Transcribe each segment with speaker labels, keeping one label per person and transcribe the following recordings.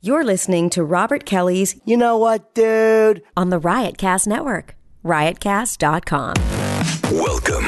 Speaker 1: You're listening to Robert Kelly's
Speaker 2: You know what, dude?
Speaker 1: on the Riotcast Network, riotcast.com.
Speaker 3: Welcome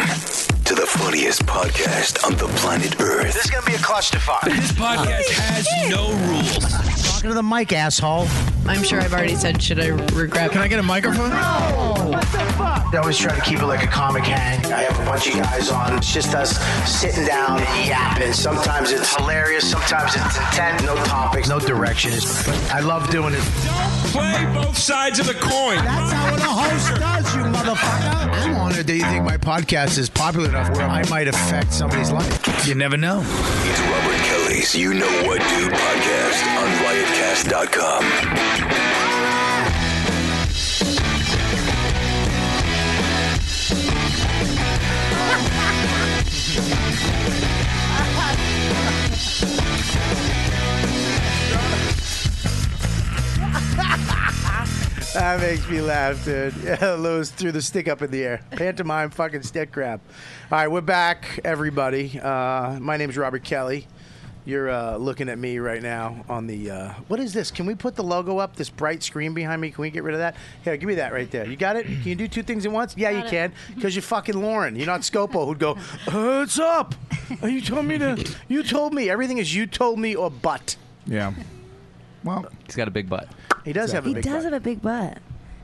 Speaker 3: to the funniest podcast on the planet Earth.
Speaker 4: This is gonna be a clusterfuck.
Speaker 5: This podcast has no rules.
Speaker 2: Talking to the mic, asshole.
Speaker 6: I'm sure I've already said, should I regret?
Speaker 5: I get a microphone?
Speaker 4: I always try to keep it like a comic hang. I have a bunch of guys on. It's just us sitting down and yapping. Sometimes it's hilarious. Sometimes it's intent. No topics. No directions. I love doing it.
Speaker 5: Play both sides of the coin.
Speaker 2: That's how a host does, you motherfucker.
Speaker 4: I'm honored that you think my podcast is popular enough where I might affect somebody's life.
Speaker 5: You never know.
Speaker 3: It's Robert Kelly's You Know What Dude podcast on riotcast.com.
Speaker 2: That makes me laugh, dude. Yeah, Lewis threw the stick up in the air. Pantomime fucking stick grab. All right, we're back, everybody. Uh, my name's Robert Kelly. You're uh, looking at me right now on the. Uh, what is this? Can we put the logo up? This bright screen behind me? Can we get rid of that? Here, give me that right there. You got it? Can you do two things at once? Yeah, you can. Because you're fucking Lauren. You're not Scopo who'd go, uh, it's up. Uh, You told me to. You told me. Everything is you told me or but.
Speaker 7: Yeah. Well, he's got a big butt.
Speaker 2: He does have a
Speaker 8: He
Speaker 2: big
Speaker 8: does
Speaker 2: butt.
Speaker 8: have a big butt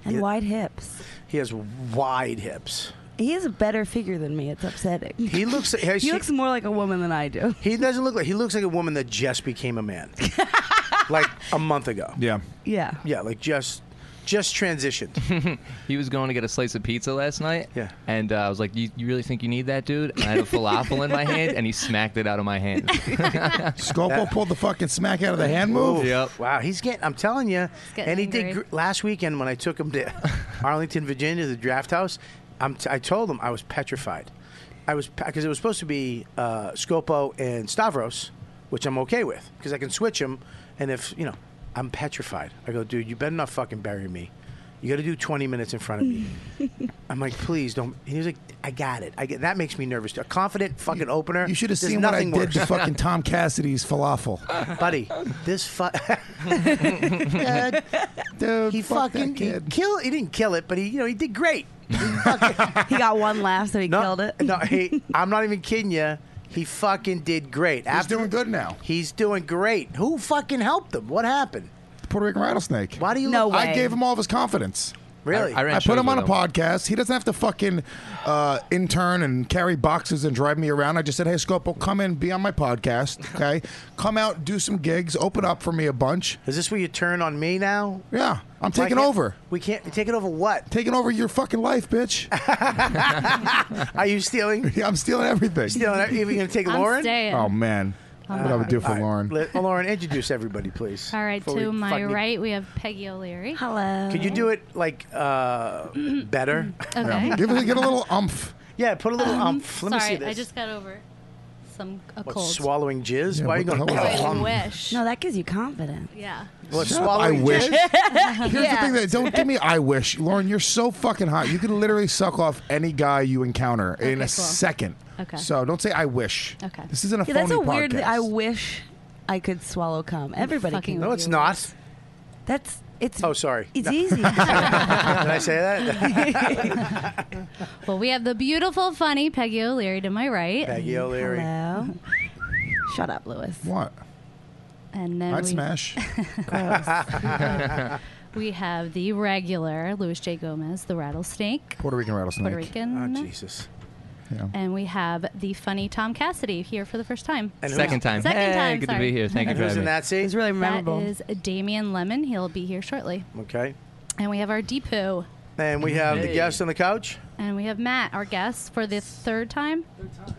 Speaker 8: and
Speaker 2: Yeah.
Speaker 8: wide hips.
Speaker 2: He has wide hips.
Speaker 8: He has a better figure than me. It's upsetting.
Speaker 2: He looks. Like,
Speaker 8: He looks more like a woman than I do.
Speaker 2: He doesn't look like. He looks like a woman that just became a man, like a month ago.
Speaker 7: Yeah.
Speaker 8: Yeah.
Speaker 2: Yeah, like just, just transitioned.
Speaker 9: He was going to get a slice of pizza last night.
Speaker 2: Yeah.
Speaker 9: And uh, I was like, you, you really think you need that, dude? And I had a falafel in my hand, and he smacked it out of my hand.
Speaker 7: Scopo pulled the fucking smack out of the hand move.
Speaker 9: Yep.
Speaker 2: Wow, he's getting. I'm telling you.
Speaker 6: getting
Speaker 2: And he did
Speaker 6: angry.
Speaker 2: gr- last weekend when I took him to Arlington, Virginia, the draft house. I'm t- I told him I was petrified. I was because it was supposed to be uh, Scopo and Stavros, which I'm okay with because I can switch them. And if you know, I'm petrified. I go, dude, you better not fucking bury me. You got to do 20 minutes in front of me. I'm like, please don't. He was like, I got it. I get that makes me nervous. A confident fucking opener.
Speaker 7: You should have
Speaker 2: there's
Speaker 7: seen what I
Speaker 2: nothing
Speaker 7: did
Speaker 2: worse.
Speaker 7: to fucking Tom Cassidy's falafel.
Speaker 2: buddy. This fu-
Speaker 7: Dude, dude,
Speaker 2: He
Speaker 7: fuck that
Speaker 2: fucking he
Speaker 7: kid.
Speaker 2: kill. He didn't kill it, but he you know he did great.
Speaker 8: He got one laugh, so he
Speaker 2: No,
Speaker 8: killed it.
Speaker 2: No, he, I'm not even kidding you. He fucking did great.
Speaker 7: He's doing good now.
Speaker 2: He's doing great. Who fucking helped him? What happened?
Speaker 7: The Puerto Rican rattlesnake.
Speaker 2: Why do you
Speaker 8: No
Speaker 2: look,
Speaker 7: I
Speaker 8: way.
Speaker 7: gave him all of his confidence.
Speaker 2: really?
Speaker 9: I ran
Speaker 7: I put
Speaker 9: shows
Speaker 7: him on a
Speaker 9: with
Speaker 7: podcast. He doesn't have to fucking uh, intern and carry boxes and drive me around. I just said, hey, Scopo, come in, be on my podcast, okay? come out, do some gigs, open up for me a bunch.
Speaker 2: Is this where you turn on me now?
Speaker 7: Yeah,
Speaker 2: Why
Speaker 7: I'm taking
Speaker 2: can't-
Speaker 7: over.
Speaker 2: We can't taking over. What
Speaker 7: Taking over your fucking life, bitch.
Speaker 2: are you stealing?
Speaker 7: I'm stealing everything.
Speaker 2: stealing? Are you going to take Lauren?
Speaker 7: Oh, man. What I would do for Lauren.
Speaker 2: Let, Lauren, introduce everybody, please.
Speaker 10: All right,
Speaker 2: Before we
Speaker 10: to my
Speaker 2: fucking-
Speaker 10: right, we have Peggy O'Leary.
Speaker 8: Hello.
Speaker 2: Could you do it like uh, better?
Speaker 9: Mm,
Speaker 10: Okay.
Speaker 7: Give it, get a little umph.
Speaker 2: yeah, put a little umph. Let me see
Speaker 10: Sorry,
Speaker 2: this.
Speaker 10: I just got over some a
Speaker 2: what,
Speaker 10: cold.
Speaker 2: swallowing jizz? Why are you
Speaker 7: what the
Speaker 2: going?
Speaker 7: hell is
Speaker 10: I
Speaker 2: Um,
Speaker 10: wish.
Speaker 8: No, that gives you confidence.
Speaker 10: Yeah.
Speaker 2: Well,
Speaker 7: Shut up,
Speaker 2: swallowing
Speaker 7: I wish.
Speaker 2: jizz?
Speaker 7: Here's the thing that don't give me I wish. Lauren, you're so fucking hot. You can literally suck off any guy you encounter in a
Speaker 10: cool.
Speaker 7: second.
Speaker 10: Okay.
Speaker 7: So don't say I wish.
Speaker 10: Okay.
Speaker 7: This isn't a
Speaker 8: Yeah,
Speaker 7: phony
Speaker 8: that's a weird.
Speaker 7: podcast.
Speaker 8: thing. I wish I could swallow cum. Everybody
Speaker 10: fucking
Speaker 8: can.
Speaker 2: No,
Speaker 10: would
Speaker 2: it's
Speaker 10: you
Speaker 2: not.
Speaker 8: That's it's.
Speaker 2: Oh, sorry.
Speaker 8: It's
Speaker 2: No.
Speaker 8: easy.
Speaker 2: Did I say that?
Speaker 10: Well, we have the beautiful, funny Peggy O'Leary to my right,
Speaker 2: Peggy O'Leary.
Speaker 8: Hello. Shut up, Lewis.
Speaker 7: What?
Speaker 10: and then
Speaker 7: I'd
Speaker 10: we,
Speaker 7: smash.
Speaker 10: we have the regular Louis J. Gomez, the rattlesnake,
Speaker 7: Puerto Rican rattlesnake.
Speaker 10: Puerto
Speaker 2: Oh,
Speaker 10: Rican,
Speaker 2: Jesus.
Speaker 10: and we have the funny Tom Cassidy here for the first time.
Speaker 2: And
Speaker 9: Second
Speaker 2: who's,
Speaker 9: time.
Speaker 10: Second
Speaker 9: hey,
Speaker 10: time,
Speaker 9: good to
Speaker 10: sorry.
Speaker 9: be here. Thank you
Speaker 2: And
Speaker 9: for
Speaker 2: who's
Speaker 9: having
Speaker 2: in
Speaker 9: me.
Speaker 2: that
Speaker 8: It's
Speaker 2: seat?
Speaker 8: really
Speaker 10: That
Speaker 8: memorable.
Speaker 10: is Damian Lemon. He'll be here shortly,
Speaker 2: Okay.
Speaker 10: and we have our Deepu,
Speaker 2: And we have the guest on the couch.
Speaker 10: and we have Matt, our guest for the third time.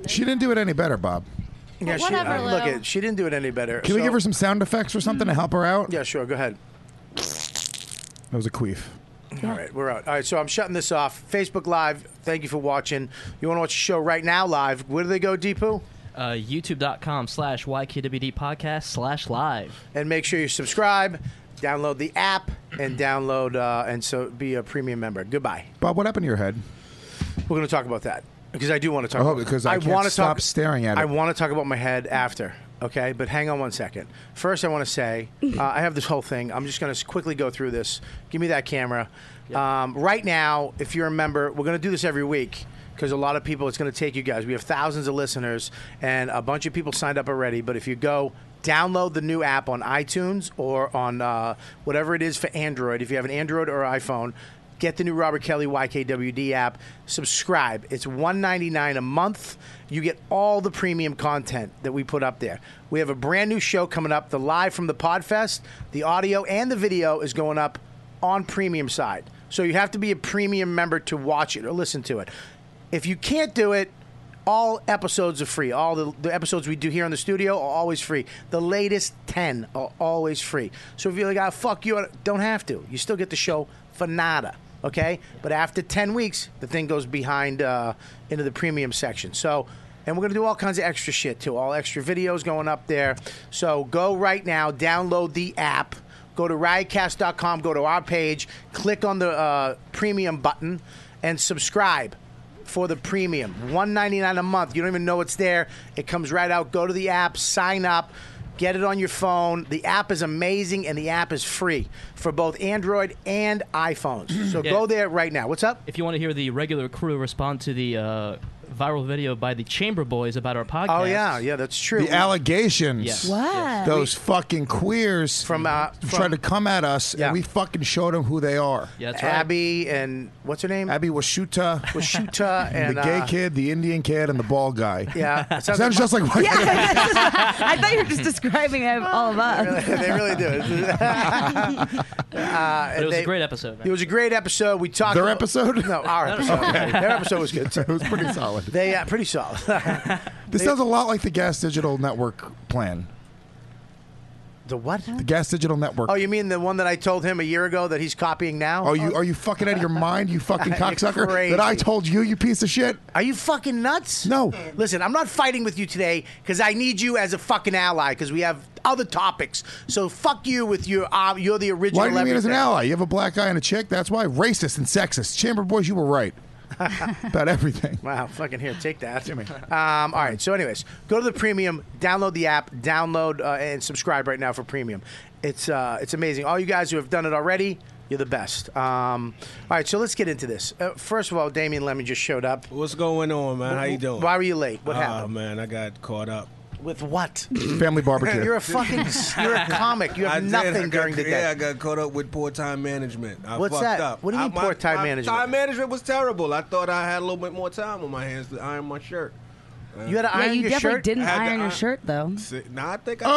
Speaker 7: She didn't do it any better, Bob.
Speaker 2: Yeah, she,
Speaker 10: whatever,
Speaker 2: uh, look,
Speaker 10: Lou.
Speaker 2: it, she didn't do it any better.
Speaker 7: Can we
Speaker 2: so-
Speaker 7: give her some sound effects or something to help her out?
Speaker 2: Yeah, sure. Go ahead.
Speaker 7: That was a queef.
Speaker 2: All right, we're out. All right, so I'm shutting this off. Facebook Live, thank you for watching. You want to watch the show right now live? Where do they go, Deepu?
Speaker 11: uh, youtube.com slash YKWD podcast slash live.
Speaker 2: And make sure you subscribe, download the app, and download, uh, and so be a premium member. Goodbye.
Speaker 7: Bob, what happened to your head?
Speaker 2: We're going to talk about that because I do want to talk.
Speaker 7: Oh,
Speaker 2: about
Speaker 7: because I can't
Speaker 2: wanna
Speaker 7: stop
Speaker 2: talk-
Speaker 7: staring at it.
Speaker 2: I want to talk about my head after. Okay, but hang on one second. First, I want to say uh, I have this whole thing. I'm just going to quickly go through this. Give me that camera. Um, right now, if you remember, we're going to do this every week because a lot of people, it's going to take you guys. We have thousands of listeners, and a bunch of people signed up already. But if you go download the new app on iTunes or on uh, whatever it is for Android, if you have an Android or iPhone, Get the new Robert Kelly YKWD app. Subscribe. It's $1.99 a month. You get all the premium content that we put up there. We have a brand new show coming up, the live from the Podfest. The audio and the video is going up on premium side. So you have to be a premium member to watch it or listen to it. If you can't do it, all episodes are free. All the, the episodes we do here in the studio are always free. The latest 10 are always free. So if you're like, ah, fuck you, I don't have to. You still get the show for nada. Okay? But after 10 weeks, the thing goes behind uh, into the premium section. So, and we're going to do all kinds of extra shit too. All extra videos going up there. So go right now, download the app. Go to riotcast.com, go to our page, click on the uh, premium button, and subscribe for the premium. $1.99 a month. You don't even know it's there. It comes right out. Go to the app, sign up, get it on your phone. The app is amazing and the app is free for both Android and iPhones. So
Speaker 11: Yeah.
Speaker 2: go there right now. What's up?
Speaker 11: If you want to hear the regular crew respond to the uh, viral video by the Chamber Boys about our podcast,
Speaker 2: Oh yeah, yeah, that's true.
Speaker 7: The allegations.
Speaker 11: Yes. What?
Speaker 7: Those fucking queers from,
Speaker 2: uh,
Speaker 7: tried to come at us, and we fucking showed them who they are.
Speaker 11: Yeah, that's right.
Speaker 2: Abby and what's her name?
Speaker 7: Abby Washuta.
Speaker 2: Washuta and
Speaker 7: the gay
Speaker 2: uh,
Speaker 7: kid, the Indian kid, and the bald guy.
Speaker 2: Yeah, it
Speaker 7: sounds,
Speaker 2: sounds like-
Speaker 7: just like white
Speaker 8: Yeah, I thought you were just describing ev- all of us.
Speaker 2: they really do. Uh,
Speaker 11: But it was
Speaker 2: they-
Speaker 11: a great episode. Man.
Speaker 2: It was a great episode. We talked
Speaker 7: Their
Speaker 2: a-
Speaker 7: episode?
Speaker 2: No, our episode.
Speaker 7: Okay.
Speaker 2: Their episode was good.
Speaker 7: it was pretty solid.
Speaker 2: They uh, pretty solid.
Speaker 7: This sounds a lot like the Gas Digital Network plan.
Speaker 2: The what?
Speaker 7: The Gas Digital Network.
Speaker 2: Oh, you mean the one that I told him a year ago that he's copying now?
Speaker 7: Are you are you fucking out of your mind, you fucking
Speaker 2: You're
Speaker 7: cocksucker? That I
Speaker 2: crazy.
Speaker 7: told you, you piece of shit.
Speaker 2: Are you fucking nuts?
Speaker 7: No.
Speaker 2: Listen, I'm not fighting with you today because I need you as a fucking ally because we have other topics. So fuck you with your. Uh, you're the original.
Speaker 7: Why do you mean as an
Speaker 2: everything.
Speaker 7: ally? You have a black guy and a chick. That's why racist and sexist. Chamber boys, you were right about everything.
Speaker 2: Wow, fucking here, take that. Um, all right, so anyways, go to the premium, download the app, download uh, and subscribe right now for premium. It's uh, it's amazing. All you guys who have done it already, you're the best. Um, all right, so let's get into this. Uh, first of all, Damian Lemon just showed up.
Speaker 12: What's going on, man? How you doing?
Speaker 2: Why were you late? What
Speaker 12: oh,
Speaker 2: happened?
Speaker 12: man, I got caught up.
Speaker 2: With what?
Speaker 7: Family barbecue.
Speaker 2: You're a fucking- you're a comic. You have
Speaker 12: I did.
Speaker 2: nothing
Speaker 12: I got-
Speaker 2: during the day.
Speaker 12: Yeah, I got caught up with poor time management. Uh, I
Speaker 2: What's
Speaker 12: fucked
Speaker 2: that?
Speaker 12: up.
Speaker 2: What do you
Speaker 12: I-
Speaker 2: mean
Speaker 12: my-
Speaker 2: poor time
Speaker 12: my
Speaker 2: management?
Speaker 12: Time management was terrible. I thought I had a little bit more time on my hands to iron my shirt.
Speaker 2: You had to Yeah, iron you your definitely shirt? didn't
Speaker 12: I had to
Speaker 2: iron your shirt,
Speaker 8: though.
Speaker 12: See, nah, I think I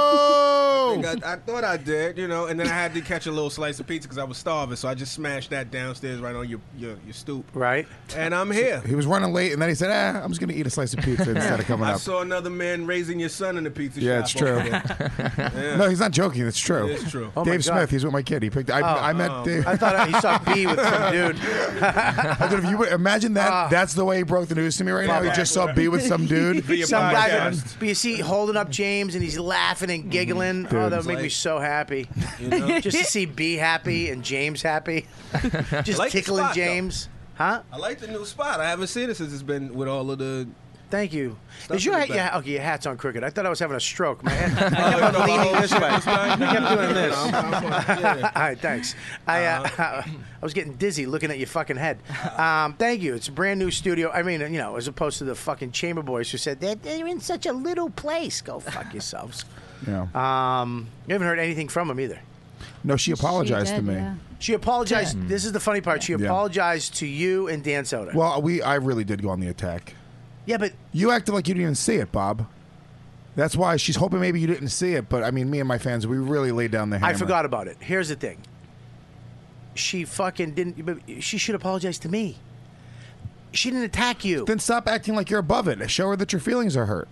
Speaker 7: Oh!
Speaker 12: did. I, think I, I thought I did, you know, and then I had to catch a little slice of pizza because I was starving, so I just smashed that downstairs right on your your, your stoop.
Speaker 2: Right.
Speaker 12: And I'm here.
Speaker 7: He was running late, and then he said, "Ah, I'm just gonna eat a slice of pizza instead of coming
Speaker 12: I
Speaker 7: up."
Speaker 12: saw another man raising your son in the pizza
Speaker 7: Yeah, it's
Speaker 12: shop.
Speaker 7: true.
Speaker 12: over there. Yeah.
Speaker 7: No, he's not joking. It's true.
Speaker 12: It's true. Oh my
Speaker 7: Dave
Speaker 12: God.
Speaker 7: Smith. He's with my kid. He picked. I,
Speaker 12: Oh.
Speaker 7: I met
Speaker 12: Oh.
Speaker 7: Dave.
Speaker 12: I thought
Speaker 2: he saw B with some dude.
Speaker 7: I said, if you would imagine that,
Speaker 12: Ah.
Speaker 7: that's the way he broke the news to me right now. He just saw B with some dude.
Speaker 2: Some guy, with- but you see, holding up James, and he's laughing and giggling.
Speaker 7: Dude.
Speaker 2: oh, that would
Speaker 7: It's
Speaker 2: make me
Speaker 7: like-
Speaker 2: so happy.
Speaker 7: You know?
Speaker 2: Just to see B happy and James happy, just
Speaker 12: like the
Speaker 2: tickling
Speaker 12: spot, though.
Speaker 2: James, huh?
Speaker 12: I like the new spot. I haven't seen it since it's been with all of the.
Speaker 2: Thank you.
Speaker 12: Stuff
Speaker 2: Is your
Speaker 12: in
Speaker 2: hat?
Speaker 12: the
Speaker 2: Yeah,
Speaker 12: back.
Speaker 2: okay, your hat's on crooked. I thought I was having a stroke. My head,
Speaker 12: Oh,
Speaker 2: I kept
Speaker 12: no,
Speaker 2: on
Speaker 12: my
Speaker 2: leaning
Speaker 12: whole
Speaker 2: this
Speaker 12: shit
Speaker 2: way.
Speaker 12: was
Speaker 2: I
Speaker 12: back.
Speaker 2: kept doing this.
Speaker 12: No, I'm- I'm Uh-huh. fine. Yeah.
Speaker 2: All right, thanks. I uh, I was getting dizzy looking at your fucking head. Um, thank you. It's a brand new studio. I mean, you know, as opposed to the fucking chamber boys who said they're, they're in such a little place. Go fuck yourselves.
Speaker 7: Yeah.
Speaker 2: Um, you haven't heard anything from him either.
Speaker 7: No, she apologized to me.
Speaker 2: She apologized. This is the funny part. She
Speaker 7: Yeah.
Speaker 2: apologized to you and Dan Soder.
Speaker 7: Well, we I really did go on the attack.
Speaker 2: Yeah, but
Speaker 7: you acted like you didn't even see it, Bob. That's why she's hoping maybe you didn't see it. But I mean, me and my fans, we really laid down the hammer.
Speaker 2: I forgot about it. Here's the thing. She fucking didn't. but She should apologize to me. She didn't attack you.
Speaker 7: Then stop acting like you're above it. Show her that your feelings are hurt.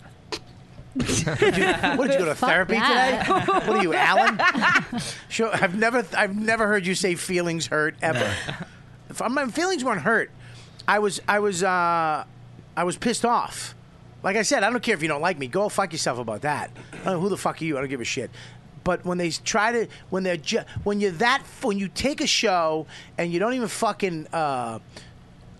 Speaker 2: What did you go to
Speaker 7: Fuck
Speaker 2: therapy
Speaker 7: that.
Speaker 2: today? what are you, Alan? Sure, I've never, I've never heard you say feelings hurt ever. If I'm- my feelings weren't hurt. I was, I was, uh, I was pissed off. Like I said, I don't care if you don't like me. Go fuck yourself about that. I don't know who the fuck are you? I don't give a shit. But when they try to, when they're, ju- when you're that, when you take a show and you don't even fucking. Uh,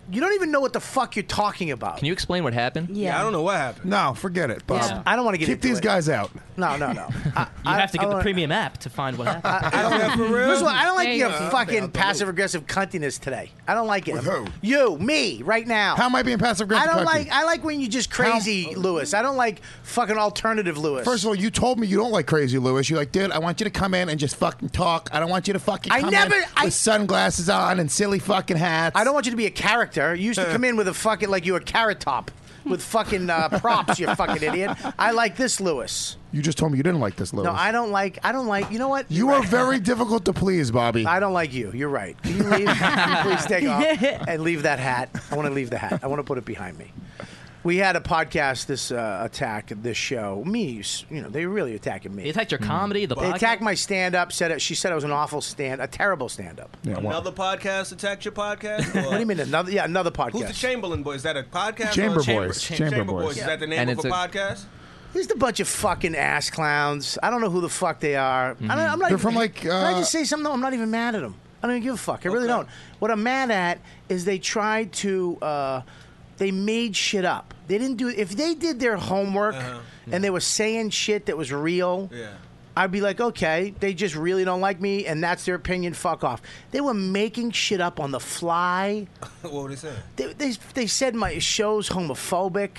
Speaker 2: you don't even know what the fuck you're talking about.
Speaker 9: Can you explain what happened?
Speaker 2: Yeah, Yeah. I don't know
Speaker 12: what happened.
Speaker 7: No, forget it, Bob.
Speaker 2: I don't want to get
Speaker 7: Keep
Speaker 2: into
Speaker 7: these
Speaker 2: it.
Speaker 7: guys out.
Speaker 2: No, no, no. I,
Speaker 11: You
Speaker 2: I-
Speaker 11: have to get
Speaker 2: I
Speaker 11: the
Speaker 2: wanna-
Speaker 11: premium app to find what happened.
Speaker 2: I don't, First of all, I don't like
Speaker 11: There
Speaker 2: your
Speaker 11: you go.
Speaker 2: fucking passive aggressive cuntiness today. I don't like it.
Speaker 11: With who?
Speaker 2: You, me, right now.
Speaker 7: How am I being passive
Speaker 2: I
Speaker 7: aggressive?
Speaker 2: don't like. I like when you just crazy, Lewis. I don't like fucking alternative Lewis.
Speaker 7: First of all, you told me you don't like Crazy Lewis. You're like, dude, I want you to come in and just fucking talk. I don't want you to fucking.
Speaker 2: I
Speaker 7: come
Speaker 2: never-
Speaker 7: in
Speaker 2: I-
Speaker 7: with sunglasses on and silly fucking hats. I
Speaker 2: don't want you to be a character. You used to come in with a fucking like you were carrot top with fucking uh, props. You fucking idiot. I like this Lewis.
Speaker 7: You just told me you didn't like this Lewis.
Speaker 2: No, I don't like. I don't like. You know what?
Speaker 7: you are very difficult to please, Bobby.
Speaker 2: I don't like you. You're right. Can you leave? Can you please take off and leave that hat. I want to leave the hat. I want to put it behind me. We had a podcast this uh, attack this show. Me, you know, they were really attacking me. Mm.
Speaker 11: They attacked your comedy, the
Speaker 2: They
Speaker 11: podcast?
Speaker 2: attacked my stand up. Said it, she said I was an awful stand, a terrible stand up.
Speaker 12: Another podcast attacked your podcast? Or
Speaker 2: what do you mean another? Yeah, another
Speaker 12: Who's the
Speaker 2: podcast.
Speaker 12: Chamberlain Boys? Is that a podcast? or
Speaker 2: Chamber
Speaker 12: a chamber,
Speaker 2: Boys.
Speaker 12: Cha-
Speaker 2: Chamber
Speaker 12: Boys.
Speaker 2: Boys.
Speaker 12: Is that the name
Speaker 2: And
Speaker 12: of
Speaker 2: it's
Speaker 12: a,
Speaker 2: a-
Speaker 12: podcast?
Speaker 2: Just a bunch of fucking ass clowns. I don't know who the fuck they are. I don't, I'm not. even-
Speaker 7: They're from, like,
Speaker 2: Can I
Speaker 7: uh,
Speaker 2: just say something? though? I'm not even mad at them. I don't even give a fuck. I really don't. What I'm mad at is they tried to. Uh, they made shit up. They didn't do. If they did their homework and they were saying shit that was real.
Speaker 12: Yeah.
Speaker 2: I'd be like, okay, they just really don't like me, and that's their opinion. Fuck off. They were making shit up on the fly.
Speaker 12: what would it say?
Speaker 2: They, they, they said my show's homophobic,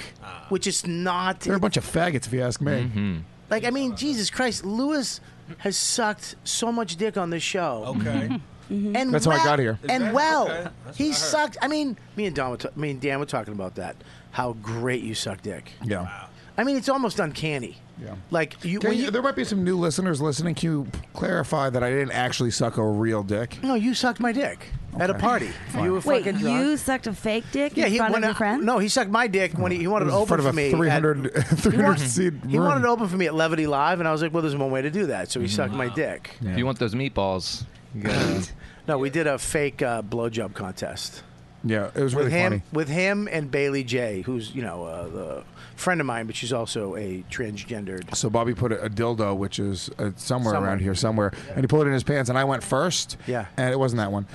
Speaker 2: which is not.
Speaker 7: They're a bunch of faggots, if you ask me.
Speaker 2: Like, I mean, Jesus Christ, Lewis has sucked so much dick on this show.
Speaker 12: Okay.
Speaker 8: Mm-hmm.
Speaker 2: And
Speaker 7: That's how I
Speaker 2: well-
Speaker 7: got here.
Speaker 2: And
Speaker 12: Exactly.
Speaker 2: well,
Speaker 12: Okay. That's
Speaker 2: he
Speaker 12: what I heard.
Speaker 2: sucked. I mean, me and Don, were ta- me and Dan were talking about that. How great you suck dick.
Speaker 7: Yeah.
Speaker 2: I mean, it's almost uncanny. Yeah. Like you,
Speaker 7: Can
Speaker 2: when
Speaker 7: you-
Speaker 2: you,
Speaker 7: there might be some new listeners listening. Can you p- clarify that I didn't actually suck a real dick?
Speaker 2: no, you sucked my dick at a
Speaker 7: Okay.
Speaker 2: party.
Speaker 7: Fine.
Speaker 2: You were
Speaker 8: Wait,
Speaker 2: fucking drunk.
Speaker 8: you sucked a fake dick
Speaker 2: yeah,
Speaker 8: in
Speaker 2: he
Speaker 8: front of
Speaker 2: when
Speaker 8: your
Speaker 2: I-
Speaker 8: friend?
Speaker 2: No, he sucked my dick when he, he wanted
Speaker 7: It
Speaker 2: to
Speaker 7: was in
Speaker 2: open
Speaker 7: front of
Speaker 2: for
Speaker 7: a
Speaker 2: me. at-
Speaker 7: 300, 300 seat room.
Speaker 2: he wanted to open for me at Levity Live, and I was like, "Well, there's one way to do that." So he sucked my dick.
Speaker 9: If you want those meatballs, you gotta-
Speaker 2: No, we did a fake uh, blowjob contest.
Speaker 7: yeah, it was really
Speaker 2: with him,
Speaker 7: funny.
Speaker 2: With him and Bailey J, who's you know uh, the friend of mine, but she's also a transgendered.
Speaker 7: So Bobby put a, a dildo, which is uh, somewhere,
Speaker 2: Somewhere.
Speaker 7: around here, somewhere, and he put it in his pants, and I went first.
Speaker 2: Yeah.
Speaker 7: and it wasn't that one.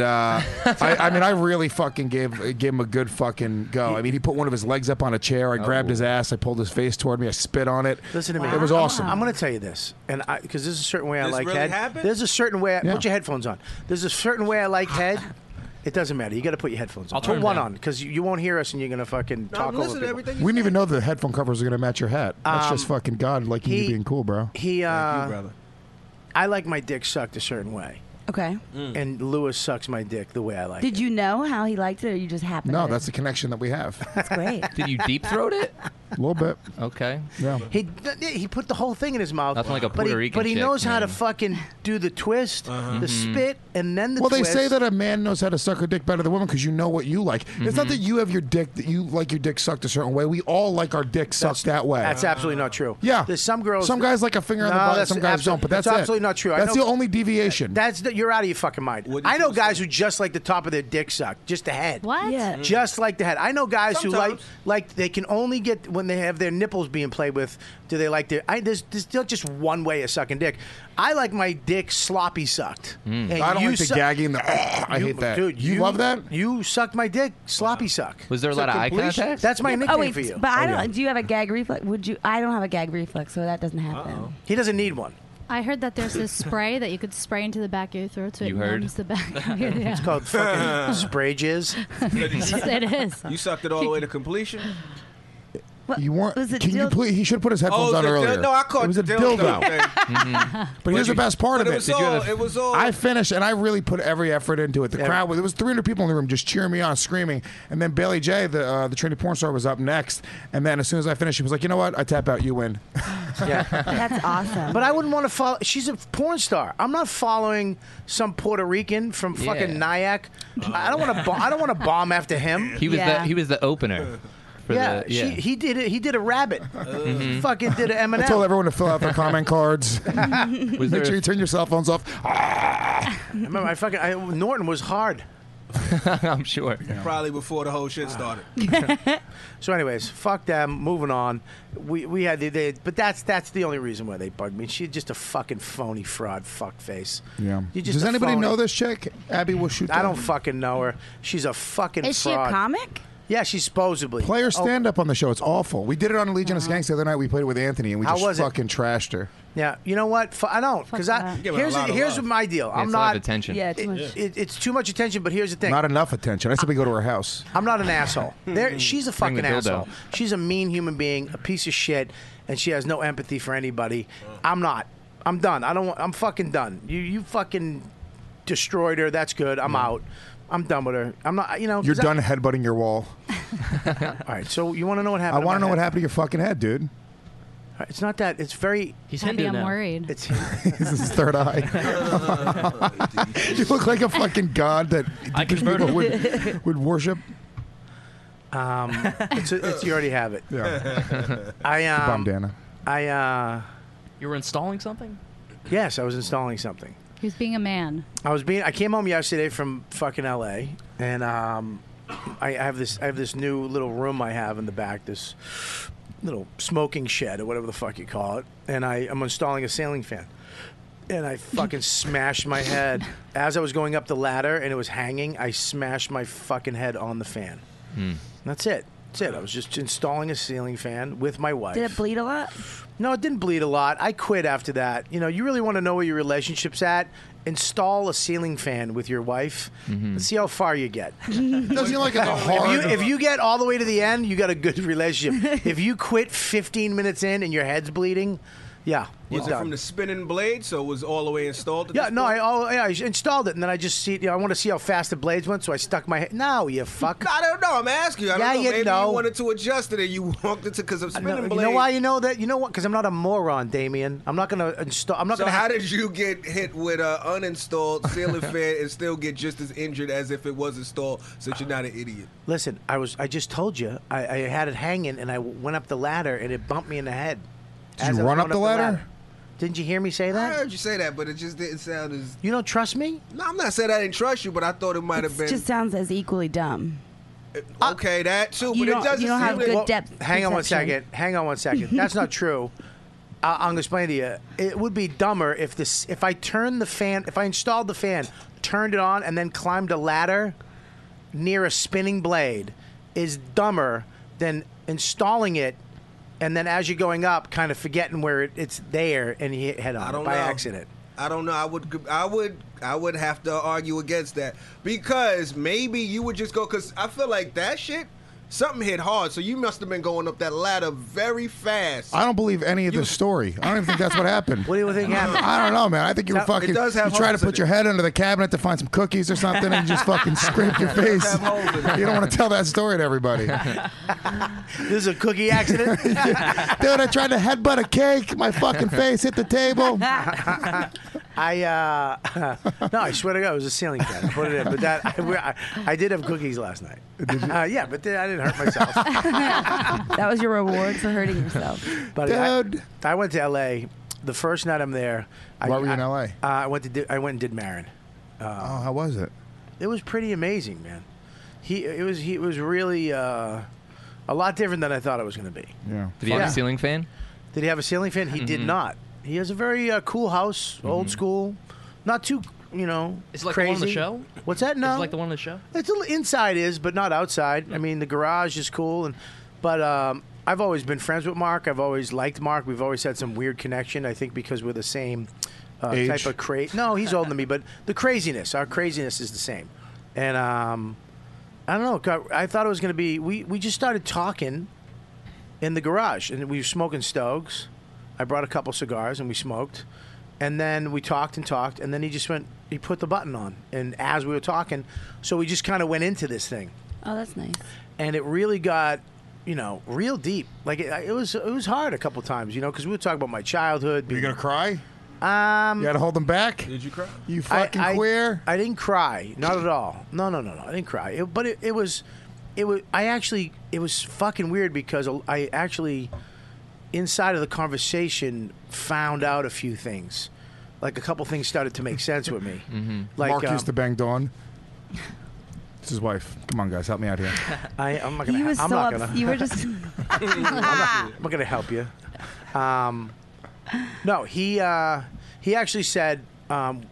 Speaker 7: uh, I, I mean, I really fucking gave gave him a good fucking go. I mean, he put one of his legs up on a chair. I grabbed his ass. I pulled his face toward me. I spit on it.
Speaker 2: Listen to me.
Speaker 7: It was awesome.
Speaker 2: I'm going to tell you this, and because there's a certain way I
Speaker 12: This
Speaker 2: like
Speaker 12: really
Speaker 2: head.
Speaker 12: happened?
Speaker 2: There's a certain way. I,
Speaker 7: Yeah.
Speaker 2: Put your headphones on. There's a certain way I like head. It doesn't matter. You got to put your headphones on.
Speaker 7: I'll turn
Speaker 2: put one
Speaker 7: them
Speaker 2: on because you won't hear us, and you're going to fucking talk over people.
Speaker 7: we didn't even know the headphone covers were gonna match your hat. That's just
Speaker 2: Um,
Speaker 7: fucking god, like you
Speaker 2: he-
Speaker 7: being cool, bro.
Speaker 2: He, uh,
Speaker 12: brother.
Speaker 2: I like my dick sucked a certain way,
Speaker 8: Okay.
Speaker 12: Mm.
Speaker 2: and Lewis sucks my dick the way I like.
Speaker 8: Did you know how he liked it, or you just happened?
Speaker 7: No,
Speaker 8: to-
Speaker 7: that's the connection that we have.
Speaker 8: that's great.
Speaker 9: Did you deep throat it?
Speaker 7: A little bit.
Speaker 9: Okay.
Speaker 7: Yeah.
Speaker 2: He he put the whole thing in his mouth.
Speaker 9: Nothing like a
Speaker 2: but he,
Speaker 9: Puerto Rican
Speaker 2: But he
Speaker 9: chick, Uh-huh. Mm-hmm.
Speaker 2: knows how to
Speaker 9: man.
Speaker 2: fucking do the twist, the
Speaker 7: Mhm.
Speaker 2: spit, and then the
Speaker 7: well,
Speaker 2: twist.
Speaker 7: they say that a man knows how to suck a dick better than a woman because you know what you like. It's
Speaker 2: Mm-hmm.
Speaker 7: not that you have your dick that you like your dick sucked a certain way. We all like our dick sucked that way.
Speaker 2: That's absolutely not true.
Speaker 7: Yeah.
Speaker 2: There's some girls.
Speaker 7: Some guys like a finger on the
Speaker 2: No,
Speaker 7: butt,
Speaker 2: that's
Speaker 7: some guys
Speaker 2: absolute-
Speaker 7: don't. But that's, it.
Speaker 2: absolutely not true. I
Speaker 7: That's
Speaker 2: know-
Speaker 7: the only deviation.
Speaker 2: That's the, you're out of your fucking mind. I know guys who just like the top of their dick sucked, just the head. Mm.
Speaker 10: What? Yeah.
Speaker 2: Just like the head. I know guys who like
Speaker 10: Sometimes.
Speaker 2: like they can only get when they have their nipples being played with. Do they like their? I, there's, there's not just one way of sucking dick. I like my dick sloppy sucked.
Speaker 9: Mm.
Speaker 2: And
Speaker 7: I don't
Speaker 2: you
Speaker 7: like the
Speaker 2: suck-
Speaker 7: gagging. The, I
Speaker 2: You-
Speaker 7: hate that.
Speaker 2: dude.
Speaker 7: you, love that?
Speaker 2: You sucked my dick, sloppy suck.
Speaker 9: Was there a lot of eye
Speaker 2: Completion-
Speaker 9: contact?
Speaker 2: That's my nickname
Speaker 8: oh wait,
Speaker 2: for you.
Speaker 8: but I don't. Do you have a gag reflex? Would you? I don't have a gag reflex, so that doesn't happen.
Speaker 2: He doesn't need one.
Speaker 10: I heard that there's this spray that you could spray into the back of your throat so it
Speaker 2: You heard?
Speaker 10: numbs the back of your yeah.
Speaker 2: It's called fucking spray jizz.
Speaker 10: it is.
Speaker 12: You sucked it all the way to completion?
Speaker 7: you weren't.
Speaker 12: was it
Speaker 7: can you
Speaker 12: dildo?
Speaker 7: please? He should have put his headphones
Speaker 12: Oh, it was
Speaker 7: on
Speaker 12: a dil-
Speaker 7: earlier.
Speaker 12: no, I caught
Speaker 7: it was a
Speaker 12: the dildo thing.
Speaker 7: But here's
Speaker 12: you-
Speaker 7: the best part
Speaker 12: but
Speaker 7: of
Speaker 12: it
Speaker 7: it.
Speaker 12: was Did you have all- a- it was all-
Speaker 7: I finished, and I really put every effort into it. The crowd was. There was 300 people in the room just cheering me on, screaming. And then Bailey J, the uh, the trendy porn star, was up next. And then as soon as I finished, she was like, "You know what? I tap out. You win."
Speaker 8: That's awesome.
Speaker 2: But I wouldn't want to follow. She's a porn star. I'm not following some Puerto Rican from fucking Nyack. I don't want to. Bo- I don't want to bomb after him.
Speaker 9: He was the he was the opener. For
Speaker 2: yeah,
Speaker 9: the, yeah.
Speaker 2: She, he did it. He did a rabbit.
Speaker 9: Mhm.
Speaker 2: Fucking did an
Speaker 7: I
Speaker 2: Eminem.
Speaker 7: told everyone to fill out their comment cards.
Speaker 9: Was
Speaker 7: Make
Speaker 9: there
Speaker 7: sure
Speaker 9: a-
Speaker 7: Ah, you turn your cell phones off.
Speaker 2: I remember I fucking I, Norton was hard.
Speaker 9: I'm sure.
Speaker 12: Probably before the whole shit started.
Speaker 2: So, anyways, fuck them. Moving on. We we had the they, but that's that's the only reason why they bugged me. She's just a fucking phony fraud, fuck face.
Speaker 7: Yeah.
Speaker 2: You're just
Speaker 7: Does
Speaker 2: a
Speaker 7: anybody
Speaker 2: phony.
Speaker 7: know this chick? Abby will shoot.
Speaker 2: I don't fucking know her. She's a fucking.
Speaker 7: Is she a
Speaker 2: fraud.
Speaker 7: comic?
Speaker 2: Yeah, she's supposedly. Oh,
Speaker 7: Play her stand up on the show. It's awful. We did it on Legion of Skanks the other night. We played it with Anthony and we
Speaker 2: Uh-huh. How
Speaker 7: just
Speaker 2: was it?
Speaker 7: fucking trashed her.
Speaker 2: Yeah, you know what? F- I don't because I
Speaker 7: that. Give it a
Speaker 2: here's
Speaker 7: lot of
Speaker 2: here's
Speaker 7: love.
Speaker 2: my deal.
Speaker 7: Yeah,
Speaker 2: I'm
Speaker 7: it's a
Speaker 2: not
Speaker 7: lot of attention. Yeah,
Speaker 2: it,
Speaker 7: too much.
Speaker 2: it- it's too much attention. But here's the thing.
Speaker 7: Not enough attention. I said we go to her house.
Speaker 2: I'm not an asshole. There, she's a
Speaker 7: Bring the
Speaker 2: fucking
Speaker 7: dildo.
Speaker 2: asshole. She's a mean human being, a piece of shit, and she has no empathy for anybody. I'm not. I'm done. I don't. Want, I'm fucking done. You you fucking destroyed her. That's good. I'm out. I'm done with her. I'm not. You know.
Speaker 7: You're
Speaker 2: 'cause I-
Speaker 7: done headbutting your wall.
Speaker 2: All right. So you want to know what
Speaker 7: I
Speaker 2: happened?
Speaker 7: want to know what
Speaker 2: happened.
Speaker 7: happened to your fucking head, dude.
Speaker 2: It's not that. It's very.
Speaker 11: He's
Speaker 10: Abby, Hindu I'm now. worried.
Speaker 2: It's.
Speaker 7: This is his third eye. you look like a fucking god that
Speaker 2: I
Speaker 7: Deacon
Speaker 2: converted.
Speaker 7: Eagle would, would worship.
Speaker 2: Um, it's, it's you already have it.
Speaker 7: Yeah.
Speaker 2: I um.
Speaker 7: Bandana.
Speaker 2: I uh.
Speaker 11: You were installing something?
Speaker 2: Yes, I was installing something.
Speaker 10: He's being a man.
Speaker 2: I was being. I came home yesterday from fucking L.A. and um, I, I have this. I have this new little room I have in the back. This little smoking shed or whatever the fuck you call it. And I am installing a ceiling fan. And I fucking smashed my head as I was going up the ladder, and it was hanging. I smashed my fucking head on the fan. That's it. That's it. I was just installing a ceiling fan with my wife.
Speaker 8: Did it bleed a lot?
Speaker 2: No, it didn't bleed a lot. I quit after that. You know, you really want to know where your relationship's at. Install a ceiling fan with your wife and see how far you get.
Speaker 7: Doesn't he like it's a
Speaker 2: If
Speaker 7: hard-
Speaker 2: you, if you get all the way to the end, you got a good relationship. if you quit 15 minutes in and your head's bleeding, yeah, you're
Speaker 12: Was it
Speaker 2: done.
Speaker 12: from the spinning blade? So it was all the way installed.
Speaker 2: yeah, no, I, oh, yeah, I installed it and then I just see, you know, I want to see how fast the blades went, so I stuck my head. No, you fuck.
Speaker 12: I don't know. I'm asking you. I don't
Speaker 2: Yeah,
Speaker 12: know.
Speaker 2: you
Speaker 12: Maybe
Speaker 2: know.
Speaker 12: you wanted to adjust it and you walked into because of
Speaker 2: No,
Speaker 12: spinning
Speaker 2: you
Speaker 12: blade.
Speaker 2: know why you know that? You know what? Because I'm not a moron, Damien. I'm not gonna install. I'm not
Speaker 12: so
Speaker 2: gonna.
Speaker 12: how
Speaker 2: have-
Speaker 12: did you get hit with an uninstalled ceiling fan and still get just as injured as if it was installed? Since you're not an idiot.
Speaker 2: Listen, I was I just told you I, I had it hanging and I w- went up the ladder and it bumped me in the head.
Speaker 7: Did
Speaker 2: As
Speaker 7: you
Speaker 2: I was
Speaker 7: run up
Speaker 2: going
Speaker 7: the ladder?
Speaker 2: Didn't you hear me say
Speaker 12: I
Speaker 2: that?
Speaker 12: heard you say that, but it just didn't sound as.
Speaker 2: You don't trust me?
Speaker 12: No, I'm not saying I didn't trust you, but I thought it might have
Speaker 8: It
Speaker 12: been.
Speaker 8: just sounds as equally dumb.
Speaker 12: Okay, that too,
Speaker 8: You
Speaker 12: but it
Speaker 8: don't-
Speaker 12: doesn't
Speaker 8: you don't
Speaker 12: seem
Speaker 8: have
Speaker 12: that-
Speaker 8: good depth
Speaker 2: Hang on one
Speaker 8: perception.
Speaker 2: second. Hang on one second. That's not true. I, I'm gonna explain to you. It would be dumber if this if I turned the fan if I installed the fan, turned it on, and then climbed a ladder near a spinning blade is dumber than installing it. And then, as you're going up, kind of forgetting where it, it's there, and you hit head on
Speaker 12: I don't
Speaker 2: by
Speaker 12: know.
Speaker 2: accident.
Speaker 12: I don't know. I would, I would, I would have to argue against that because maybe you would just go. Because I feel like that shit, something hit hard. So you must have been going up that ladder very fast.
Speaker 7: I don't believe any of this story. I don't even think that's what happened. What
Speaker 2: do you think happened?
Speaker 7: I don't know, man. I think you were
Speaker 12: It
Speaker 7: fucking.
Speaker 12: does have
Speaker 7: you tried to
Speaker 12: holes in
Speaker 7: put your
Speaker 12: it.
Speaker 7: head under the cabinet to find some cookies or something, and you just fucking scraped your face.
Speaker 12: have holes in it.
Speaker 7: You don't want to tell that story to everybody.
Speaker 2: This is a cookie accident.
Speaker 7: Dude, I tried to headbutt a cake. My fucking face hit the table.
Speaker 2: I uh, no, I swear to God, it was a ceiling fan. I put it in, but that I, we- I, I did have cookies last night. Uh, yeah, but then I didn't hurt myself.
Speaker 8: That was your reward for hurting yourself.
Speaker 2: But I- I, went to L.A. The first night I'm there.
Speaker 7: Why
Speaker 2: I,
Speaker 7: were you in
Speaker 2: I-
Speaker 7: LA?
Speaker 2: Uh, I went to di- I went and did Marin. Uh,
Speaker 7: oh, how was it?
Speaker 2: It was pretty amazing, man. He it was he it was really uh, a lot different than I thought it was going to be.
Speaker 7: Yeah.
Speaker 9: Did he have
Speaker 2: Yeah.
Speaker 9: a ceiling fan?
Speaker 2: Did he have a ceiling fan? He did
Speaker 9: Mhm.
Speaker 2: not. He has a very uh, cool house, old school, not too you know.
Speaker 11: Is it like
Speaker 2: crazy.
Speaker 11: the one on the show?
Speaker 2: What's that? No,
Speaker 11: Is it like the one on the show?
Speaker 2: It's a, li- inside is, but not outside. I mean, the garage is cool, and but um, I've always been friends with Mark. I've always liked Mark. We've always had some weird connection. I think because we're the same uh,
Speaker 7: Age?
Speaker 2: type of cra No, he's older than me, but the craziness, our craziness is the same. And um, I don't know. God, I thought it was going to be. We we just started talking in the garage, and we were smoking Stogs. I brought a couple cigars, and we smoked. And then we talked and talked, and then he just went. He put the button on, and as we were talking, so we just kind of went into this thing,
Speaker 8: Oh, that's nice.
Speaker 2: and it really got, you know, real deep. Like it, it was, it was hard a couple times, you know, because we were talking about my childhood. You
Speaker 7: gonna cry?
Speaker 2: Um,
Speaker 7: You had to hold them back.
Speaker 12: Did you cry?
Speaker 7: You fucking queer.
Speaker 2: I didn't cry, not at all. No, no, no, no. I didn't cry. It, but it, it was, it was. I actually, it was fucking weird because I actually, inside of the conversation, found out a few things. Mm-hmm. Like a couple things started to make sense with me. Like
Speaker 7: Mark
Speaker 2: um,
Speaker 7: used to bang Dawn. It's his wife. Come on, guys, help me out here.
Speaker 2: I, I'm not
Speaker 8: He
Speaker 2: gonna.
Speaker 8: was
Speaker 2: I'm
Speaker 8: so
Speaker 2: not
Speaker 8: ups-
Speaker 2: gonna.
Speaker 8: you were just-
Speaker 2: I'm, not, I'm not gonna help you. Um, no, he uh, he actually said, um,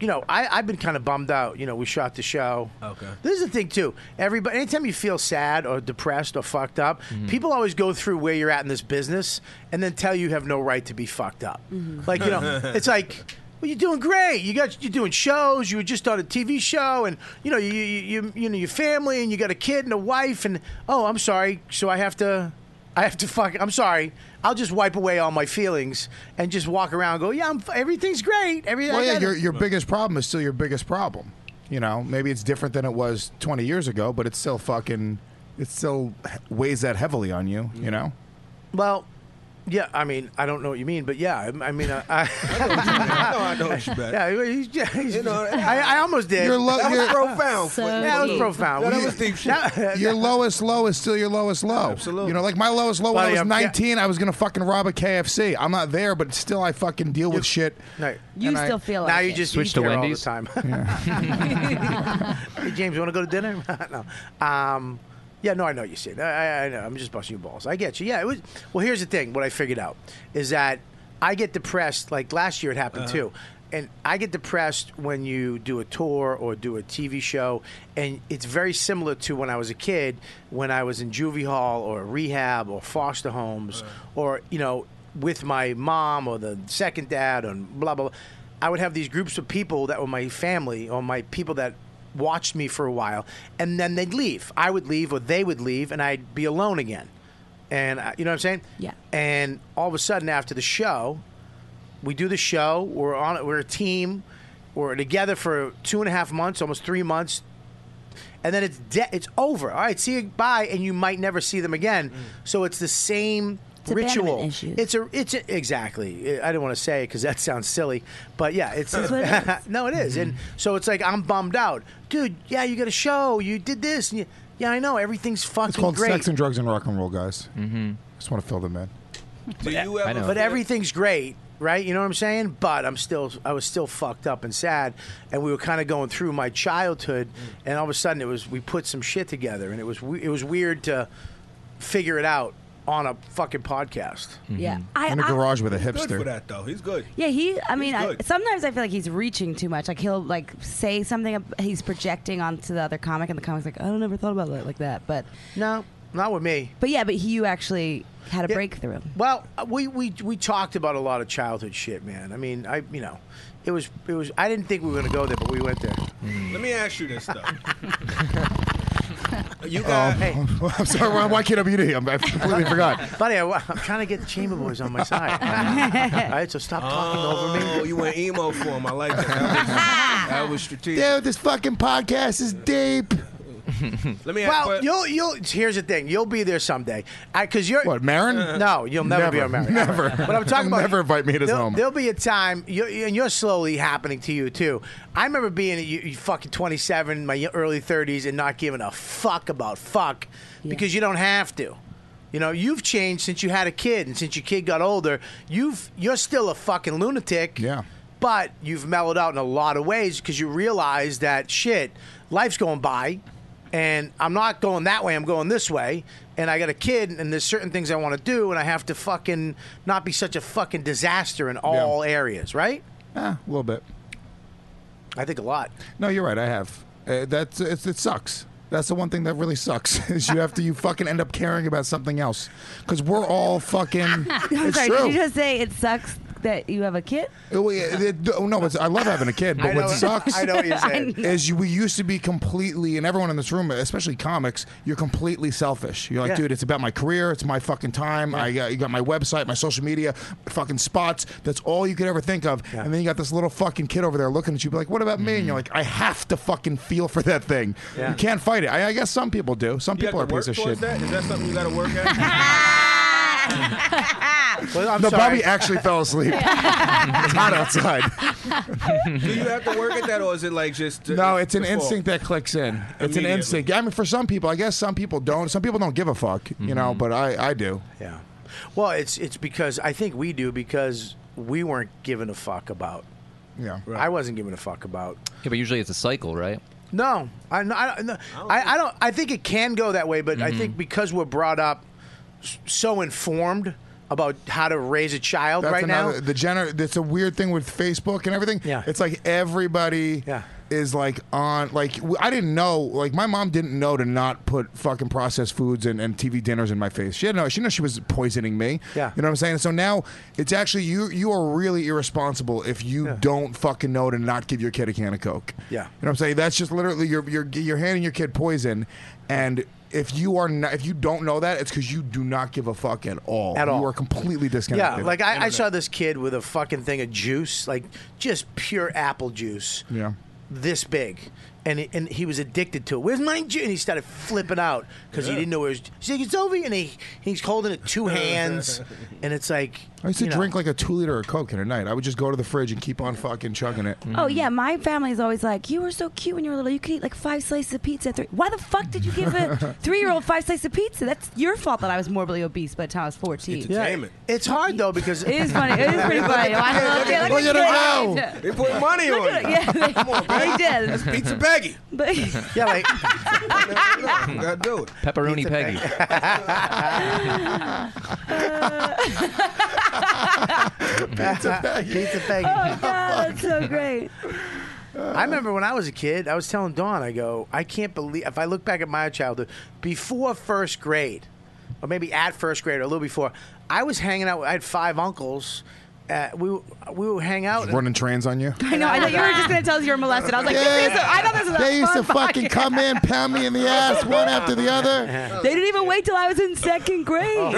Speaker 2: you know, I, I've been kind of bummed out. You know, we shot the show. Okay. This is the thing too. Everybody, anytime you feel sad or depressed or fucked up, people always go through where you're at in this business and then tell you you have no right to be fucked up. Like you know, it's like. Well, you're doing great. You got you're doing shows. You were just on a TV show, and you know you you you, you know your family, and you got a kid and a wife. And oh, I'm sorry. So I have to. I have to fuck. I'm sorry. I'll just wipe away all my feelings and just walk around and go, yeah, I'm, f- everything's great. Everything.
Speaker 7: Well,
Speaker 2: I
Speaker 7: yeah,
Speaker 2: got
Speaker 7: your
Speaker 2: it."
Speaker 7: your biggest problem is still your biggest problem. You know, maybe it's different than it was 20 years ago, but it's still fucking. It still he- weighs that heavily on you. You
Speaker 2: Mm.
Speaker 7: know.
Speaker 2: Well, yeah. I mean, I don't know what you mean, but yeah. I, I mean, I. I,
Speaker 12: I know what you meant.
Speaker 2: Yeah, he's- yeah, he's-
Speaker 12: You know,
Speaker 2: I, I almost did.
Speaker 12: Your lo- That was your- profound.
Speaker 2: Yeah, that was profound.
Speaker 7: Yeah, your lowest low is still your lowest low. Absolutely. You know, like my lowest low when
Speaker 2: Buddy,
Speaker 7: I was
Speaker 2: I'm-
Speaker 7: 19, I was gonna fucking rob a KFC. I'm not there, but still, I fucking deal with shit.
Speaker 2: No,
Speaker 7: You And I- still feel
Speaker 2: now
Speaker 7: like
Speaker 2: you
Speaker 7: it.
Speaker 2: just
Speaker 7: Switch
Speaker 2: eat
Speaker 7: to
Speaker 2: there
Speaker 7: Wendy's?
Speaker 2: all the time. hey, James, you want to go to dinner? no. Um, yeah, no, I know what you're saying. I, I, I know. I'm just busting your balls. I get you. Yeah, it was. Well, here's the thing. What I figured out is that I get depressed. Like last year, it happened
Speaker 13: Uh-huh.
Speaker 2: too. And I get depressed when you do a tour or do a TV show, and it's very similar to when I was a kid, when I was in juvie hall or rehab or foster homes, or you know, with my mom or the second dad and blah blah. blah. I would have these groups of people that were my family or my people that watched me for a while, and then they'd leave. I would leave, or they would leave, and I'd be alone again. And I, you know what I'm saying? Yeah. And all of a sudden, after the show, we do the show. We're on. We're a team. We're together for two and a half months, almost three months, and then it's de- it's over. All right, see you, bye, and you might never see them again.
Speaker 7: Mm.
Speaker 2: So it's the same
Speaker 14: It's
Speaker 2: ritual.
Speaker 14: abandonment issues.
Speaker 2: It's a it's a, exactly. I didn't want to say it because that sounds silly, but yeah, it's
Speaker 14: That's what it is.
Speaker 2: no, it is. and
Speaker 7: Mm-hmm.
Speaker 2: so it's like I'm bummed out, dude. Yeah, you got a show. You did this. And you, yeah, I know everything's fucking
Speaker 7: It's called
Speaker 2: great.
Speaker 7: sex and drugs and rock and roll, guys. Mm-hmm. Just want to fill them in.
Speaker 12: Do you
Speaker 7: I know.
Speaker 2: But everything's great, right? You know what I'm saying? But I'm still, I was still fucked up and sad, and we were kind of going through my childhood, and all of a sudden it was we put some shit together, and it was we- it was weird to figure it out on a fucking podcast.
Speaker 8: Yeah. Mhm. I- In a I- garage with a
Speaker 12: Good
Speaker 8: hipster.
Speaker 12: for that though. He's good.
Speaker 8: Yeah, he. I mean, I,
Speaker 12: good.
Speaker 8: sometimes I feel like he's reaching too much. Like he'll like say something ab- he's projecting onto the other comic, and the comic's like, "I don't ever thought about that like that." But
Speaker 2: no, not with me.
Speaker 8: But yeah, but he, you actually had a
Speaker 2: Yeah.
Speaker 8: breakthrough.
Speaker 2: Well, uh, we, we we talked about a lot of childhood shit, man. I mean, I you know, it was it was I didn't think we were gonna go there, but we went there.
Speaker 12: Let me ask you this though. you
Speaker 2: Oh.
Speaker 7: Um, I'm sorry. Why, why KWD? I'm, I completely forgot.
Speaker 2: Buddy, I, am trying to get the chamber boys on my side. All right, so stop talking over me.
Speaker 12: Oh, you went emo for him. I like that. That was, that was strategic.
Speaker 7: Dude, this fucking podcast is deep.
Speaker 12: Let me.
Speaker 2: Well, you'll you'll here's the thing. You'll be there someday. I because you're what
Speaker 7: Marin?
Speaker 2: No, you'll never, be on
Speaker 7: Never.
Speaker 2: Marin.
Speaker 7: Never.
Speaker 2: But I'm talking
Speaker 7: He'll
Speaker 2: about
Speaker 7: never invite me to his
Speaker 2: there'll-
Speaker 7: home.
Speaker 2: There'll be a time, you and you're slowly happening to you too. I remember being at you, you fucking 27, my early 30s, and not giving a fuck about fuck because you don't have to. You know, you've changed since you had a kid, and since your kid got older, you've you're still a fucking lunatic. Yeah. But you've mellowed out in a lot of ways because you realize that shit, life's going by and I'm not going that way. I'm going this way. And I got a kid, and there's certain things I want to do, and I have to fucking not be such a fucking disaster in all areas, right?
Speaker 7: Ah, a little bit.
Speaker 2: I think a lot.
Speaker 7: No, you're right. I have. Uh, that's it's, it sucks. That's the one thing that really sucks is you have to you fucking end up caring about something else because we're all fucking.
Speaker 8: I'm
Speaker 7: it's
Speaker 8: sorry.
Speaker 7: true.
Speaker 8: Did you just say it sucks that you have a kid?
Speaker 7: Uh, we- uh, uh, no, it's, I love having a kid,
Speaker 8: I
Speaker 7: but
Speaker 8: know-
Speaker 7: what sucks
Speaker 8: I know what you're saying.
Speaker 7: is you, we used to be completely, and everyone in this room, especially comics, you're completely selfish. You're like,
Speaker 13: Yeah.
Speaker 7: dude, it's about my career, it's my fucking time. I got, you got my website, my social media, fucking spots. That's all you could ever think of. And then you got this little fucking kid over there looking at you, be like, what about me? And you're like, I have to fucking feel for that thing.
Speaker 12: Yeah.
Speaker 7: You can't fight it. I, I guess some people do. Some
Speaker 12: You
Speaker 7: people are
Speaker 12: have
Speaker 7: a
Speaker 12: to work
Speaker 7: piece of
Speaker 12: towards
Speaker 7: shit.
Speaker 12: that? Is that something you got to work at?
Speaker 2: Well, I'm
Speaker 7: no,
Speaker 2: sorry.
Speaker 7: Bobby actually fell asleep. it's hot outside.
Speaker 12: Do you have to work at that, or is it like just? uh,
Speaker 7: No, it's an
Speaker 12: default?
Speaker 7: instinct that clicks in. It's an
Speaker 12: Immediately.
Speaker 7: instinct. I mean, for some people, I guess some people don't. Some people don't give a fuck, you know. But I, I do.
Speaker 2: Yeah. Well, it's it's because I think we do because we weren't given a fuck about.
Speaker 7: Yeah.
Speaker 2: I wasn't given a fuck about.
Speaker 9: Yeah, but usually it's a cycle, right?
Speaker 2: No, I, I, no, I, I don't. I think it can go that way, but I
Speaker 7: Mm-hmm.
Speaker 2: think because we're brought up s- so informed about how to raise a child
Speaker 7: That's
Speaker 2: right now.
Speaker 7: another, The gener- that's a weird thing with Facebook and everything. Yeah. It's like everybody is like on like w- I didn't know like my mom didn't know to not put fucking processed foods and, and TV dinners in my face. She didn't know she knew she was poisoning me.
Speaker 2: Yeah.
Speaker 7: You know what I'm saying? So now it's actually you you are really irresponsible if you don't fucking know to not give your kid a can of Coke.
Speaker 2: Yeah.
Speaker 7: You know what I'm saying? That's just literally you're you're you're handing your kid poison and if you are not, if you don't know that, it's because you do not give a fuck at all.
Speaker 2: At all.
Speaker 7: you are completely disconnected.
Speaker 2: Yeah, like I, I saw this kid with a fucking thing of juice, like just pure apple juice.
Speaker 7: Yeah.
Speaker 2: this big, and he, and he was addicted to it. Where's my juice? And he started flipping out because he
Speaker 7: Yeah.
Speaker 2: didn't know where his. He's like, it's over, and he he's holding it two hands, and it's like
Speaker 7: I used to
Speaker 2: you know.
Speaker 7: drink like a two liter of Coke in a night. I would just go to the fridge and keep on fucking chugging it.
Speaker 8: Oh yeah, my family's always like, "You were so cute when you were little. You could eat like five slices of pizza." At three. Why the fuck did you give a three-year-old five slices of pizza? That's your fault that I was morbidly obese by the time I was fourteen.
Speaker 2: It's hard though because
Speaker 8: It is funny. It is pretty funny. Wow, look at- look at
Speaker 12: Look
Speaker 8: that.
Speaker 12: at him go. They put money
Speaker 8: Look
Speaker 12: on
Speaker 8: at
Speaker 12: it.
Speaker 8: it. Yeah, they-
Speaker 12: Come on,
Speaker 8: they
Speaker 12: Peggy.
Speaker 8: did.
Speaker 12: That's Pizza Peggy.
Speaker 8: But
Speaker 2: yeah, like
Speaker 12: gotta do it.
Speaker 9: Pepperoni Peggy.
Speaker 2: pizza
Speaker 7: Peggy.
Speaker 2: Pizza Peggy.
Speaker 8: Oh, God, that's so great.
Speaker 2: I remember when I was a kid, I was telling Dawn, I go, I can't believe, if I look back at my childhood, before first grade, or maybe at first grade or a little before, I was hanging out, with- I had five uncles. Uh, we, were- we would hang out.
Speaker 7: Running trains on you.
Speaker 8: I know. I thought you were just gonna tell us you were molested. I was like,
Speaker 7: Yeah.
Speaker 8: this is I thought this was a
Speaker 7: They used
Speaker 8: fun
Speaker 7: to fucking
Speaker 8: podcast.
Speaker 7: come in, pound me in the ass one after the other. Oh.
Speaker 8: They didn't even wait till I was in second grade.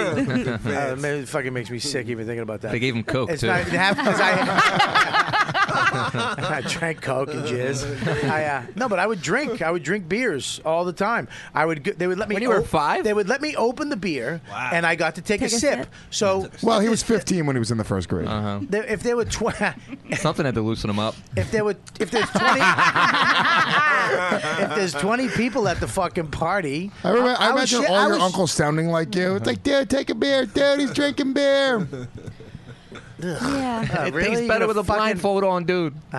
Speaker 2: Uh, maybe it fucking makes me sick even thinking about that.
Speaker 9: They gave him Coke,
Speaker 2: It's
Speaker 9: too.
Speaker 2: not- it hap- 'cause I, I drank Coke and jizz. I, uh, no, but I would drink. I would drink beers all the time. I would. g- They would let me. When you were five, they would let me open the beer, and I got to take, a, sip. So,
Speaker 7: Well, he was 15 when he was in the first grade.
Speaker 9: Uh-huh.
Speaker 2: there- if there were tw-
Speaker 9: Something had to loosen him up.
Speaker 2: if there were if there's twenty if there's twenty people at the fucking party,
Speaker 7: I remember. I,
Speaker 2: was
Speaker 7: imagine
Speaker 2: shit-
Speaker 7: all
Speaker 2: I
Speaker 7: your
Speaker 2: was-
Speaker 7: uncles sounding like you. It's like, dude, take a beer. Dude, he's drinking beer.
Speaker 9: Yeah.
Speaker 2: Uh,
Speaker 9: it
Speaker 2: really?
Speaker 9: tastes
Speaker 2: You
Speaker 9: better
Speaker 2: gonna
Speaker 9: with a
Speaker 2: fucking-
Speaker 9: blindfold on, dude.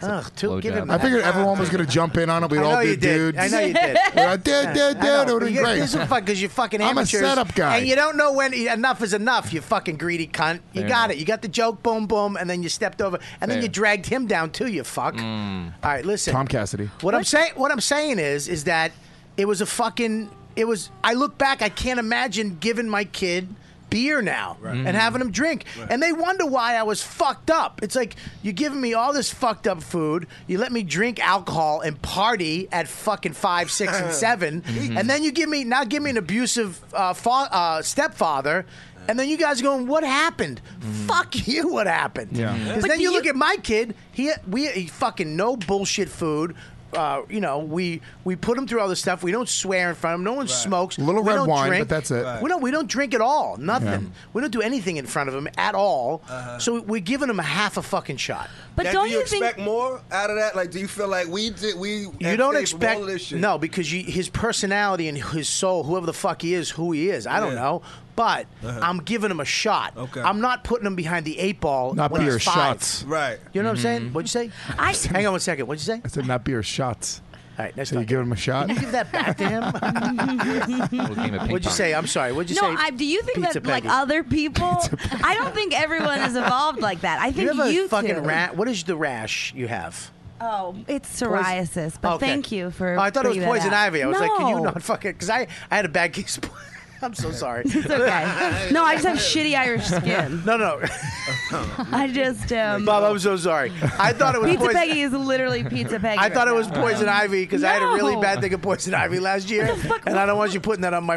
Speaker 2: Ugh, two, give him
Speaker 7: I
Speaker 2: that.
Speaker 7: figured everyone was gonna jump in on it. We'd
Speaker 2: I know
Speaker 7: all do
Speaker 2: you did.
Speaker 7: dudes.
Speaker 2: I know you did.
Speaker 7: We're like, dude, dude,
Speaker 2: I
Speaker 7: dude.
Speaker 2: know.
Speaker 7: It would have
Speaker 2: You
Speaker 7: been
Speaker 2: get-
Speaker 7: great.
Speaker 2: This is fuck because you're fucking
Speaker 7: I'm a
Speaker 2: amateurs,
Speaker 7: setup guy.
Speaker 2: and you don't know when enough is enough. You fucking greedy cunt. You
Speaker 7: Fair
Speaker 2: got
Speaker 7: enough.
Speaker 2: it. You got the joke. Boom, boom, and then you stepped over, and then
Speaker 7: Fair.
Speaker 2: you dragged him down too. You fuck. All right, listen.
Speaker 7: Tom Cassidy.
Speaker 2: What I'm saying, what I'm saying is, is that it was a fucking. It was. I look back. I can't imagine giving my kid beer now and having him drink, and they wonder why I was fucked up. It's like you're giving me all this fucked up food. You let me drink alcohol and party at fucking five, six, and 7 and then you give me now give me an abusive uh, fa- uh, stepfather. And then you guys are going, what happened? Fuck you, what happened?
Speaker 7: Yeah.
Speaker 2: Because then you, look at my kid. He we he fucking no bullshit food. Uh, you know, we we put him through all this stuff. We don't swear in front of him. No one smokes.
Speaker 7: Little
Speaker 2: we
Speaker 7: red
Speaker 2: don't
Speaker 7: wine,
Speaker 2: drink.
Speaker 7: but that's it. Right.
Speaker 2: We don't we don't drink at all. Nothing.
Speaker 7: Yeah.
Speaker 2: We don't do anything in front of him at all. So we're giving him a half a fucking shot.
Speaker 12: Now, do Uh-huh. you, expect more out of that? Like, do you feel like we did we?
Speaker 2: You
Speaker 12: abstained
Speaker 2: don't
Speaker 12: from
Speaker 2: expect
Speaker 12: all of this shit?
Speaker 2: no because you, his personality and his soul, whoever the fuck he is, who he is, I don't
Speaker 12: Yeah.
Speaker 2: know. But
Speaker 12: Uh-huh.
Speaker 2: I'm giving him a shot.
Speaker 12: Okay.
Speaker 2: I'm not putting him behind the eight ball.
Speaker 7: Not
Speaker 2: when he's
Speaker 7: beer,
Speaker 2: five.
Speaker 7: shots. Mm-hmm.
Speaker 12: Right.
Speaker 2: You know what I'm saying? What'd you say? I hang on one second. What'd you say?
Speaker 7: I said, not beer, shots.
Speaker 2: All right, next
Speaker 7: so you give him a shot.
Speaker 2: Can you give that back to him? What'd you say? I'm sorry. What'd you
Speaker 8: no,
Speaker 2: say?
Speaker 8: I, do you think
Speaker 2: Pizza
Speaker 8: that like
Speaker 2: Peggy?
Speaker 8: other people? I don't think everyone is evolved like that. I
Speaker 2: You
Speaker 8: think
Speaker 2: have a fucking
Speaker 8: two-
Speaker 2: rat. What is the rash you have?
Speaker 8: Oh, it's psoriasis. But
Speaker 2: Okay.
Speaker 8: thank you for.
Speaker 2: Oh, I thought it was
Speaker 8: bringing that
Speaker 2: poison
Speaker 8: out.
Speaker 2: ivy. I was like, can you
Speaker 8: No.
Speaker 2: not fucking? Because I, I had a bad case. of po- I'm so sorry.
Speaker 8: It's okay. No, I just have shitty Irish skin.
Speaker 2: No, no.
Speaker 8: I just um.
Speaker 2: Bob, I'm so sorry. I thought it was
Speaker 8: Pizza
Speaker 2: poison.
Speaker 8: Peggy is literally Pizza Peggy.
Speaker 2: I thought
Speaker 8: right
Speaker 2: it was
Speaker 8: now. Um,
Speaker 2: poison ivy because I had a really
Speaker 8: No.
Speaker 2: bad thing of poison ivy last year, and I don't want you putting that on my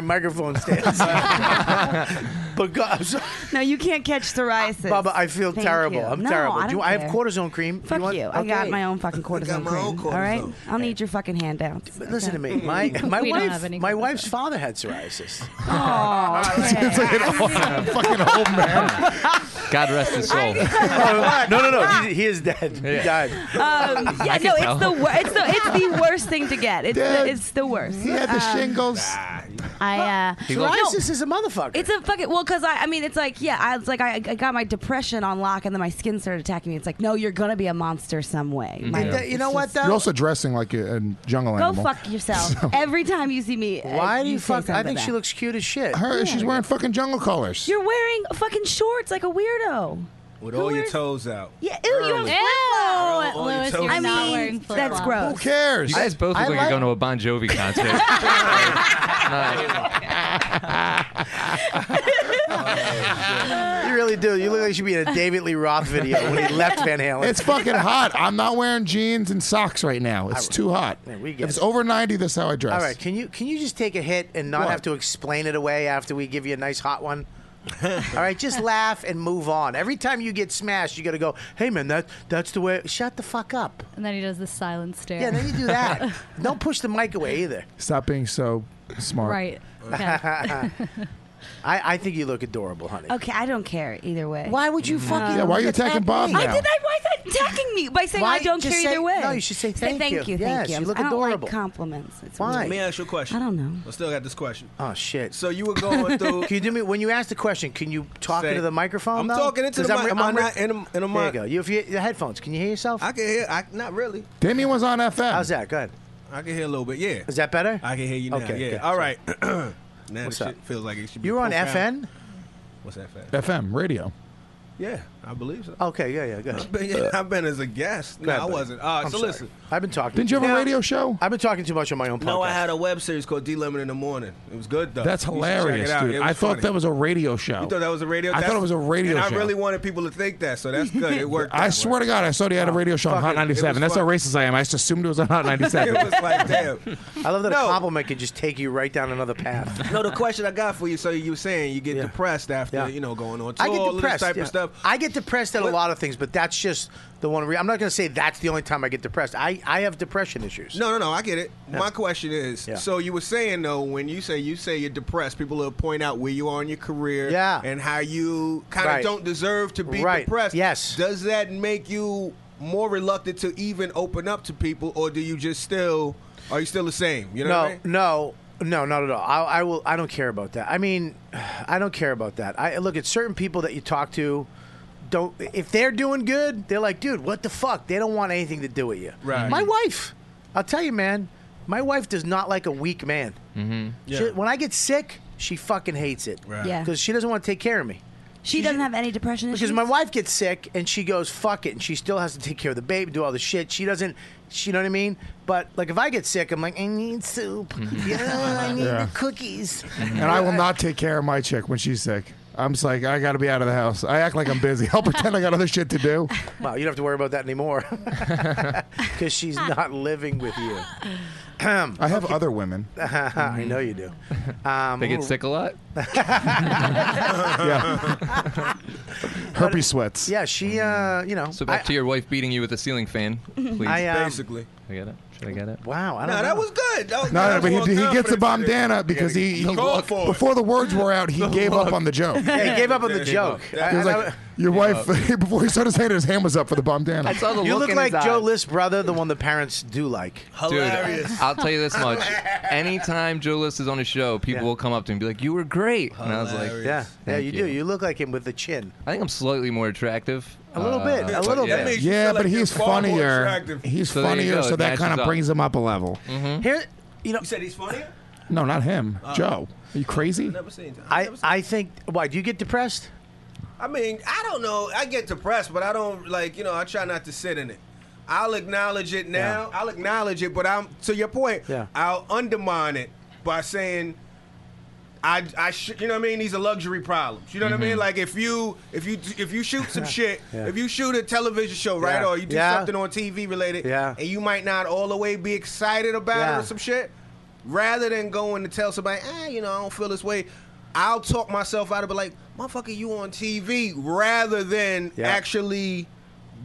Speaker 2: microphone stand. but God, I'm sorry.
Speaker 8: No, you can't catch psoriasis.
Speaker 2: Baba, I feel
Speaker 8: Thank
Speaker 2: terrible.
Speaker 8: you.
Speaker 2: I'm
Speaker 8: No,
Speaker 2: terrible.
Speaker 8: I,
Speaker 2: Do
Speaker 8: don't
Speaker 2: you- I have
Speaker 8: care.
Speaker 2: cortisone cream. Do
Speaker 8: Fuck you.
Speaker 2: want-
Speaker 8: I got
Speaker 2: Okay.
Speaker 8: my own fucking cortisone cream. All right, I'll need your fucking handouts.
Speaker 2: Listen to me. My my wife my wife's father had psoariasis.
Speaker 8: Oh,
Speaker 7: It's like an old, fucking old man.
Speaker 9: God rest his soul.
Speaker 2: no, no, no. Oh, He, he is dead. He died.
Speaker 8: Um, yeah,
Speaker 9: I can
Speaker 8: no,
Speaker 9: tell.
Speaker 8: it's the worst. It's the it's the worst thing to get. It's the,
Speaker 2: Dude,
Speaker 8: it's the worst. Um,
Speaker 7: He had the shingles.
Speaker 8: I uh,
Speaker 2: He looked- Psoriasis is a motherfucker.
Speaker 8: It's a fucking well, cause I, I mean, it's like yeah, I it's like I, I got my depression on lock, and then my skin started attacking me. It's like no, you're gonna be a monster some way. Like,
Speaker 7: Yeah.
Speaker 8: it's just-
Speaker 7: You're also dressing like a, a jungle
Speaker 8: Go
Speaker 7: animal.
Speaker 8: fuck yourself. Every time you see me, uh,
Speaker 2: Why do you
Speaker 8: say
Speaker 2: fuck? I
Speaker 8: something
Speaker 2: think
Speaker 8: bad.
Speaker 2: she looks cute as shit.
Speaker 7: Her, she's wearing fucking jungle colors.
Speaker 8: You're wearing fucking shorts like a weirdo.
Speaker 12: With all your toes out.
Speaker 8: Yeah, ew, you have
Speaker 12: Early.
Speaker 8: flip
Speaker 10: Ew,
Speaker 12: Early
Speaker 10: Louis,
Speaker 12: toes.
Speaker 10: you're
Speaker 12: I
Speaker 10: not
Speaker 12: mean,
Speaker 10: wearing flip
Speaker 8: that's gross.
Speaker 7: Who cares?
Speaker 9: You guys both look
Speaker 7: I
Speaker 9: like,
Speaker 7: like-
Speaker 9: you're going to a Bon Jovi concert.
Speaker 10: Uh,
Speaker 2: You really do. You look like you should be in a David Lee Roth video when he left Van Halen.
Speaker 7: It's fucking hot. I'm not wearing jeans and socks right now. It's too hot.
Speaker 2: we get
Speaker 7: if it's
Speaker 2: it.
Speaker 7: over 90, that's how I dress.
Speaker 2: All right, can you can you just take a hit and not
Speaker 7: What?
Speaker 2: have to explain it away after we give you a nice hot one? All right, just laugh and move on. Every time you get smashed, you got to go, "Hey man, that that's the way." Shut the fuck up.
Speaker 10: And then he does the silent stare.
Speaker 2: Yeah, then you do that. Don't push the mic away either.
Speaker 7: Stop being so smart.
Speaker 10: right.
Speaker 2: I I think you look adorable, honey.
Speaker 8: Okay, I don't care either way.
Speaker 2: Why would you fucking?
Speaker 7: Yeah, why are you
Speaker 2: attack
Speaker 7: attacking Bob
Speaker 2: me?
Speaker 7: now?
Speaker 8: I did that. Why is that attacking me by saying
Speaker 2: Why-
Speaker 8: I don't
Speaker 2: just
Speaker 8: care
Speaker 2: say-
Speaker 8: either way?
Speaker 2: no, you should say thank
Speaker 8: thank
Speaker 2: you.
Speaker 8: you. Thank
Speaker 2: Yes,
Speaker 8: you.
Speaker 2: you look
Speaker 8: I don't
Speaker 2: adorable.
Speaker 8: Like compliments. It's
Speaker 2: Why?
Speaker 12: Let me
Speaker 8: weird.
Speaker 12: ask you a question.
Speaker 8: I don't know.
Speaker 12: I still got this question.
Speaker 2: Oh shit!
Speaker 12: So you were going through.
Speaker 2: Can you do me when you ask the question? Can you talk
Speaker 12: Say-
Speaker 2: into the microphone?
Speaker 12: I'm
Speaker 2: though?
Speaker 12: talking into
Speaker 2: 'Cause
Speaker 12: the
Speaker 2: I'm,
Speaker 12: mic.
Speaker 2: re-
Speaker 12: Am
Speaker 2: I'm
Speaker 12: I
Speaker 2: re-
Speaker 12: not in a- in a
Speaker 2: There you
Speaker 12: mic?
Speaker 2: go. You, if you the headphones, can you hear yourself?
Speaker 12: I can hear. I not really.
Speaker 7: Damien was on FM.
Speaker 2: How's that? Go ahead.
Speaker 12: I can hear a little bit. Yeah.
Speaker 2: Is that better?
Speaker 12: I can hear you now.
Speaker 2: Okay,
Speaker 12: yeah.
Speaker 2: good.
Speaker 12: All right. now
Speaker 2: What's
Speaker 12: this
Speaker 2: up?
Speaker 12: shit feels like it should be.
Speaker 2: You were on
Speaker 12: profound.
Speaker 2: FN.
Speaker 12: What's FN?
Speaker 7: FM, radio.
Speaker 12: Yeah, I believe so.
Speaker 2: Okay. Yeah. Yeah. Go ahead.
Speaker 12: I've been, yeah, I've been as a guest.
Speaker 2: Go
Speaker 12: No,
Speaker 2: ahead,
Speaker 12: I
Speaker 2: buddy.
Speaker 12: wasn't. All right,
Speaker 2: I'm
Speaker 12: so
Speaker 2: sorry.
Speaker 12: listen.
Speaker 2: I've been talking.
Speaker 7: Didn't you have
Speaker 2: Now-
Speaker 7: a radio show?
Speaker 2: I've been talking too much on my own podcast.
Speaker 12: No, I had a web series called D Lemon in the Morning. It was good though.
Speaker 7: That's
Speaker 12: You should
Speaker 7: hilarious,
Speaker 12: check Oh, it out.
Speaker 7: dude.
Speaker 12: It
Speaker 7: I
Speaker 12: was
Speaker 7: thought
Speaker 12: funny.
Speaker 7: that was a radio show.
Speaker 12: You thought that was a radio.
Speaker 7: I thought
Speaker 12: That's-
Speaker 7: it was a radio
Speaker 12: and
Speaker 7: show.
Speaker 12: I really wanted people to think that, so that's good. It worked.
Speaker 7: I
Speaker 12: that
Speaker 7: swear to God, I saw they had a radio show on
Speaker 12: fucking-
Speaker 7: Hot
Speaker 12: it
Speaker 7: 97.
Speaker 12: was
Speaker 7: That's how
Speaker 12: fuck-
Speaker 7: racist I am. I just assumed it was on Hot
Speaker 12: way.
Speaker 7: 97.
Speaker 12: It was like damn.
Speaker 2: I love that
Speaker 12: No.
Speaker 2: a compliment could just take you right down another path.
Speaker 12: No, the question I got for you. So you were saying you get depressed after
Speaker 2: Yeah.
Speaker 12: you know going on tour,
Speaker 2: I get
Speaker 12: all this
Speaker 2: depressed.
Speaker 12: type
Speaker 2: yeah.
Speaker 12: of stuff.
Speaker 2: I get depressed at a lot of things, but that's just the one. Re- I'm not going to say that's the only time I get depressed. I, I have depression issues.
Speaker 12: No, no, no. I get it. My question is:
Speaker 2: Yeah.
Speaker 12: so you were saying though, when you say you say you're depressed, people will point out where you are in your career,
Speaker 2: Yeah.
Speaker 12: and how you kind of
Speaker 2: Right.
Speaker 12: don't deserve to be
Speaker 2: Right.
Speaker 12: depressed.
Speaker 2: Yes.
Speaker 12: Does that make you more reluctant to even open up to people, or do you just still are you still the same? You know
Speaker 2: no,
Speaker 12: what I mean?
Speaker 2: no, no, not at all. I, I will. I don't care about that. I mean, I don't care about that. I look at certain people that you talk to. Don't if they're doing good, they're like, dude, what the fuck? They don't want anything to do with you.
Speaker 12: Right.
Speaker 2: My wife, I'll tell you, man. My wife does not like a weak man. Mm-hmm.
Speaker 12: Yeah.
Speaker 2: when I get sick, she fucking hates it.
Speaker 12: Right.
Speaker 8: Yeah.
Speaker 2: Because she doesn't want to take care of me.
Speaker 8: She doesn't have any depression issues.
Speaker 2: Because
Speaker 9: Mm-hmm.
Speaker 2: my wife gets sick and she goes fuck it, and she still has to take care of the baby, do all the shit. She doesn't, she, you know what I mean? But like if I get sick, I'm like, I need soup,
Speaker 9: Mm-hmm.
Speaker 2: yeah, I need
Speaker 7: Yeah.
Speaker 2: the cookies.
Speaker 7: and I will not take care of my chick when she's sick. I'm just like, I got to be out of the house. I act like I'm busy. I'll pretend I got other shit to do.
Speaker 2: Well, you don't have to worry about that anymore because she's not living with you.
Speaker 7: I have other women.
Speaker 2: I know you do. Um,
Speaker 9: They get sick a lot?
Speaker 7: Yeah. Herpes sweats.
Speaker 2: Yeah, she, uh, you know,
Speaker 9: Mm-hmm. So
Speaker 2: I,
Speaker 9: back to your wife beating you with a ceiling fan, please.
Speaker 2: I, um,
Speaker 12: Basically.
Speaker 9: I get it. Should I get it?
Speaker 2: wow, I don't
Speaker 12: No,
Speaker 2: know.
Speaker 12: that was good. That was,
Speaker 7: No,
Speaker 12: that
Speaker 7: no,
Speaker 12: was
Speaker 7: but
Speaker 12: more
Speaker 7: he, he gets
Speaker 12: confidence in
Speaker 7: the
Speaker 12: it.
Speaker 7: bandana because he, he
Speaker 12: Go for it.
Speaker 7: before the words wore out, he gave up on the joke.
Speaker 2: Yeah, he gave up on the
Speaker 12: Yeah,
Speaker 2: joke.
Speaker 12: he gave up.
Speaker 2: I-
Speaker 7: He was
Speaker 2: I-
Speaker 7: like, your wife, before he started saying it, his hand was up for the bandana.
Speaker 9: I saw the
Speaker 2: you
Speaker 9: look
Speaker 2: look
Speaker 9: in
Speaker 2: like
Speaker 9: his
Speaker 2: Joe
Speaker 9: eyes.
Speaker 2: List's brother, the one the parents do like.
Speaker 9: Dude,
Speaker 12: Hilarious.
Speaker 9: I'll tell you this much. Anytime Joe List is on a show, people
Speaker 2: Yeah.
Speaker 9: will come up to me and be like, You were great. And I was like,
Speaker 12: Hilarious.
Speaker 2: Yeah, yeah,
Speaker 9: Thank
Speaker 2: you,
Speaker 9: you.
Speaker 2: do. You look like him with the chin.
Speaker 9: I think I'm slightly more attractive. Uh,
Speaker 2: A little bit, a little
Speaker 9: yeah.
Speaker 2: bit.
Speaker 12: makes you
Speaker 7: yeah,
Speaker 12: feel
Speaker 7: but
Speaker 12: like you're
Speaker 7: he's
Speaker 12: far more
Speaker 7: funnier.
Speaker 12: attractive.
Speaker 7: He's
Speaker 9: So there you
Speaker 7: funnier,
Speaker 9: go,
Speaker 7: so
Speaker 9: it
Speaker 7: that
Speaker 9: matches
Speaker 7: kind of
Speaker 9: up.
Speaker 7: brings him up a level.
Speaker 2: Here, you know,
Speaker 12: You said he's funnier.
Speaker 7: No, not him. Joe. Are you crazy?
Speaker 12: Never seen. I've
Speaker 2: I,
Speaker 12: never seen-
Speaker 2: I think. Why do you get depressed?
Speaker 12: I mean, I don't know. I get depressed, but I don't like you know. I try not to sit in it. I'll acknowledge it now. I'll acknowledge it, but I'm to your point.
Speaker 2: Yeah.
Speaker 12: I'll undermine it by saying, I, I, sh- you know what I mean. These are luxury problems. You know what I mean. Like if you, if you, if you shoot some shit,
Speaker 2: Mm-hmm. Yeah.
Speaker 12: if you shoot a television show, right,
Speaker 2: Yeah.
Speaker 12: or you do
Speaker 2: Yeah.
Speaker 12: something on TV related,
Speaker 2: Yeah.
Speaker 12: and you might not all the way be excited about
Speaker 2: Yeah.
Speaker 12: it or some shit. Rather than going to tell somebody, ah, you know, I don't feel this way, I'll talk myself out of it like, motherfucker, you on TV, rather than
Speaker 2: Yeah.
Speaker 12: actually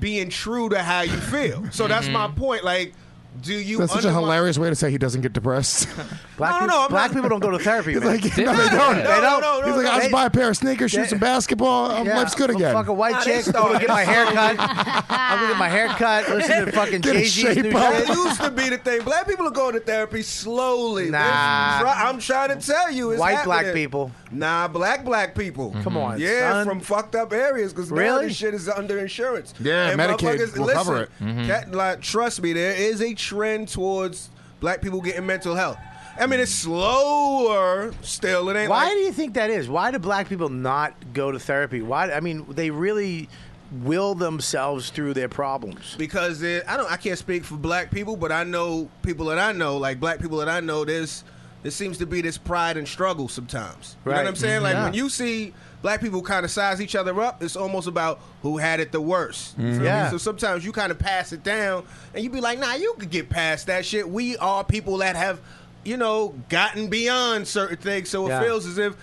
Speaker 12: being true to how you feel. so that's my point. Like, do you?
Speaker 7: That's such a
Speaker 12: undermine-
Speaker 7: hilarious way to say he doesn't get depressed.
Speaker 2: Black
Speaker 12: no,
Speaker 2: peop-
Speaker 12: no, I'm
Speaker 2: black
Speaker 12: not-
Speaker 2: people don't go to therapy.
Speaker 7: He's
Speaker 2: man.
Speaker 7: like, no, they don't.
Speaker 2: They don't.
Speaker 7: He's like, I'll just buy a pair of sneakers, shoot
Speaker 2: They-
Speaker 7: some basketball, um,
Speaker 2: Yeah,
Speaker 7: life's good
Speaker 2: I'm
Speaker 7: again.
Speaker 2: Fuck a white
Speaker 12: Nah, they
Speaker 2: chick. I'm gonna
Speaker 12: start-
Speaker 2: get my
Speaker 12: they
Speaker 2: hair cut. I'm gonna get my hair cut. Listen to fucking
Speaker 12: Get in
Speaker 2: Jay Z's
Speaker 12: shape
Speaker 2: new
Speaker 12: up.
Speaker 2: shit.
Speaker 12: It used to be the thing. Black people are going to therapy slowly.
Speaker 2: Nah.
Speaker 12: They're try- I'm trying to tell you, it's
Speaker 2: White black
Speaker 12: happening.
Speaker 2: people.
Speaker 12: Nah, black black people.
Speaker 2: Come on,
Speaker 12: yeah,
Speaker 2: son.
Speaker 12: from fucked up areas because now
Speaker 2: Really?
Speaker 12: this shit is under insurance.
Speaker 7: Yeah,
Speaker 12: and
Speaker 7: Medicaid
Speaker 12: motherfuckers-
Speaker 7: will
Speaker 12: listen,
Speaker 7: cover it. Mhm.
Speaker 12: That, like, trust me, there is a trend towards black people getting mental health. I mean, it's slower still. It ain't
Speaker 2: Why
Speaker 12: like
Speaker 2: do you think that is? Why do black people not go to therapy? Why? I mean, they really will themselves through their problems.
Speaker 12: because it, I don't I can't speak for black people, but I know people that I know, like black people that I know, there's there seems to be this pride and struggle sometimes. You know
Speaker 2: Right.
Speaker 12: what I'm saying? Like
Speaker 2: Mhm.
Speaker 12: when you see black people kind of size each other up, it's almost about who had it the worst. You
Speaker 2: Mhm.
Speaker 12: feel me?
Speaker 2: Yeah.
Speaker 12: So sometimes you kind of pass it down and you be like, nah, you could get past that shit. We are people that have, you know, gotten beyond certain things. So it
Speaker 2: Yeah.
Speaker 12: feels as if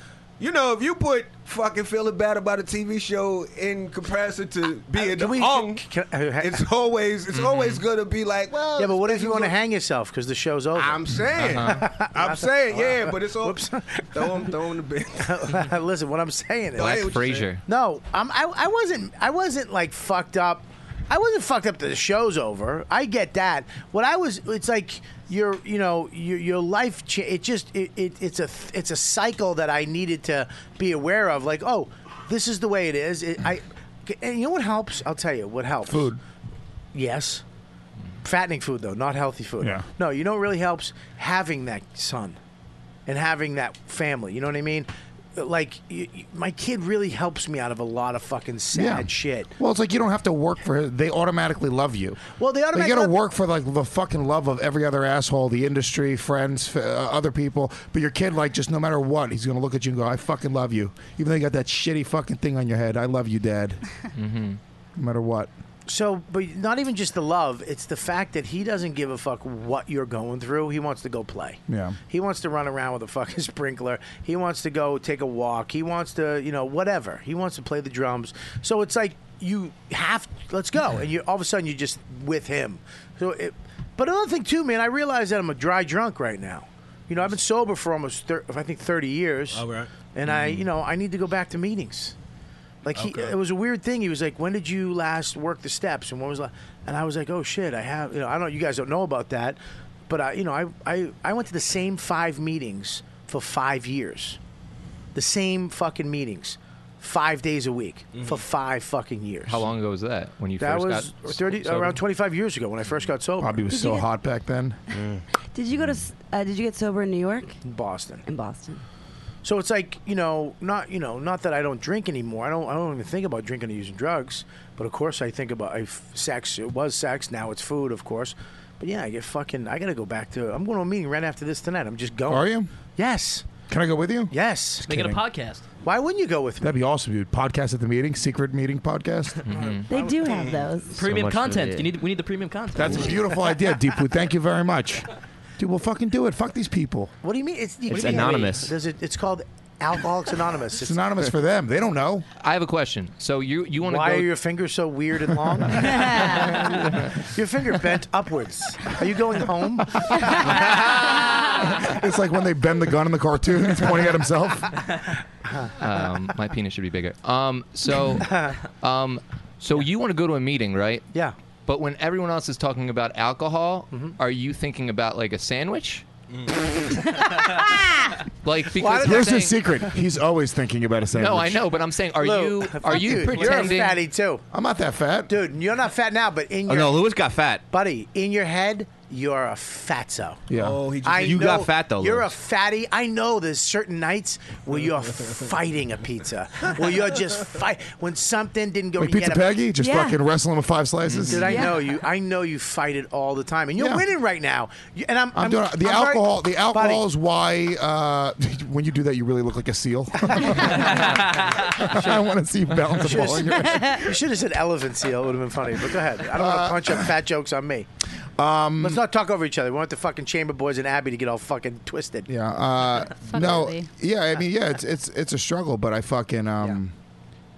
Speaker 12: you know, if you put fucking feeling bad about a TV show in comparison to being the
Speaker 2: we-
Speaker 12: hunk,
Speaker 2: Can-
Speaker 12: um,
Speaker 2: mm-hmm.
Speaker 12: it's always it's always gonna be like, well,
Speaker 2: yeah, but what if you want to hang yourself because the show's over?
Speaker 12: I'm saying, I'm saying, yeah, but it's all throw him, throw him the bit.
Speaker 2: Listen, what I'm saying is
Speaker 12: Black I hear what you're saying. Frasier.
Speaker 2: No, I'm, I, I wasn't. I wasn't like fucked up. I wasn't fucked up. that The show's over. I get that. What I was, it's like your, you know, your, your life. Cha- it just, it, it, it's a, it's a cycle that I needed to be aware of. Like, oh, this is the way it is. It, I, and you know what helps? I'll tell you what helps. Food. Yes. Fattening food though, not healthy food.
Speaker 7: Yeah.
Speaker 2: No, you know what really helps having that son and having that family. You know what I mean? Like y y my kid really helps me out of a lot of fucking sad
Speaker 7: Yeah.
Speaker 2: shit.
Speaker 7: Well, it's like you don't have to work for it. They automatically love you.
Speaker 2: Well, they automatically
Speaker 7: you got to
Speaker 2: love-
Speaker 7: work for like the fucking love of every other asshole, the industry, friends, f- uh, other people. But your kid, like, just no matter what, he's gonna look at you and go, "I fucking love you," even though you got that shitty fucking thing on your head. I love you, Dad. mm-hmm. No matter what.
Speaker 2: So, but not even just the love, it's the fact that he doesn't give a fuck what you're going through. He wants to go play.
Speaker 7: Yeah.
Speaker 2: He wants to run around with a fucking sprinkler. He wants to go take a walk. He wants to, you know, whatever. He wants to play the drums. So it's like you have let's go, and you all of a sudden you're just with him. So, it, but another thing too, man, I realize that I'm a dry drunk right now. You know, I've been sober for almost thir- I think 30 years.
Speaker 12: All right. Mm.
Speaker 2: And I, you know, I need to go back to meetings. Like he,
Speaker 12: Okay.
Speaker 2: it was a weird thing. He was like, "When did you last work the steps?" And what was like, and I was like, "Oh shit, I have." You know, I don't. You guys don't know about that, but I, you know, I, I, I went to the same five meetings for five years, the same fucking meetings, five days a week
Speaker 12: Mm-hmm.
Speaker 2: for five fucking years.
Speaker 9: How long ago was that? When you
Speaker 2: that
Speaker 9: first
Speaker 2: was
Speaker 9: got s-
Speaker 2: thirty
Speaker 9: sober?
Speaker 2: around twenty five years ago when I first got sober.
Speaker 7: Bobby was
Speaker 8: Did you
Speaker 7: so
Speaker 8: get-
Speaker 7: hot back then.
Speaker 12: Mm.
Speaker 8: Did you go to? s- Uh, did you get sober in New York?
Speaker 2: In Boston.
Speaker 8: In Boston.
Speaker 2: So it's like you know, not you know, not that I don't drink anymore. I don't. I don't even think about drinking or using drugs. But of course, I think about I f- sex. It was sex. Now it's food, of course. But yeah, I get fucking. I gotta go back to. I'm going to a meeting right after this tonight. I'm just going.
Speaker 7: Are you?
Speaker 2: Yes.
Speaker 7: Can I go with you?
Speaker 2: Yes. Just
Speaker 11: Make it a
Speaker 7: kidding.
Speaker 11: podcast.
Speaker 2: Why wouldn't you go with me?
Speaker 7: That'd be awesome, dude. Podcast at the meeting, secret meeting podcast.
Speaker 9: Mm-hmm.
Speaker 8: They do have those.
Speaker 11: Premium
Speaker 7: much for
Speaker 11: content.
Speaker 7: the-
Speaker 11: You need. We need the premium content.
Speaker 7: That's a beautiful idea, Deep Blue. Thank you very much. Dude, we'll fucking do it. Fuck these people.
Speaker 2: What do you mean? It's, you
Speaker 7: It's
Speaker 2: can't-
Speaker 7: anonymous.
Speaker 2: There's a, it's called Alcoholics Anonymous. It's,
Speaker 7: anonymous for them. They don't know.
Speaker 9: I have a question. So you you want to
Speaker 2: Why
Speaker 9: go?
Speaker 2: are your fingers so weird and long? your finger bent upwards. Are you going home?
Speaker 7: It's like when they bend the gun in the cartoon. He's pointing at himself.
Speaker 9: um, my penis should be bigger. Um, so, um, so you want to go to a meeting, right?
Speaker 2: Yeah. Mm-hmm.
Speaker 9: But when everyone else is talking about alcohol, are you thinking about like a sandwich? like because
Speaker 7: Here's
Speaker 9: I'm
Speaker 7: his
Speaker 9: saying-
Speaker 7: secret. He's always thinking about a sandwich.
Speaker 9: No, I know, but I'm saying, are
Speaker 2: Lou,
Speaker 9: you
Speaker 2: fuck
Speaker 9: are you
Speaker 2: dude,
Speaker 9: pretending?
Speaker 2: You're a fatty too.
Speaker 7: I'm not that fat,
Speaker 2: dude. You're not fat now, but in
Speaker 13: Oh,
Speaker 2: your
Speaker 13: no, Louis got fat.
Speaker 2: buddy, in your head, you're a fatso.
Speaker 13: Yeah. Oh, he just-
Speaker 2: I
Speaker 13: You
Speaker 2: know-
Speaker 13: got fat, though,
Speaker 2: You're a
Speaker 13: Louis.
Speaker 2: fatty. I know there's certain nights where you're fighting a pizza, where you're just fight when something didn't go.
Speaker 7: Like
Speaker 2: you
Speaker 7: Pizza
Speaker 2: get a-
Speaker 7: Peggy, just fucking wrestle him with five slices.
Speaker 2: Dude, I know you. I know you fight it all the time, and you're
Speaker 7: Yeah.
Speaker 2: winning right now. You- And I'm,
Speaker 7: I'm, doing the
Speaker 2: I'm very-
Speaker 7: alcohol. the alcohol
Speaker 2: Buddy,
Speaker 7: is why uh, when you do that, you really look like a seal. I want to see you bounce the
Speaker 2: Should've
Speaker 7: ball. in your hand.
Speaker 2: said- you should have said elephant seal. It would have been funny. But go ahead. I don't want to punch up fat jokes on me.
Speaker 7: Uh, Um,
Speaker 2: Let's not talk over each other. We want the fucking chamber boys and Abby to get all fucking twisted.
Speaker 7: Yeah. Uh,
Speaker 2: Fuck
Speaker 7: no.
Speaker 2: Lily.
Speaker 7: Yeah. I mean, yeah. It's it's it's a struggle, but I fucking um,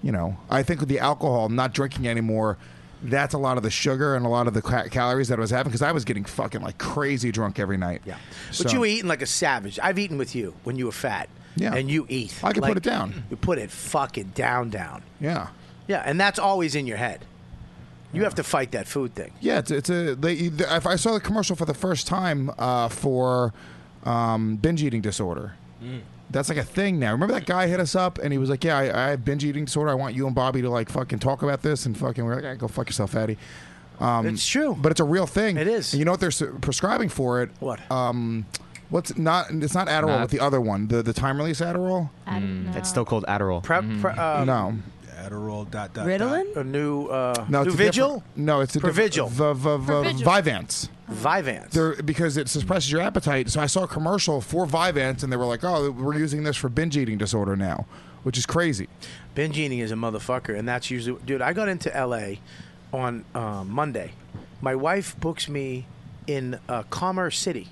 Speaker 7: you know, I think with the alcohol, not drinking anymore, That's a lot of the sugar and a lot of the ca- calories that I was having because I was getting fucking like crazy drunk every night. Yeah,
Speaker 2: But you were eating like a savage. I've eaten with you when you were fat.
Speaker 7: Yeah.
Speaker 2: And you eat.
Speaker 7: I can put
Speaker 2: Like,
Speaker 7: it down.
Speaker 2: You put it fucking down, down.
Speaker 7: Yeah.
Speaker 2: Yeah, and that's always in your head. You have to fight that food thing.
Speaker 7: Yeah, it's, it's a. They, if I saw the commercial for the first time uh, for um, binge eating disorder. That's like a thing now. Remember that guy hit us up and he was like, "Yeah, I, I have binge eating disorder. I want you and Bobby to like fucking talk about this and fucking." We're like, "Ah, "Go fuck yourself, fatty." Um, it's true, but it's a real thing. It is. And you know what they're s- prescribing for it? What? Um, what's not? It's not Adderall.
Speaker 13: Not-
Speaker 7: With the other one, the the time release Adderall. Mm. Mm-hmm.
Speaker 13: It's still called Adderall.
Speaker 7: no.
Speaker 12: Adderall dot dot.
Speaker 2: A new uh,
Speaker 7: No,
Speaker 2: new
Speaker 7: it's a
Speaker 2: vigil.
Speaker 7: different- No, it's a
Speaker 2: Provigil.
Speaker 7: different- v- v-
Speaker 2: Provigil.
Speaker 7: v- Vyvanse.
Speaker 2: Vyvanse.
Speaker 7: They're, because it suppresses your appetite. So I saw a commercial for Vyvanse, and they were like, "Oh, we're using this for binge eating disorder now," which is crazy.
Speaker 2: Binge eating is a motherfucker, and that's usually, dude. I got into L.A. on uh, Monday. My wife books me in uh, Commerce City.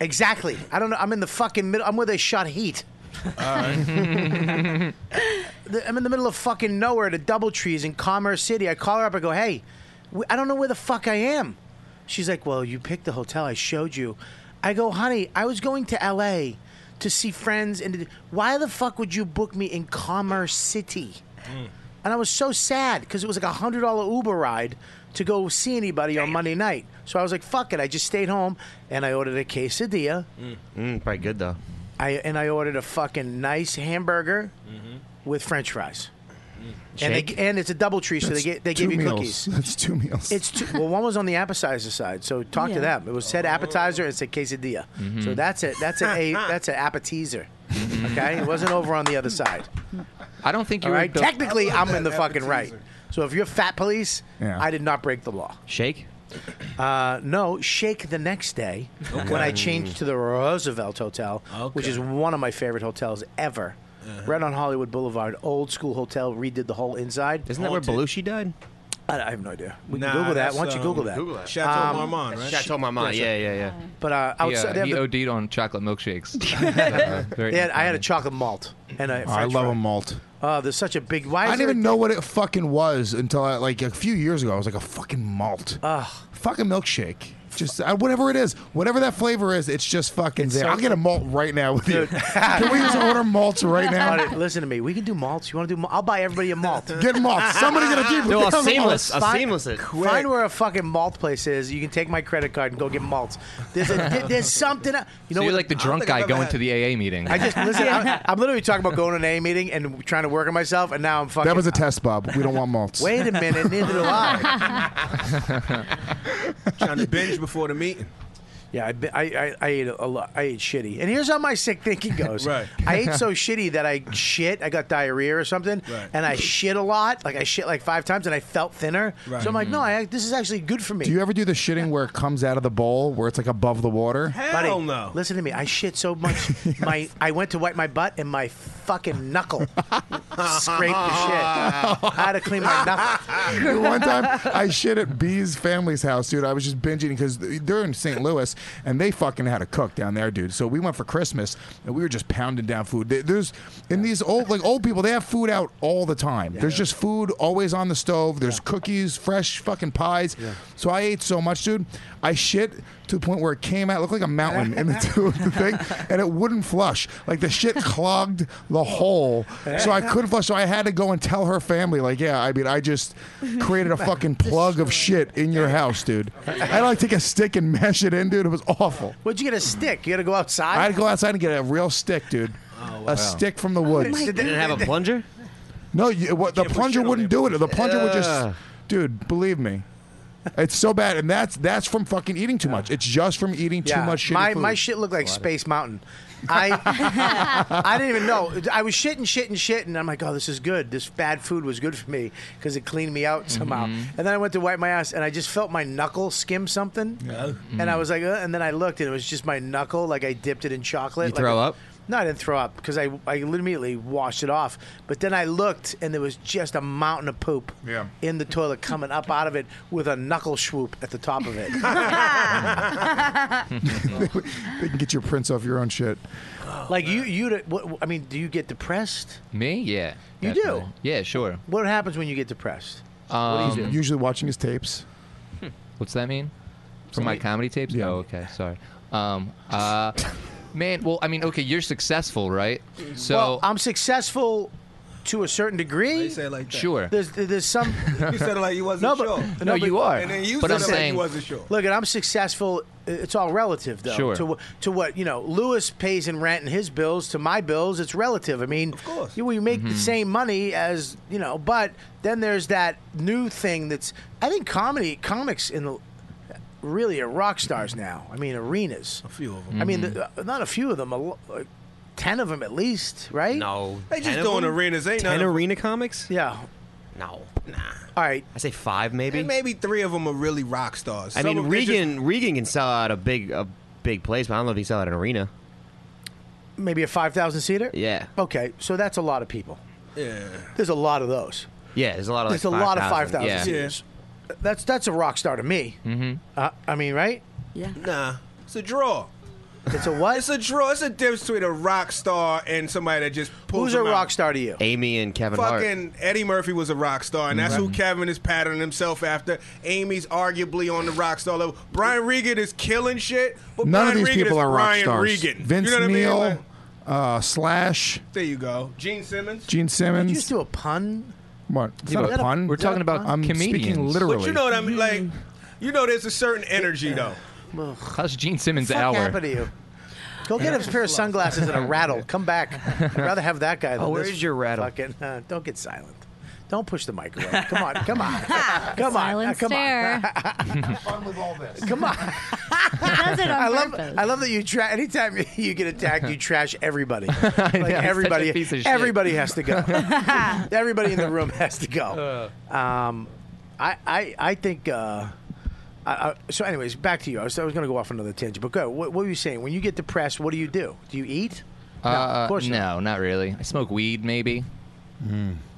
Speaker 2: Exactly. I don't know. I'm in the fucking middle. I'm where they shot Heat.
Speaker 14: right.
Speaker 2: The- I'm in the middle of fucking nowhere at a DoubleTree's in Commerce City. I call her up. I go, "Hey, w- I don't know where the fuck I am." She's like, "Well, you picked the hotel I showed you." I go, "Honey, I was going to L.A. to see friends, and to- why the fuck would you book me in Commerce City?" And I was so sad because it was like a hundred dollar Uber ride to go see anybody on Monday night. So I was like, "Fuck it!" I just stayed home and I ordered a quesadilla.
Speaker 13: Mm, probably good though.
Speaker 2: I and I ordered a fucking nice hamburger with French fries. And, they,
Speaker 13: Shake?
Speaker 2: and it's a double tree, so they
Speaker 7: That's
Speaker 2: get they
Speaker 7: two
Speaker 2: give you
Speaker 7: meals.
Speaker 2: cookies.
Speaker 7: That's two meals.
Speaker 2: It's two, well, one was on the appetizer side, so talk to
Speaker 7: Yeah.
Speaker 2: them. It was said appetizer, it said quesadilla.
Speaker 13: Mm-hmm.
Speaker 7: Mhm.
Speaker 2: So that's it. That's an a that's an appetizer. Okay, it wasn't over on the other side.
Speaker 9: I don't think you
Speaker 2: All
Speaker 9: were
Speaker 2: right,
Speaker 9: the-
Speaker 2: technically
Speaker 9: I love
Speaker 2: I'm in the
Speaker 9: that
Speaker 2: fucking right. So if you're fat police,
Speaker 9: Yeah.
Speaker 2: I did not break the law.
Speaker 13: Shake.
Speaker 2: Uh, no, shake the next day
Speaker 13: Okay.
Speaker 2: when I changed to the Roosevelt Hotel, which is one of my favorite hotels ever.
Speaker 13: Uh-huh.
Speaker 2: Right on Hollywood Boulevard, old school hotel, redid the whole inside.
Speaker 13: Isn't that where Haunted. Belushi died?
Speaker 2: I, I have no idea. We
Speaker 13: Nah,
Speaker 2: can Google that.
Speaker 13: that's,
Speaker 2: Why don't you
Speaker 13: um,
Speaker 2: uh, Google that? Um,
Speaker 13: Google that. Chateau Marmont, right? Chateau Marmont, yeah, yeah, yeah.
Speaker 2: But uh,
Speaker 9: He, uh,
Speaker 2: outside, they have
Speaker 9: he
Speaker 2: the-
Speaker 9: OD'd on chocolate milkshakes. Uh, very
Speaker 2: they had- I had a chocolate malt and a.
Speaker 7: Oh, I
Speaker 2: French
Speaker 7: love
Speaker 2: fry.
Speaker 7: a malt.
Speaker 2: Uh, there's such a big. Why
Speaker 7: I
Speaker 2: is
Speaker 7: didn't
Speaker 2: there a
Speaker 7: even know what it fucking was until I, like a few years ago. I was like a fucking malt,
Speaker 2: Ugh.
Speaker 7: fucking milkshake. Just uh, whatever it is, whatever that flavor is, it's just fucking there.
Speaker 2: so-
Speaker 7: I'll get a malt right now with you.
Speaker 2: Dude.
Speaker 7: Can we just order malts right now?
Speaker 2: All right, listen to me. We can do malts. You want to do? Mal- I'll buy everybody a malt.
Speaker 7: Get malts. Somebody get a deep- Do a seamless- a
Speaker 2: Find-
Speaker 7: seamless it.
Speaker 2: Find where a fucking malt place is. You can take my credit card and go get malts. There's a, there's something. You know,
Speaker 9: so
Speaker 2: what-
Speaker 9: you're like the drunk guy going to the AA meeting.
Speaker 2: I just listen. I'm, I'm literally talking about going to an A meeting and trying to work on myself, and now I'm fucking.
Speaker 7: That was a test, Bob. We don't want malts.
Speaker 2: Wait a minute, neither do I.
Speaker 12: Trying to binge before the meeting.
Speaker 2: Yeah, I, bi- I, I, I ate a lot. I ate shitty. And here's how my sick thinking goes.
Speaker 12: Right.
Speaker 2: I ate so shitty that I shit. I got diarrhea or something.
Speaker 12: Right.
Speaker 2: And I shit a lot. Like I shit like five times, and I felt thinner.
Speaker 7: Right.
Speaker 2: So
Speaker 12: Mm-hmm.
Speaker 2: I'm like, no, I, this is actually good for me.
Speaker 7: Do you ever do the shitting where it comes out of the bowl, where it's like above the water?
Speaker 2: Buddy, no. Listen to me. I shit so much. My I went to wipe my butt and my fucking knuckle scraped the shit. I had to clean my knuckle.
Speaker 7: Dude, one time I shit at B's family's house, dude. I was just binge eating because they're in St. Louis and they fucking had a cook down there, dude. So we went for Christmas and we were just pounding down food. There- There's and these old like old people, they have food out all the time. There's just food always on the stove. There's cookies, fresh fucking pies. So I ate so much, dude. I shit to the point where it came out, looked like a mountain in the tube of the thing, and it wouldn't flush. Like the shit clogged the hole, so I couldn't flush. So I had to go and tell her family, like, yeah, I mean, I just created a fucking plug of shit in your house, dude. I had to like take a stick and mash it in, dude. It was awful.
Speaker 2: What'd you get a stick? You got to go outside.
Speaker 7: I had to go outside and get a real stick, dude.
Speaker 2: wow.
Speaker 7: A stick from the woods.
Speaker 12: Oh
Speaker 2: my Did it have a God.
Speaker 13: plunger?
Speaker 7: No, you, what, the plunger wouldn't do it. The plunger would
Speaker 13: Ugh.
Speaker 7: just, dude. Believe me, it's so bad, and that's that's from fucking eating too much. It's just from eating too much shitty
Speaker 2: my
Speaker 7: food.
Speaker 2: my shit looked like Space Mountain. I I didn't even know. I was shitting, shitting, shitting. I'm like, oh, this is good. This bad food was good for me because it cleaned me out somehow.
Speaker 12: Mhm.
Speaker 7: Mm-hmm.
Speaker 2: And then I went to wipe my ass, and I just felt my knuckle skim something.
Speaker 12: Yeah.
Speaker 7: Mm.
Speaker 2: And I was like, uh, and then I looked, and it was just my knuckle, like I dipped it in chocolate.
Speaker 9: You
Speaker 2: like
Speaker 9: throw
Speaker 2: a-
Speaker 9: up?
Speaker 2: No, I didn't throw up because I I immediately washed it off. But then I looked, and there was just a mountain of poop
Speaker 7: Yeah.
Speaker 2: in the toilet coming up out of it with a knuckle swoop at the top of it.
Speaker 7: they can get your prints off your own shit.
Speaker 2: Like you, you. d- What, I mean, do you get depressed?
Speaker 9: Oh, Me? Yeah.
Speaker 2: You
Speaker 9: definitely.
Speaker 2: do?
Speaker 9: Yeah, sure.
Speaker 2: What happens when you get depressed?
Speaker 9: Um,
Speaker 7: Usually watching his tapes.
Speaker 9: What's that mean? From my comedy tapes? Yeah. Oh, okay. Sorry. Um, uh, man, well, I mean, okay, you're successful, right? So
Speaker 2: well, I'm successful to a certain degree. You say
Speaker 12: like
Speaker 9: that. Sure.
Speaker 2: There's, there's some.
Speaker 9: You said it
Speaker 12: like you wasn't
Speaker 2: no, but,
Speaker 12: sure.
Speaker 2: No,
Speaker 9: No,
Speaker 2: but-
Speaker 9: you are. And then you But said I'm it like you saying- wasn't sure.
Speaker 2: Look, and I'm successful. uh, It's all relative, though.
Speaker 9: Sure.
Speaker 2: To wh- to what you know, Lewis pays in rent and his bills. To my bills, it's relative. I mean, of course, you, we make the
Speaker 13: Mm-hmm.
Speaker 2: same money as you know, but then there's that new thing that's. I think comedy comics in the really are rock stars now. I mean, arenas. A
Speaker 12: few of
Speaker 2: I mean, the,
Speaker 13: Mm-hmm.
Speaker 2: uh, not a few of them. A, lo- like ten of them at least, right?
Speaker 13: No.
Speaker 2: They just
Speaker 13: Ten of
Speaker 2: doing
Speaker 13: them?
Speaker 2: arenas, ain't
Speaker 13: Ten
Speaker 2: none of-
Speaker 13: arena comics?
Speaker 2: Yeah.
Speaker 13: No.
Speaker 2: All right.
Speaker 13: I say five, maybe.
Speaker 12: And maybe three of them are really rock stars.
Speaker 13: I
Speaker 12: Some
Speaker 13: mean,
Speaker 12: of- they
Speaker 13: Regan Regan can sell out a big a big place, but I don't know if he can sell out an arena.
Speaker 2: Maybe a five thousand seater.
Speaker 13: Yeah.
Speaker 2: Okay, so that's a lot of people.
Speaker 12: Yeah.
Speaker 2: There's a lot of those.
Speaker 13: Yeah, there's a lot of.
Speaker 2: There's
Speaker 13: like
Speaker 2: a lot of
Speaker 13: 5,000.
Speaker 2: 5,000 seaters. That's that's a rock star to me. Mm-hmm. Uh, I mean, right?
Speaker 8: Yeah.
Speaker 12: Nah, it's a draw.
Speaker 2: It's a what?
Speaker 12: It's a draw. It's a difference between a rock star and somebody that just pulls.
Speaker 13: Who's a
Speaker 12: them out.
Speaker 13: rock
Speaker 2: star to you?
Speaker 13: Amy and Kevin Hart.
Speaker 12: Fucking Eddie Murphy was a rock star, and that's who Kevin is patterning himself after. Amy's arguably on the rock star level. Brian Regan is killing shit. But
Speaker 7: None
Speaker 12: Brian
Speaker 7: of these
Speaker 12: Regan
Speaker 7: people
Speaker 12: is
Speaker 7: are rock
Speaker 12: Brian
Speaker 7: stars.
Speaker 12: Regan.
Speaker 7: Vince
Speaker 12: you know what
Speaker 7: Neil,
Speaker 12: I mean? Like,
Speaker 7: uh, Slash,
Speaker 12: there you go. Gene Simmons.
Speaker 7: Gene Simmons.
Speaker 2: just do a pun?
Speaker 7: What? It's
Speaker 12: Yeah,
Speaker 7: not
Speaker 12: but-
Speaker 7: a pun.
Speaker 12: We're talking about
Speaker 7: I'm Speaking
Speaker 9: comedians.
Speaker 7: literally.
Speaker 12: But you know what I mean? Like, you know, there's a certain energy though.
Speaker 9: how's Gene Simmons'
Speaker 2: Fuck
Speaker 9: hour?
Speaker 2: happened to you? Go get a pair of sunglasses and a rattle. Come back. I'd rather have that guy. Than
Speaker 13: Oh,
Speaker 2: this
Speaker 13: where's your rattle?
Speaker 2: Fucking, uh, don't get silent. Don't push the mic away. Come on, come on, come on, uh,
Speaker 10: Silent
Speaker 2: come on.
Speaker 7: Fun with all this.
Speaker 2: Come on.
Speaker 10: does it on
Speaker 2: I love,
Speaker 10: purpose.
Speaker 2: I love that you trash. Anytime you get attacked, you trash everybody. Like
Speaker 9: know, such a
Speaker 2: everybody,
Speaker 9: piece of shit.
Speaker 2: everybody has to go. everybody in the room has to go.
Speaker 9: Uh.
Speaker 2: Um, I, I, I think. Uh, I, I, so, anyways, back to you. I was, I was going to go off another tangent, but go. What, what were you saying? When you get depressed, what do you do? Do you eat?
Speaker 9: Uh,
Speaker 2: of course
Speaker 9: no, not really. I smoke weed, maybe.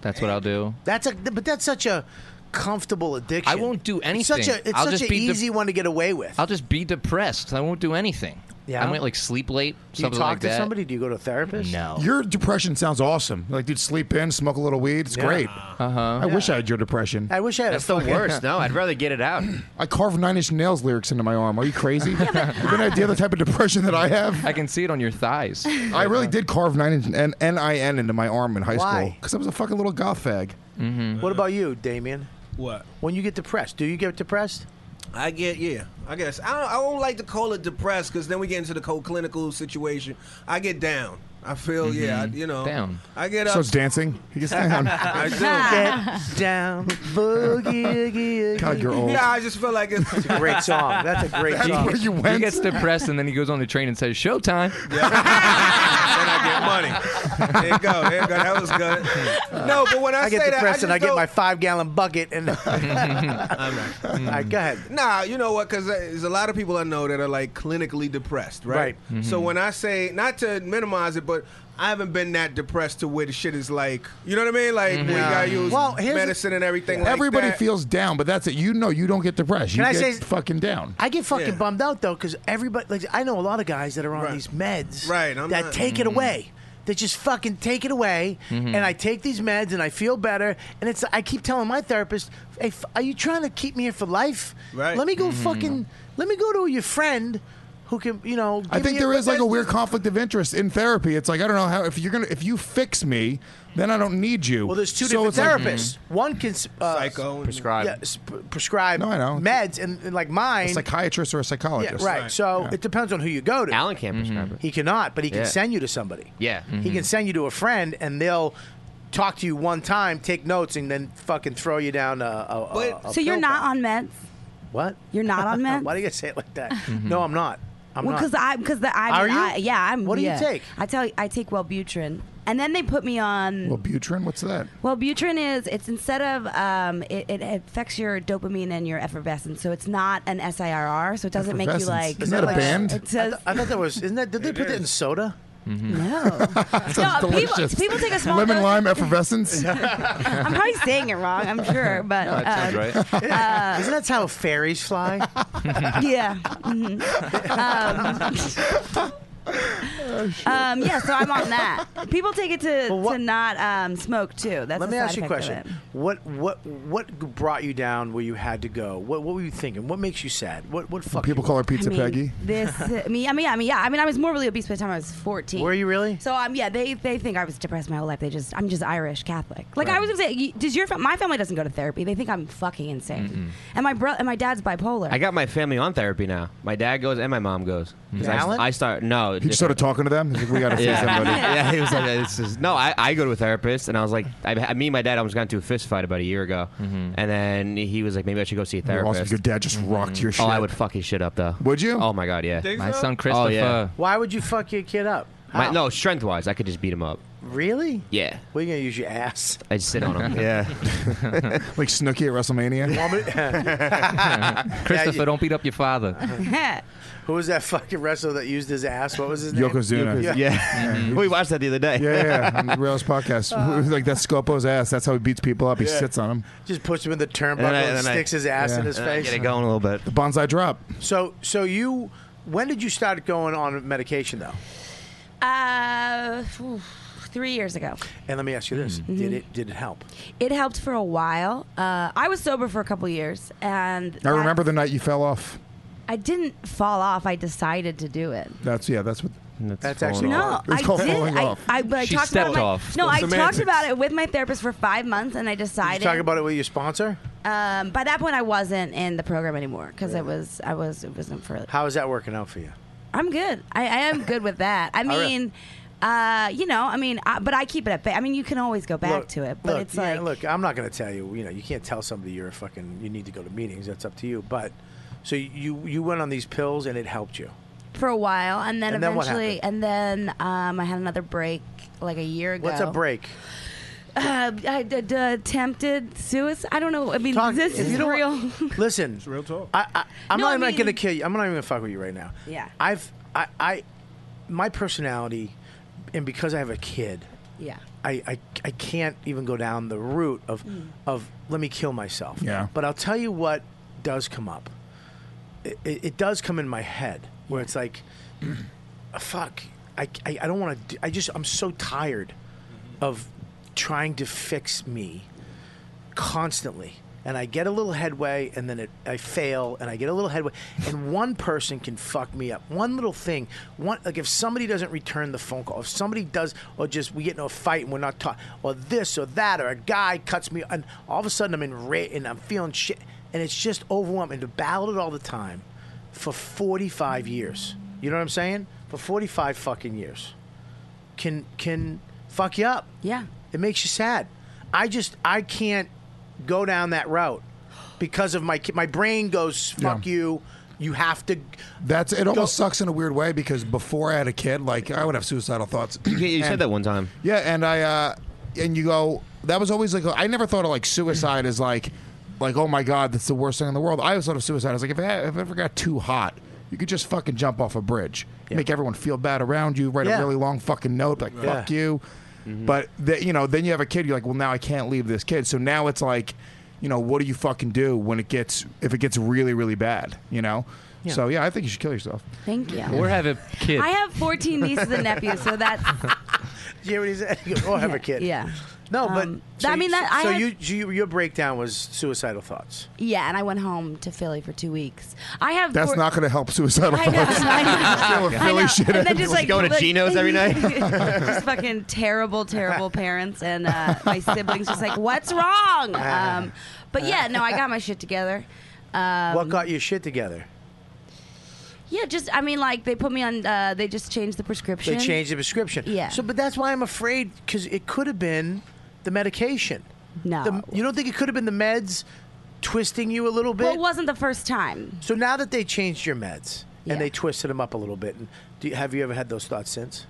Speaker 9: That's what I'll do.
Speaker 2: That's a, but that's such a comfortable addiction.
Speaker 9: I won't do
Speaker 2: It's such
Speaker 9: anything.
Speaker 2: a, it's
Speaker 9: I'll
Speaker 2: such
Speaker 9: just
Speaker 2: an
Speaker 9: be de-
Speaker 2: easy one to get away with.
Speaker 9: I'll just be depressed. I won't do anything.
Speaker 2: Yeah?
Speaker 9: I might like sleep late.
Speaker 2: Do you
Speaker 9: something
Speaker 2: talk
Speaker 9: like
Speaker 2: to
Speaker 9: that.
Speaker 2: somebody? Do you go to a therapist?
Speaker 9: No.
Speaker 7: Your depression sounds awesome. Like, dude, sleep in, smoke a little weed. It's
Speaker 9: Yeah.
Speaker 7: great.
Speaker 9: Uh huh.
Speaker 7: I wish I had your depression.
Speaker 2: Uh-huh. I wish I had.
Speaker 13: That's
Speaker 2: a
Speaker 13: the
Speaker 2: fucking-
Speaker 13: worst. No, I'd rather get it out.
Speaker 7: I carved Nine Inch Nails lyrics into my arm. Are you crazy? you have an idea the type of depression that I have?
Speaker 9: I can see it on your thighs.
Speaker 7: I really did carve Nine Inch and N-I-N into my arm in high school
Speaker 2: Why?
Speaker 7: because I was a fucking little goth fag.
Speaker 2: Mm-hmm. What about you, Damien?
Speaker 12: What?
Speaker 2: When you get depressed, do you get depressed?
Speaker 12: I get yeah. I guess I don't, I don't like to call it depressed because then we get into the cold clinical situation. I get down. I feel yeah. I, you know
Speaker 7: Down.
Speaker 12: I get up.
Speaker 7: So it's dancing. He gets down.
Speaker 12: I do.
Speaker 2: Get down, boogie, oogie, oogie.
Speaker 7: God, you're old.
Speaker 12: Yeah, I just feel like it's,
Speaker 2: a great song. That's a great song.
Speaker 9: He gets depressed and then he goes on the train and says, "Showtime."
Speaker 12: There you go. There you go. That was good. No, but when I,
Speaker 2: I get
Speaker 12: say that,
Speaker 2: depressed
Speaker 12: I
Speaker 2: and I
Speaker 12: just
Speaker 2: get
Speaker 12: don't-
Speaker 2: my five gallon bucket and. All right, go ahead.
Speaker 12: Nah, you know what? Because there's a lot of people I know that are like clinically depressed, right?
Speaker 2: Right. Mhm.
Speaker 12: So when I say not to minimize it, but I haven't been that depressed to where the shit is like, you know what I mean? Like we gotta use
Speaker 2: Well, here's the-
Speaker 12: medicine and everything. like
Speaker 7: Everybody
Speaker 12: that.
Speaker 7: feels down, but that's it. You know, you don't get depressed. You
Speaker 2: Can I
Speaker 7: get
Speaker 2: say-
Speaker 7: fucking down.
Speaker 2: I get fucking
Speaker 12: Yeah.
Speaker 2: bummed out though, because everybody, like, I know a lot of guys that are on these meds,
Speaker 12: Right, I'm
Speaker 2: that
Speaker 12: not-
Speaker 2: take
Speaker 7: Mm-hmm.
Speaker 2: it away. They just fucking take it away, and I take these meds and I feel better. And it's I keep telling my therapist, "Hey, f- are you trying to keep me here for life?
Speaker 12: Right.
Speaker 2: Let me go
Speaker 7: Mm-hmm.
Speaker 2: fucking, let me go to your friend, who can, you know."
Speaker 7: I
Speaker 2: give
Speaker 7: think
Speaker 2: me
Speaker 7: there is like a
Speaker 2: that's-
Speaker 7: weird conflict of interest in therapy. It's like I don't know how if you're gonna if you fix me, then I don't need you.
Speaker 2: Well, there's two
Speaker 7: So
Speaker 2: different
Speaker 7: it's like- mm-hmm.
Speaker 2: therapists. One can s- uh,
Speaker 12: Psycho
Speaker 13: prescribe.
Speaker 2: yeah, s- p- prescribe
Speaker 7: No, I know.
Speaker 2: meds, and, and, like mine,
Speaker 7: a psychiatrist or a
Speaker 2: yeah,
Speaker 7: psychologist.
Speaker 2: right. So it depends on who you go to.
Speaker 13: Alan can't
Speaker 8: Mm-hmm.
Speaker 13: prescribe it.
Speaker 2: He cannot, but he can
Speaker 13: Yeah.
Speaker 2: send you to somebody.
Speaker 13: Yeah. Mm-hmm.
Speaker 2: He can send you to a friend, and they'll talk to you one time, take notes, and then fucking throw you down a. a,
Speaker 7: Uh,
Speaker 2: a- a
Speaker 8: so you're
Speaker 2: pill
Speaker 8: not
Speaker 2: pack.
Speaker 8: on meds?
Speaker 2: What?
Speaker 8: You're not on meds?
Speaker 2: Why do you gotta say it like that?
Speaker 13: Mm-hmm.
Speaker 2: No, I'm not. I'm
Speaker 8: well,
Speaker 2: not.
Speaker 8: because I because the I,
Speaker 2: Are you?
Speaker 8: I- yeah I'm.
Speaker 2: What do you
Speaker 8: yeah.
Speaker 2: take?
Speaker 8: I tell you, I take Wellbutrin, and then they put me on.
Speaker 7: Well, Butrin, what's that?
Speaker 8: Well, Butrin is it's instead of um, it, it affects your dopamine and your effervescence, so it's not an SIRR, so it doesn't make you
Speaker 7: Effervescence.
Speaker 8: like.
Speaker 7: Isn't that a
Speaker 8: like-
Speaker 7: band?
Speaker 8: It says
Speaker 2: I thought that was. Isn't that? Did they put that in soda?
Speaker 13: Mm-hmm.
Speaker 8: no.
Speaker 7: Sounds
Speaker 8: people-
Speaker 7: delicious.
Speaker 8: people take a small
Speaker 7: lemon
Speaker 8: dose-
Speaker 7: lime effervescence.
Speaker 8: I'm probably saying it wrong. I'm sure, but um,
Speaker 2: Isn't that how fairies
Speaker 8: uh,
Speaker 2: fly?
Speaker 8: mm-hmm. yeah. mhm. Um,
Speaker 2: Oh,
Speaker 8: um, yeah, so I'm on that. People take it to, to not um, smoke too. That's
Speaker 2: Let
Speaker 8: a
Speaker 2: me
Speaker 8: side
Speaker 2: ask you a
Speaker 8: effect of
Speaker 2: question. What what what brought you down where you had to go? What what were you thinking? What makes you sad? What what fuck
Speaker 7: People call her Pizza
Speaker 8: I mean,
Speaker 7: Peggy.
Speaker 8: This, I mean, I mean, yeah, I mean, yeah. I mean, I was morbidly obese by the time I was 14.
Speaker 2: Were you really?
Speaker 8: So, um, yeah, they they think I was depressed my whole life. They just, I'm just Irish Catholic. Like I was gonna say, you- does your fa- my family doesn't go to therapy? They think I'm fucking insane. And my brother and my dad's bipolar.
Speaker 13: I got my family on therapy now. My dad goes and my mom goes. 'Cause I,
Speaker 8: Alan?
Speaker 13: I start no.
Speaker 7: Mm-hmm. He just started talking to them. He's like, we got to see
Speaker 13: yeah.
Speaker 7: somebody.
Speaker 13: yeah, he was like, this is no. I, I go to a therapist, and I was like, I, I me and my dad almost got into a fist fight about a year ago,
Speaker 2: Mm-hmm.
Speaker 13: and then he was like, maybe I should go see a
Speaker 7: You're awesome.
Speaker 13: therapist.
Speaker 7: Your dad just rocked your shit.
Speaker 13: Oh, I would fuck his shit up though.
Speaker 7: Would you?
Speaker 13: Oh my god, yeah.
Speaker 2: Think My so? son
Speaker 13: Oh, yeah.
Speaker 2: Why would you fuck your kid up?
Speaker 13: My,
Speaker 2: How?
Speaker 13: no, strength wise, I could just beat him up.
Speaker 2: Really?
Speaker 13: Yeah,
Speaker 2: What are you gonna use your ass?
Speaker 13: I just sit on him.
Speaker 7: like Snooki at WrestleMania.
Speaker 9: Christopher, don't beat up your father.
Speaker 2: Who was that fucking wrestler that used his ass? What was his name?
Speaker 7: Yokozuna.
Speaker 13: we watched that the other day.
Speaker 7: Yeah, yeah, yeah. on the Rails podcast. like that's Scopo's ass. That's how he beats people up. He
Speaker 2: Uh-huh. Yeah.
Speaker 7: sits on him.
Speaker 2: Just puts him in the turnbuckle
Speaker 7: And
Speaker 2: and, Uh,
Speaker 7: then I- then I-
Speaker 2: sticks his ass
Speaker 7: Yeah.
Speaker 2: in his
Speaker 7: And I
Speaker 2: face.
Speaker 7: get it
Speaker 13: going a little bit.
Speaker 7: The bonsai drop.
Speaker 2: So so you when did you start going on medication though?
Speaker 8: it. Uh, phew, three years ago.
Speaker 2: And let me ask you this:
Speaker 7: Mm-hmm.
Speaker 2: Did
Speaker 8: Mm-hmm.
Speaker 2: it did it help?
Speaker 8: It helped for a while. Uh, I was sober for a couple years, and
Speaker 7: I remember the night you fell off.
Speaker 8: I didn't fall off. I decided to do it.
Speaker 7: That's yeah. That's what.
Speaker 2: That's
Speaker 8: actually- No, I
Speaker 7: It's called
Speaker 8: did.
Speaker 7: falling
Speaker 8: I-
Speaker 7: off.
Speaker 8: I, but I
Speaker 7: She
Speaker 8: talked
Speaker 7: stepped
Speaker 8: about my,
Speaker 7: off.
Speaker 8: No, I
Speaker 7: Semantics.
Speaker 8: talked about it with my therapist for five months, and I
Speaker 2: Did
Speaker 8: decided.
Speaker 2: you talk about it with your sponsor?
Speaker 8: Um, by that point, I wasn't in the program anymore because it was I was it wasn't for.
Speaker 2: How is that working out for you?
Speaker 8: I'm good. I, I am good with that. I
Speaker 2: Oh, really?
Speaker 8: mean, uh, you know, I mean, I, but I keep it at bay. I mean, you can always go back
Speaker 2: Look-
Speaker 8: to it, but
Speaker 2: look,
Speaker 8: it's
Speaker 2: yeah,
Speaker 8: like
Speaker 2: look, I'm not going to tell you. You know, you can't tell somebody you're a fucking. You need to go to meetings. That's up to you. But so you you went on these pills and it helped you.
Speaker 8: for a while, and then
Speaker 2: And then what
Speaker 8: eventually, and then um, I had another break like a year ago.
Speaker 2: What's a break?
Speaker 8: Uh, I d- d- attempted suicide. I don't know. I mean, this
Speaker 2: if
Speaker 8: is
Speaker 2: you don't-
Speaker 8: real.
Speaker 2: Listen, it's real talk. I, I, I'm
Speaker 8: No,
Speaker 2: not,
Speaker 8: I
Speaker 2: I'm not
Speaker 8: mean-
Speaker 2: going to kill you. I'm not even going to fuck with you right now.
Speaker 8: Yeah.
Speaker 2: I've I, I my personality, and because I have a kid,
Speaker 8: Yeah.
Speaker 2: I, I, I can't even go down the route of of let me kill myself.
Speaker 7: Yeah.
Speaker 2: But I'll tell you what does come up. It, it, it does come in my head where it's like, "Ah, fuck, I, I, I don't want to. I just I'm so tired of trying to fix me constantly. And I get a little headway, and then it, I fail, and I get a little headway, and one person can fuck me up. One little thing, one like if somebody doesn't return the phone call, if somebody does, or just we get in a fight and we're not talking, or this or that, or a guy cuts me, and all of a sudden I'm in rage and I'm feeling shit, and it's just overwhelming. To battle it all the time for 45 years, you know what I'm saying? For 45 fucking years can can fuck you up.
Speaker 8: Yeah.
Speaker 2: It makes you sad. I just I can't go down that route because of my ki- my brain goes fuck you. You have to.
Speaker 7: That's it. Almost sucks in a weird way because before I had a kid, like I would have suicidal thoughts.
Speaker 13: You said
Speaker 7: And-
Speaker 13: that one time.
Speaker 7: Yeah, and I uh, and you go. That was always like I never thought of like suicide as like like oh my god that's the worst thing in the world. I always thought of suicide as like if I, if I ever got too hot, you could just fucking jump off a bridge, make everyone feel bad around you, write
Speaker 14: Yeah.
Speaker 7: a really long fucking note like
Speaker 14: Yeah.
Speaker 7: fuck you. But th- you know then you have a kid, you're like well now I can't leave this kid. So now it's like you know what do you fucking do when it gets if it gets really really bad, you know.
Speaker 8: Yeah.
Speaker 7: So yeah, I think you should kill yourself.
Speaker 8: Thank you.
Speaker 7: Or have a kid.
Speaker 8: I have 14 nieces and nephews, so that's
Speaker 2: You hear what he said? He goes, oh, I have a kid.
Speaker 8: yeah.
Speaker 2: No, but
Speaker 8: Um, I mean, that- I
Speaker 2: so
Speaker 8: had-
Speaker 2: you, you your breakdown was suicidal thoughts.
Speaker 8: Yeah, and I went home to Philly for two weeks. I have.
Speaker 7: That's
Speaker 8: four-
Speaker 7: not going to help suicidal
Speaker 8: I know,
Speaker 7: thoughts.
Speaker 8: I know.
Speaker 7: Still a
Speaker 8: I
Speaker 7: Philly
Speaker 8: know.
Speaker 7: shit
Speaker 8: And then
Speaker 7: head.
Speaker 8: just like like- just
Speaker 7: That's
Speaker 8: fucking terrible, terrible parents and uh, my siblings. Just like, what's wrong?
Speaker 2: Ah.
Speaker 8: Um, but yeah, no, I got my shit together. Um,
Speaker 2: what got your shit together?
Speaker 8: Yeah, just I mean, like they put me on. Uh, they just changed the prescription.
Speaker 2: They changed the prescription.
Speaker 8: Yeah.
Speaker 2: So, but that's why I'm afraid because it could have been the medication.
Speaker 8: No.
Speaker 2: The- you don't think it could have been the meds twisting you a little bit?
Speaker 8: Well, it wasn't the first time.
Speaker 2: So now that they changed your meds
Speaker 8: Yeah.
Speaker 2: and they twisted them up a little bit, and do you, have you ever had those thoughts since?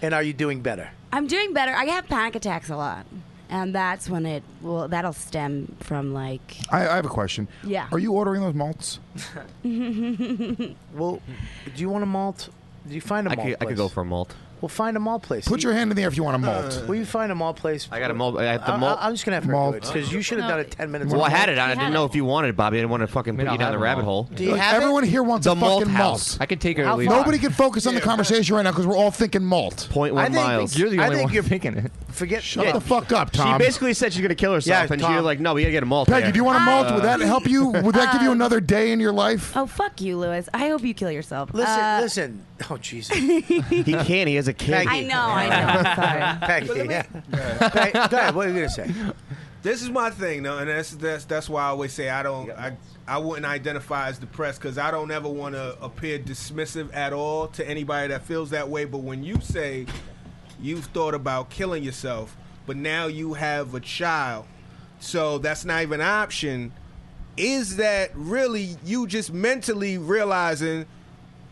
Speaker 2: And are you doing better?
Speaker 8: I'm doing better. I have panic attacks a lot, and that's when it. Well, that'll stem from like.
Speaker 7: I, I have a question.
Speaker 8: Yeah.
Speaker 7: Are you ordering those malts?
Speaker 2: well, do you want a malt? Do you find a
Speaker 13: I
Speaker 2: malt?
Speaker 13: could, I could
Speaker 2: place?
Speaker 13: go for a malt.
Speaker 2: Well, find a mall place.
Speaker 7: Put your hand in the air if you want a malt.
Speaker 2: Will you find a mall place?
Speaker 13: I got a malt. I have
Speaker 2: I-
Speaker 13: the malt.
Speaker 2: I, am just gonna have her
Speaker 13: Malt.
Speaker 2: because you should have done it ten minutes.
Speaker 13: well, I
Speaker 2: ago.
Speaker 13: had it on. I didn't know if you wanted it, Bobby. I didn't want to fucking put you down the rabbit hole.
Speaker 2: Do you Look, have it? everyone
Speaker 7: here wants
Speaker 13: the
Speaker 7: a
Speaker 13: malt
Speaker 7: fucking
Speaker 13: house.
Speaker 7: malt.
Speaker 13: I could take it or leave it.
Speaker 7: Nobody can focus on the conversation right now because we're all thinking malt.
Speaker 13: Point
Speaker 7: one
Speaker 13: one I think- miles.
Speaker 7: You're the
Speaker 13: I
Speaker 7: only
Speaker 13: think
Speaker 7: one
Speaker 13: you're-
Speaker 7: thinking it.
Speaker 2: Forget.
Speaker 7: Shut
Speaker 13: Yeah.
Speaker 7: the fuck up, Tom.
Speaker 13: She basically said she's gonna kill herself,
Speaker 7: Yeah,
Speaker 13: and
Speaker 7: Tom.
Speaker 13: you're like, "No, we gotta get a malt."
Speaker 7: Peggy,
Speaker 13: there.
Speaker 7: do you want a malt? Would
Speaker 2: Um,
Speaker 7: that
Speaker 13: Uh,
Speaker 7: help you? Would that give you another day in your life?
Speaker 8: Um, Oh fuck you, Lewis! I hope you kill yourself.
Speaker 2: Listen,
Speaker 8: Uh,
Speaker 2: listen. Oh Jesus.
Speaker 13: he can't. He has a kid.
Speaker 8: I know, I know. I'm sorry.
Speaker 2: Peggy,
Speaker 12: But let me-
Speaker 2: yeah. Peg- go ahead. What are you gonna say?
Speaker 12: This is my thing, though, and that's that's that's why I always say I don't I, I wouldn't identify as depressed because I don't ever want to appear dismissive at all to anybody that feels that way. But when you say you've thought about killing yourself, but now you have a child, so that's not even an option. Is that really you just mentally realizing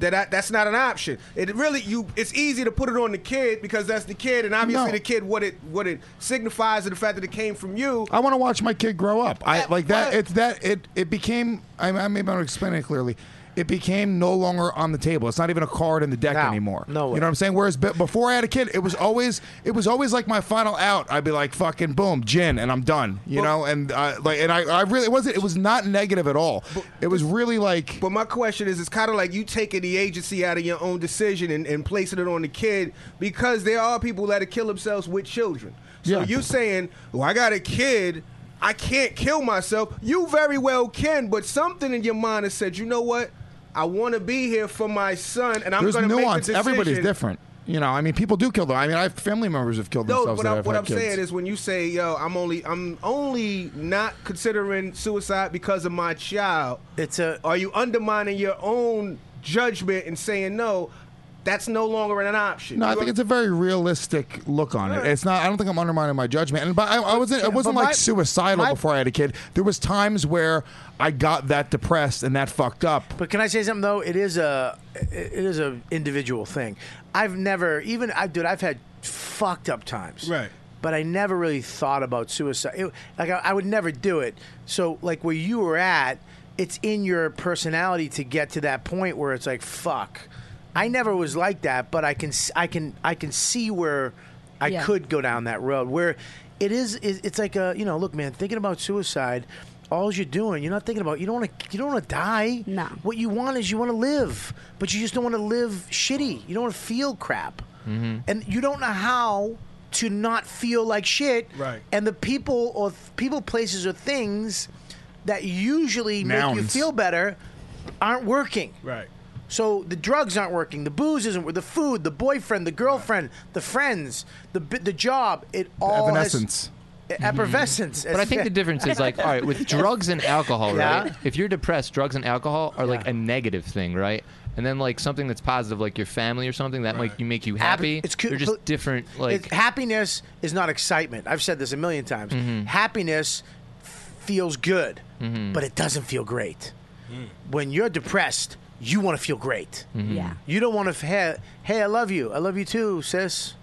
Speaker 12: that I, that's not an option? It really you. It's easy to put it on the kid because that's the kid, and obviously
Speaker 7: No.
Speaker 12: the kid what it what it signifies and the fact that it came from you.
Speaker 7: I want to watch my kid grow up. I like that. It's that it it became. I, I maybe I'm not explaining it clearly. It became no longer on the table. It's not even a card in the deck anymore. No, you know what I'm saying. Whereas be- before I had a kid, it was always it was always like my final out. I'd be like fucking boom, gin, and I'm done. You know, and uh, like and I, I really it wasn't. It was not negative at all. Oh, it was really like.
Speaker 12: But my question is, it's kind of like you taking the agency out of your own decision and, and placing it on the kid because there are people that kill themselves with children. So
Speaker 7: Yeah.
Speaker 12: you saying, "Well, I got a kid." I can't kill myself. You very well can, but something in your mind has said, you know what? I want to be here for my son, and I'm
Speaker 7: There's
Speaker 12: going to make the
Speaker 7: nuance.
Speaker 12: decision.
Speaker 7: Everybody's different. You know, I mean, people do kill them. I mean, I have family members have killed
Speaker 12: No,
Speaker 7: themselves.
Speaker 12: what
Speaker 7: that
Speaker 12: I'm,
Speaker 7: have
Speaker 12: what
Speaker 7: had
Speaker 12: I'm
Speaker 7: kids.
Speaker 12: saying is when you say, "Yo, I'm only, I'm only not considering suicide because of my child."
Speaker 2: It's a.
Speaker 12: Are you undermining your own judgment and saying no? That's no longer an option.
Speaker 7: No, I
Speaker 12: You
Speaker 7: think it's a very realistic look on it. It's not. I don't think I'm undermining my judgment. And but I, I wasn't. I
Speaker 12: Yeah, but
Speaker 7: wasn't
Speaker 12: my-
Speaker 7: like suicidal
Speaker 12: my-
Speaker 7: before I had a kid. There was times where I got that depressed and that fucked up.
Speaker 2: But can I say something though? It is a it is a individual thing. I've never even I dude I've had fucked up times. Right. But I never really thought about suicide. It- like I, I would never do it. So like where you were at, it's in your personality to get to that point where it's like fuck. I never was like that, but I can s- I can I can see where I
Speaker 14: Yeah.
Speaker 2: could go down that road where it is it- it's like a you know look man thinking about suicide all you're doing you're not thinking about you don't want to you don't want to die no what you want is you want to live but you just don't want to live shitty you don't want to feel crap
Speaker 14: Mm-hmm.
Speaker 2: and you don't know how to not feel like shit right and the people or th- people places or things that usually make you
Speaker 14: Nouns.
Speaker 2: feel better aren't working
Speaker 12: right
Speaker 2: so the drugs aren't working the booze isn't the food the boyfriend the girlfriend the friends the bi- the job it all has- e,
Speaker 7: Evanescence.
Speaker 2: effervescence.
Speaker 9: But I think the difference is like, all right, with drugs and alcohol,
Speaker 2: Yeah.
Speaker 9: right? If you're depressed, drugs and alcohol are like a negative thing, right? And then like something that's positive, like your family or something, that might you make you happy.
Speaker 2: it's co-
Speaker 9: They're just different. Like
Speaker 2: It- happiness is not excitement. I've said this a million times.
Speaker 9: Mhm.
Speaker 2: Happiness feels good, but it doesn't feel great.
Speaker 12: Mm.
Speaker 2: When you're depressed, you want to feel great.
Speaker 14: Mhm. Yeah.
Speaker 2: You don't want to hey, hey, I love you. I love you too, sis.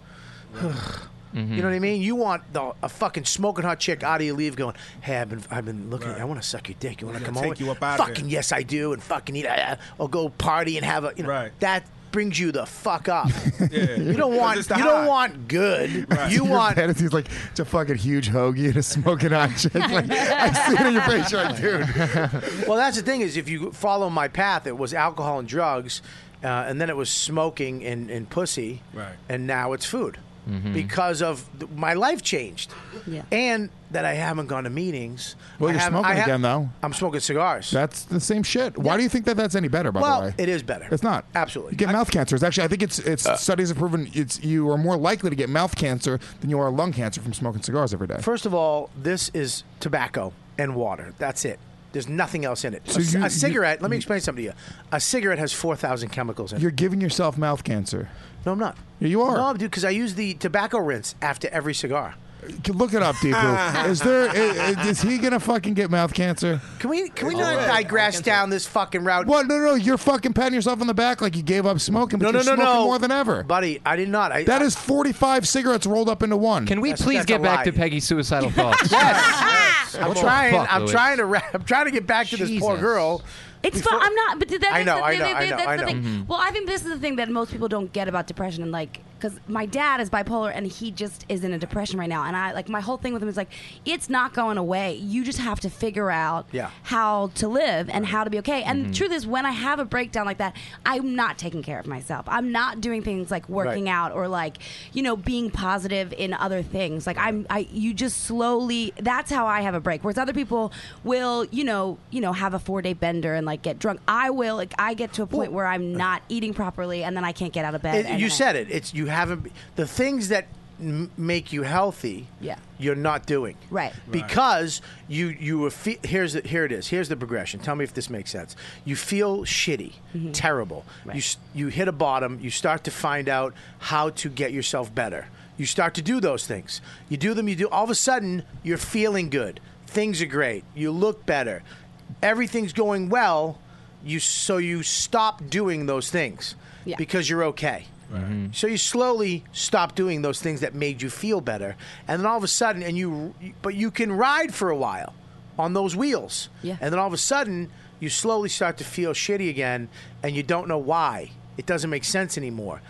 Speaker 2: You know what I mean? You want the, a fucking smoking hot chick out of your leave going, hey, I've been, I've been looking. I want to suck your dick. You want to
Speaker 12: Yeah,
Speaker 2: come
Speaker 12: take
Speaker 2: over?
Speaker 12: you up out of
Speaker 2: fucking
Speaker 12: there.
Speaker 2: yes, I do. And fucking eat. Uh, or go party and have a. You know,
Speaker 12: Right.
Speaker 2: That brings you the fuck up. You don't
Speaker 12: 'Cause
Speaker 2: want.
Speaker 12: it's the
Speaker 2: You don't
Speaker 12: high.
Speaker 2: want good. You
Speaker 7: Your
Speaker 2: want.
Speaker 7: fantasies like it's a fucking huge hoagie and a smoking hot chick. Like, I see it in your face, you're like, dude.
Speaker 2: Well, that's the thing is, if you follow my path, it was alcohol and drugs, uh, and then it was smoking and, and pussy,
Speaker 14: Right.
Speaker 2: and now it's food
Speaker 14: Mhm.
Speaker 2: because of th- my life changed,
Speaker 14: Yeah.
Speaker 2: and that I haven't gone to meetings.
Speaker 7: Well,
Speaker 2: I
Speaker 7: you're
Speaker 2: haven't-
Speaker 7: smoking
Speaker 2: I ha-
Speaker 7: again though.
Speaker 2: I'm smoking cigars.
Speaker 7: That's the same shit. Why do you think that that's any better? By
Speaker 2: well,
Speaker 7: the way,
Speaker 2: it is better.
Speaker 7: It's not.
Speaker 2: Absolutely. Uh.
Speaker 7: You get mouth cancer. It's actually, I think it's it's studies have proven it's you are more likely to get mouth cancer than you are lung cancer from smoking cigars every day.
Speaker 2: First of all, this is tobacco and water. That's it. There's nothing else in it.
Speaker 7: So
Speaker 2: a, c-
Speaker 7: you-
Speaker 2: a
Speaker 7: you-
Speaker 2: cigarette. let me explain something to you. A cigarette has four thousand chemicals in it.
Speaker 7: You're giving yourself mouth cancer.
Speaker 2: No, I'm not.
Speaker 7: You are.
Speaker 2: No, dude, because I use the tobacco rinse after every cigar.
Speaker 7: Can Look it up,
Speaker 2: Ah.
Speaker 7: Deepu. is there? i- i- Is he gonna fucking get mouth cancer?
Speaker 2: Can we can we
Speaker 7: Oh,
Speaker 2: not
Speaker 7: yeah.
Speaker 2: digress down this fucking route?
Speaker 7: What? No, no, no. You're fucking patting yourself on the back like you gave up smoking, but
Speaker 2: No, no,
Speaker 7: you're
Speaker 2: no,
Speaker 7: smoking
Speaker 2: no.
Speaker 7: more than ever.
Speaker 2: buddy? I did not. I,
Speaker 7: That is 45 cigarettes rolled up into one. Can
Speaker 9: we please get back to Peggy's suicidal thoughts.
Speaker 2: I'm
Speaker 9: What the
Speaker 2: trying.
Speaker 9: fuck,
Speaker 2: I'm
Speaker 9: Louis?
Speaker 2: trying to. Ra- I'm trying to get back to this poor
Speaker 9: Jesus.
Speaker 2: girl.
Speaker 8: It's fun. I'm not. But that,
Speaker 2: I
Speaker 8: that's
Speaker 2: know,
Speaker 8: The,
Speaker 2: I
Speaker 8: thing-
Speaker 2: know, I know,
Speaker 8: that's
Speaker 2: I
Speaker 8: the
Speaker 9: Mm-hmm.
Speaker 2: know.
Speaker 8: thing.
Speaker 2: Mhm.
Speaker 8: Well, I think this is the thing that most people don't get about depression, and like because my dad is bipolar and he just is in a depression right now. And I like my whole thing with him is like, it's not going away. You just have to figure out
Speaker 14: Yeah.
Speaker 8: how to live and how to be okay. And
Speaker 14: Mhm.
Speaker 8: the truth is, when I have a breakdown like that, I'm not taking care of myself. I'm not doing things like working
Speaker 14: Right.
Speaker 8: out or like, you know, being positive in other things. Like I'm, I you just slowly. That's how I have a break. Whereas other people will, you know, you know, have a four day bender and like get drunk. I will. Like I get to a point where I'm not eating properly and then I can't get out of bed.
Speaker 2: It-
Speaker 8: and
Speaker 2: Eh, you
Speaker 8: then I-
Speaker 2: said it. It's you haven't the things that m- make you healthy.
Speaker 8: Yeah.
Speaker 2: You're not doing
Speaker 8: Right.
Speaker 2: because you you were fe- here's the, here it is here's the progression. Tell me if this makes sense. You feel shitty,
Speaker 8: Mm-hmm.
Speaker 2: terrible. You s- you hit a bottom. You start to find out how to get yourself better. You start to do those things. You do them. You do. All of a sudden, you're feeling good. Things are great. You look better. Everything's going well. You so you stop doing those things
Speaker 15: Yeah.
Speaker 2: because you're okay. Mm-hmm. So you slowly stop doing those things that made you feel better, and then all of a sudden, and you, but you can ride for a while on those wheels, yeah. and then all of a sudden, you slowly start to feel shitty again, and you don't know why. It doesn't make sense anymore,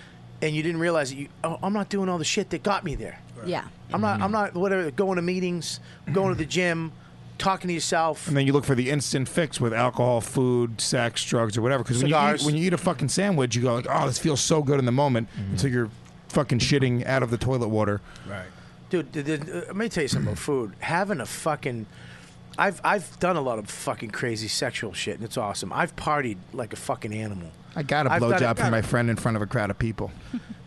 Speaker 2: and you didn't realize that you, oh, I'm not doing all the shit that got me there.
Speaker 8: Yeah.
Speaker 2: I'm not. I'm not. Whatever. Going to meetings, going to the gym, talking to yourself.
Speaker 7: And then you look for the instant fix with alcohol, food, sex, drugs, or whatever. Because when, you eat-
Speaker 2: Cigars.
Speaker 7: when you eat a fucking sandwich, you go like, "Oh, this feels so good in the moment," until you're fucking shitting out of the toilet water.
Speaker 2: Right. Dude, th- th- let me tell you something about food. Having a fucking. I've, I've done a lot of fucking crazy sexual shit, and it's awesome. I've partied like a fucking animal.
Speaker 7: I got Uh, a
Speaker 2: I've done
Speaker 7: blowjob
Speaker 2: it-
Speaker 7: from my friend in front of a crowd of people.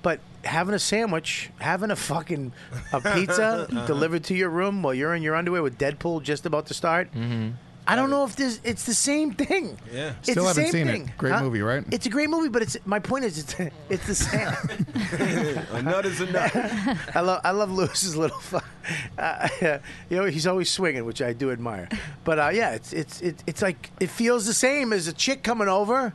Speaker 2: But having a sandwich, having a fucking a pizza delivered to your room while you're in your underwear with Deadpool just about to start. I don't know if this it's the same thing.
Speaker 7: Yeah.
Speaker 2: It's
Speaker 7: Still
Speaker 2: the
Speaker 7: haven't
Speaker 2: same
Speaker 7: seen it.
Speaker 2: thing.
Speaker 7: Great movie, right?
Speaker 2: It's a great movie, but it's my point is it's it's the same.
Speaker 12: Another is
Speaker 2: I love I love Lewis's little. fu- Uh, you know he's always swinging, which I do admire. But uh, yeah, it's it's it, it's like it feels the same as a chick coming over,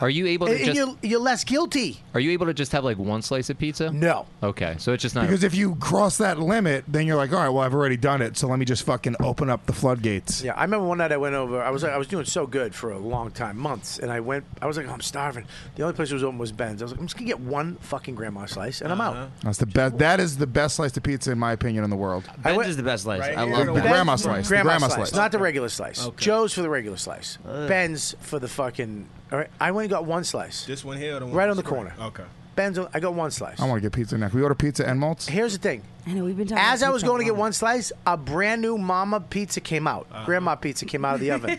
Speaker 9: Are you able to
Speaker 2: and, and
Speaker 9: just?
Speaker 2: you're you're less guilty.
Speaker 9: Are you able to just have like one slice of pizza?
Speaker 2: No.
Speaker 9: Okay, so it's just not.
Speaker 7: Because if you cross that limit, then you're like, all right, well, I've already done it, so let me just fucking open up the floodgates.
Speaker 2: Yeah, I remember one night I went over. I was like, I was doing so good for a long time, months, and I went. I was like, "Oh, I'm starving. The only place that was open was Ben's. I was like, I'm just gonna get one fucking grandma slice, and I'm out.
Speaker 7: That's the best. That is the best slice of pizza, in my opinion, in the world.
Speaker 2: I went-
Speaker 7: the grandma slice. the grandma slice.
Speaker 2: not the regular slice. Joe's for the regular slice. Ben's for the fucking. All right, I went and got one slice. This
Speaker 12: one here, or the one
Speaker 2: right
Speaker 12: on
Speaker 2: on the
Speaker 12: the screen?
Speaker 2: corner.
Speaker 12: Okay.
Speaker 2: Ben's. I got one slice.
Speaker 7: I want to get pizza next. We order pizza and malts.
Speaker 2: Here's the thing.
Speaker 8: I know we've been talking.
Speaker 2: As
Speaker 8: about
Speaker 2: I was
Speaker 8: pizza
Speaker 2: going to get
Speaker 8: a lot.
Speaker 2: one slice, a brand new Mama pizza came out.
Speaker 12: Uh-huh.
Speaker 2: Grandma pizza came out of the oven.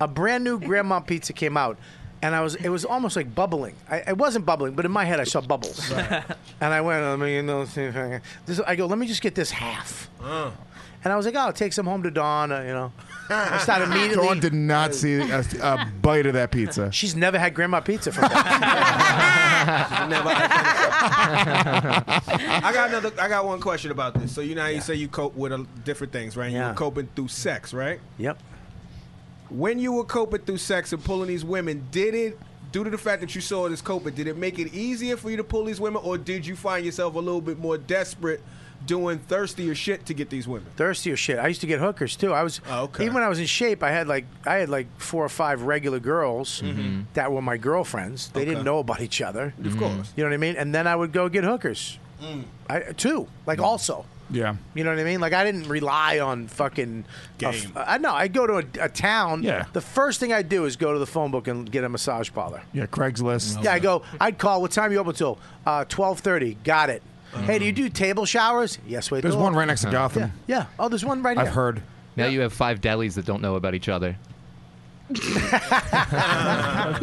Speaker 2: a brand new Grandma pizza came out, and I was it was almost like bubbling. I, it wasn't bubbling, but in my head I saw bubbles. and I went, let me get those things. This, I go, let me just get this half.
Speaker 12: Uh.
Speaker 2: And I was like, oh, I'll take some home to Dawn. Uh, you know, I started immediately.
Speaker 7: Dawn did not see a, a bite of that pizza.
Speaker 2: She's never had Grandma pizza from that.
Speaker 12: I got another. I got one question about this. So you know how you say you cope with a, different things, right? You
Speaker 2: Yeah.
Speaker 12: were coping through sex, right?
Speaker 2: Yep.
Speaker 12: When you were coping through sex and pulling these women, did it due to the fact that you saw this coping? Did it make it easier for you to pull these women, or did you find yourself a little bit more desperate, doing thirstier shit to get these women?
Speaker 2: Thirstier shit. I used to get hookers too. I was even when I was in shape. I had like I had like four or five regular girls
Speaker 12: Mhm.
Speaker 2: that were my girlfriends. They didn't know about each other.
Speaker 12: Of Mhm. course.
Speaker 2: You know what I mean? And then I would go get hookers.
Speaker 12: Mm.
Speaker 2: I too. Like also.
Speaker 7: Yeah.
Speaker 2: You know what I mean? Like I didn't rely on fucking. a f-
Speaker 7: Game.
Speaker 2: I know. I go to a, a town.
Speaker 7: Yeah.
Speaker 2: The first thing I do is go to the phone book and get a massage parlor.
Speaker 7: Yeah, Craigslist.
Speaker 2: Yeah, I go. I'd call. What time you open till? Uh, Twelve thirty. Got it. Hey, do you do table showers? Yes, wait.
Speaker 7: There's
Speaker 2: there
Speaker 7: one
Speaker 2: are.
Speaker 7: right next to Gotham.
Speaker 2: Yeah. Oh, there's one right here.
Speaker 9: Now you have five delis that don't know about each other.
Speaker 8: You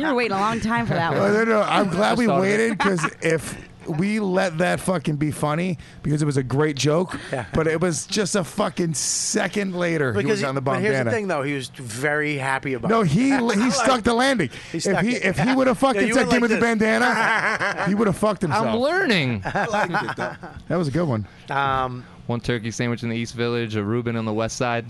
Speaker 8: were waiting a long time for that one.
Speaker 7: Uh, no, no, I'm glad we
Speaker 9: Just started.
Speaker 7: waited because if we let that fucking be funny because it was a great joke, but it was just a fucking second later he was
Speaker 2: he-
Speaker 7: on the
Speaker 2: but
Speaker 7: bandana.
Speaker 2: here's the thing, though. He was very happy about
Speaker 7: No,
Speaker 2: it.
Speaker 7: he
Speaker 2: I
Speaker 7: he
Speaker 2: like-
Speaker 7: stuck the landing.
Speaker 2: He
Speaker 7: if
Speaker 2: stuck
Speaker 7: he
Speaker 2: it.
Speaker 7: if he would have
Speaker 2: Yeah,
Speaker 7: fucking
Speaker 2: you
Speaker 7: said,
Speaker 2: went
Speaker 7: "Give
Speaker 2: like
Speaker 7: me the
Speaker 2: this.
Speaker 7: bandana," he would have fucked himself.
Speaker 9: I'm learning.
Speaker 7: That was a good one.
Speaker 2: Um,
Speaker 9: One turkey sandwich in the East Village, a Reuben on the West Side.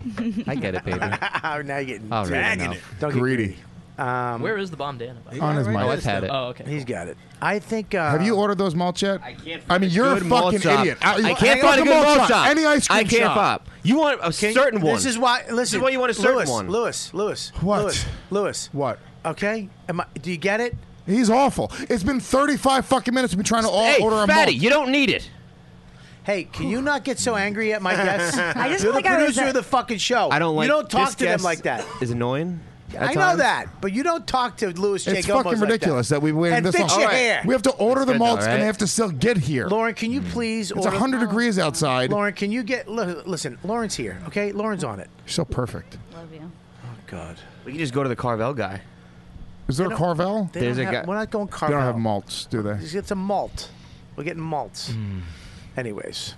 Speaker 9: I get it, baby.
Speaker 2: Oh, now you're getting
Speaker 9: All right,
Speaker 2: dragging
Speaker 9: enough.
Speaker 2: it. Don't get
Speaker 7: Greedy.
Speaker 2: Um,
Speaker 11: Where is the bandana? by the
Speaker 7: On
Speaker 11: way?
Speaker 7: his mic.
Speaker 9: Oh, I've had it.
Speaker 11: Oh, okay.
Speaker 2: He's got it. I think. Uh,
Speaker 7: Have you ordered those malts yet? I
Speaker 13: can't.
Speaker 7: I mean, you're a
Speaker 13: good malt
Speaker 7: fucking
Speaker 13: shop.
Speaker 7: idiot.
Speaker 13: I
Speaker 7: you-
Speaker 13: can't find
Speaker 7: fucking
Speaker 13: a good malt shop.
Speaker 7: Any ice cream
Speaker 13: I can't
Speaker 7: shop.
Speaker 13: pop. You want a
Speaker 2: Can-
Speaker 13: certain one.
Speaker 2: This is why. Listen.
Speaker 13: This is why you want a certain
Speaker 2: Lewis,
Speaker 13: one.
Speaker 2: Lewis. Lewis.
Speaker 7: What?
Speaker 2: Lewis. Lewis.
Speaker 7: What?
Speaker 2: Okay. Am I? Do you get it?
Speaker 7: He's awful. It's been 35 fucking minutes. We've been trying to all
Speaker 13: Hey,
Speaker 7: order a
Speaker 13: fatty,
Speaker 7: malt.
Speaker 13: you don't need it.
Speaker 2: Hey, can you not get so angry at my guests?
Speaker 13: I just
Speaker 2: You're
Speaker 13: feel
Speaker 2: the
Speaker 13: like I was
Speaker 2: producer
Speaker 13: a-
Speaker 2: of the fucking show.
Speaker 13: I don't like.
Speaker 2: You don't talk
Speaker 13: this
Speaker 2: to them
Speaker 13: guest
Speaker 2: like that.
Speaker 13: Is annoying. at
Speaker 2: I know
Speaker 13: times.
Speaker 2: that, but you don't talk to Louis
Speaker 7: It's
Speaker 2: Jacobs
Speaker 7: fucking
Speaker 2: like
Speaker 7: ridiculous that, we waited
Speaker 2: And
Speaker 7: this
Speaker 2: fix
Speaker 7: long.
Speaker 2: your hair.
Speaker 7: We have to order
Speaker 2: It's
Speaker 7: the
Speaker 2: good though,
Speaker 7: malts and
Speaker 2: right?
Speaker 7: they have to still get here. Mm.
Speaker 2: Lauren, can you please?
Speaker 7: It's
Speaker 2: order- Oh,
Speaker 7: 100 degrees outside.
Speaker 2: Lauren, can you get? li- Listen, Lauren's here. Okay, Lauren's on it.
Speaker 7: You're so perfect.
Speaker 10: Love you.
Speaker 13: Oh,
Speaker 2: God.
Speaker 13: We can just go to the Carvel guy.
Speaker 7: Is there a Carvel?
Speaker 2: They don't have- We're not going
Speaker 7: They don't
Speaker 2: Carvel.
Speaker 7: have malts, do they?
Speaker 2: It's a malt. We're getting malts. Anyways,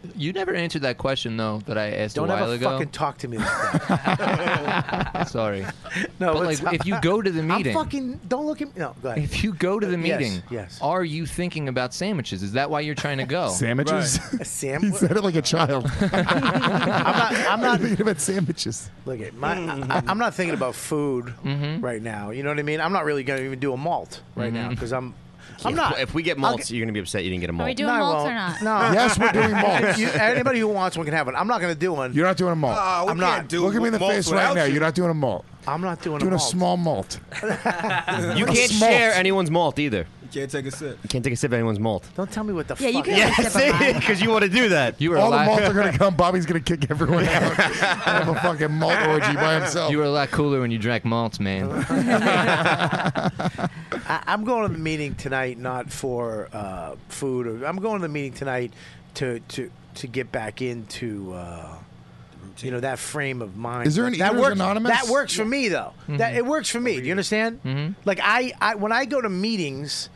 Speaker 9: Hmm. You never answered that question though that I asked
Speaker 2: don't
Speaker 9: a while
Speaker 2: ever
Speaker 9: ago.
Speaker 2: fucking talk to me like that.
Speaker 9: Sorry.
Speaker 2: No,
Speaker 9: but
Speaker 2: it's
Speaker 9: like
Speaker 2: not.
Speaker 9: if you go to the meeting,
Speaker 2: I'm fucking. Don't look at me. No, go ahead.
Speaker 9: if you go to the
Speaker 2: Yes,
Speaker 9: meeting,
Speaker 2: yes.
Speaker 9: are you thinking about sandwiches? Is that why you're trying to go?
Speaker 7: Sandwiches?
Speaker 2: A sam-
Speaker 7: he said it like a child.
Speaker 2: I'm not.
Speaker 7: thinking about sandwiches.
Speaker 2: Look at my.
Speaker 9: Mm-hmm.
Speaker 2: I, I'm not thinking about food right now. You know what I mean? I'm not really going to even do a malt
Speaker 9: Mm-hmm.
Speaker 2: right now because I'm. I'm
Speaker 13: If-
Speaker 2: not.
Speaker 13: If we get
Speaker 2: I'll
Speaker 13: malts, you're gonna be upset you didn't get a malt.
Speaker 10: doing
Speaker 2: No, I
Speaker 10: malts or not?
Speaker 2: won't. No.
Speaker 10: Yes, we're
Speaker 7: doing malts.
Speaker 2: You- anybody who wants one can have one. I'm not going to do one.
Speaker 7: You're not doing a malt.
Speaker 2: Ah, we
Speaker 7: I'm
Speaker 2: can't
Speaker 7: not.
Speaker 2: do
Speaker 7: Look at me in the
Speaker 2: malts
Speaker 7: face right
Speaker 2: without
Speaker 7: now.
Speaker 2: you.
Speaker 7: You're not doing a malt.
Speaker 2: I'm not doing,
Speaker 7: doing
Speaker 2: a
Speaker 7: a
Speaker 2: malt.
Speaker 7: small malt.
Speaker 13: You
Speaker 7: What
Speaker 13: can't
Speaker 7: is malt?
Speaker 13: share anyone's malt either.
Speaker 12: You can't take a sip.
Speaker 13: You can't take a sip of anyone's malt.
Speaker 2: Don't tell me what the
Speaker 13: Yeah,
Speaker 2: fuck.
Speaker 13: you can have a Yes, sip of mine. because you want to do that. You were
Speaker 7: All the
Speaker 13: allowed-
Speaker 7: malts are gonna come. Bobby's gonna kick everyone out. have a fucking malt orgy by himself.
Speaker 9: You were a lot cooler when you drank malts, man.
Speaker 2: I, I'm going to the meeting tonight not for uh, food. Or, I'm going to the meeting tonight to to to get back into. Uh, you know that frame of mind.
Speaker 7: Is there an
Speaker 2: that
Speaker 7: Eaters
Speaker 2: works,
Speaker 7: Anonymous? Mm-hmm.
Speaker 2: That works for me though. That it works for me. Do you understand? Like I, I, when I go to meetings,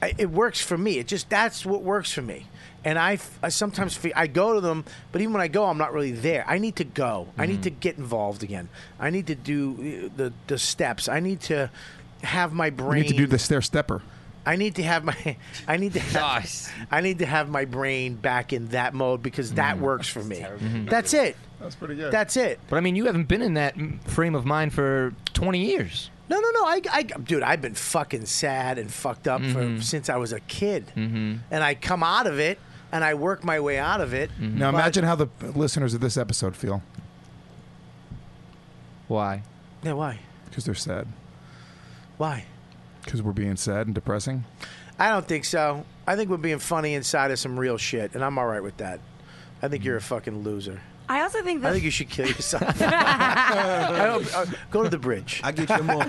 Speaker 2: I, it works for me. It just that's what works for me. And I, f- I sometimes feel, I go to them, but even when I go, I'm not really there. I need to go. I need to
Speaker 7: Mm-hmm.
Speaker 2: get involved again. I need to do uh, the the steps. I need to have my
Speaker 7: You
Speaker 2: brain.
Speaker 7: need to do the stair stepper.
Speaker 2: I need to have my I need to have, I need to have my brain back in that mode because that works for me. That's it.
Speaker 7: Mm-hmm. That's pretty
Speaker 2: That's it.
Speaker 9: But I mean, you haven't been in that m- frame of mind for 20 years.
Speaker 2: No, no, no. I, I dude, I've been fucking sad and fucked up
Speaker 7: Mm-hmm.
Speaker 2: for, since I was a kid. Mm-hmm. And I come out of it and I work my way out of it.
Speaker 7: Now
Speaker 2: but-
Speaker 7: imagine how the listeners of this episode feel
Speaker 9: Why?
Speaker 2: Yeah, why?
Speaker 7: because they're sad.
Speaker 2: Why?
Speaker 7: Because we're being sad and depressing.
Speaker 2: I don't think so. I think we're being funny inside of some real shit, and I'm all right with that. I think you're a fucking loser.
Speaker 8: I also think that.
Speaker 2: I think you should kill yourself. I don't- uh, go to the bridge.
Speaker 12: I get you more.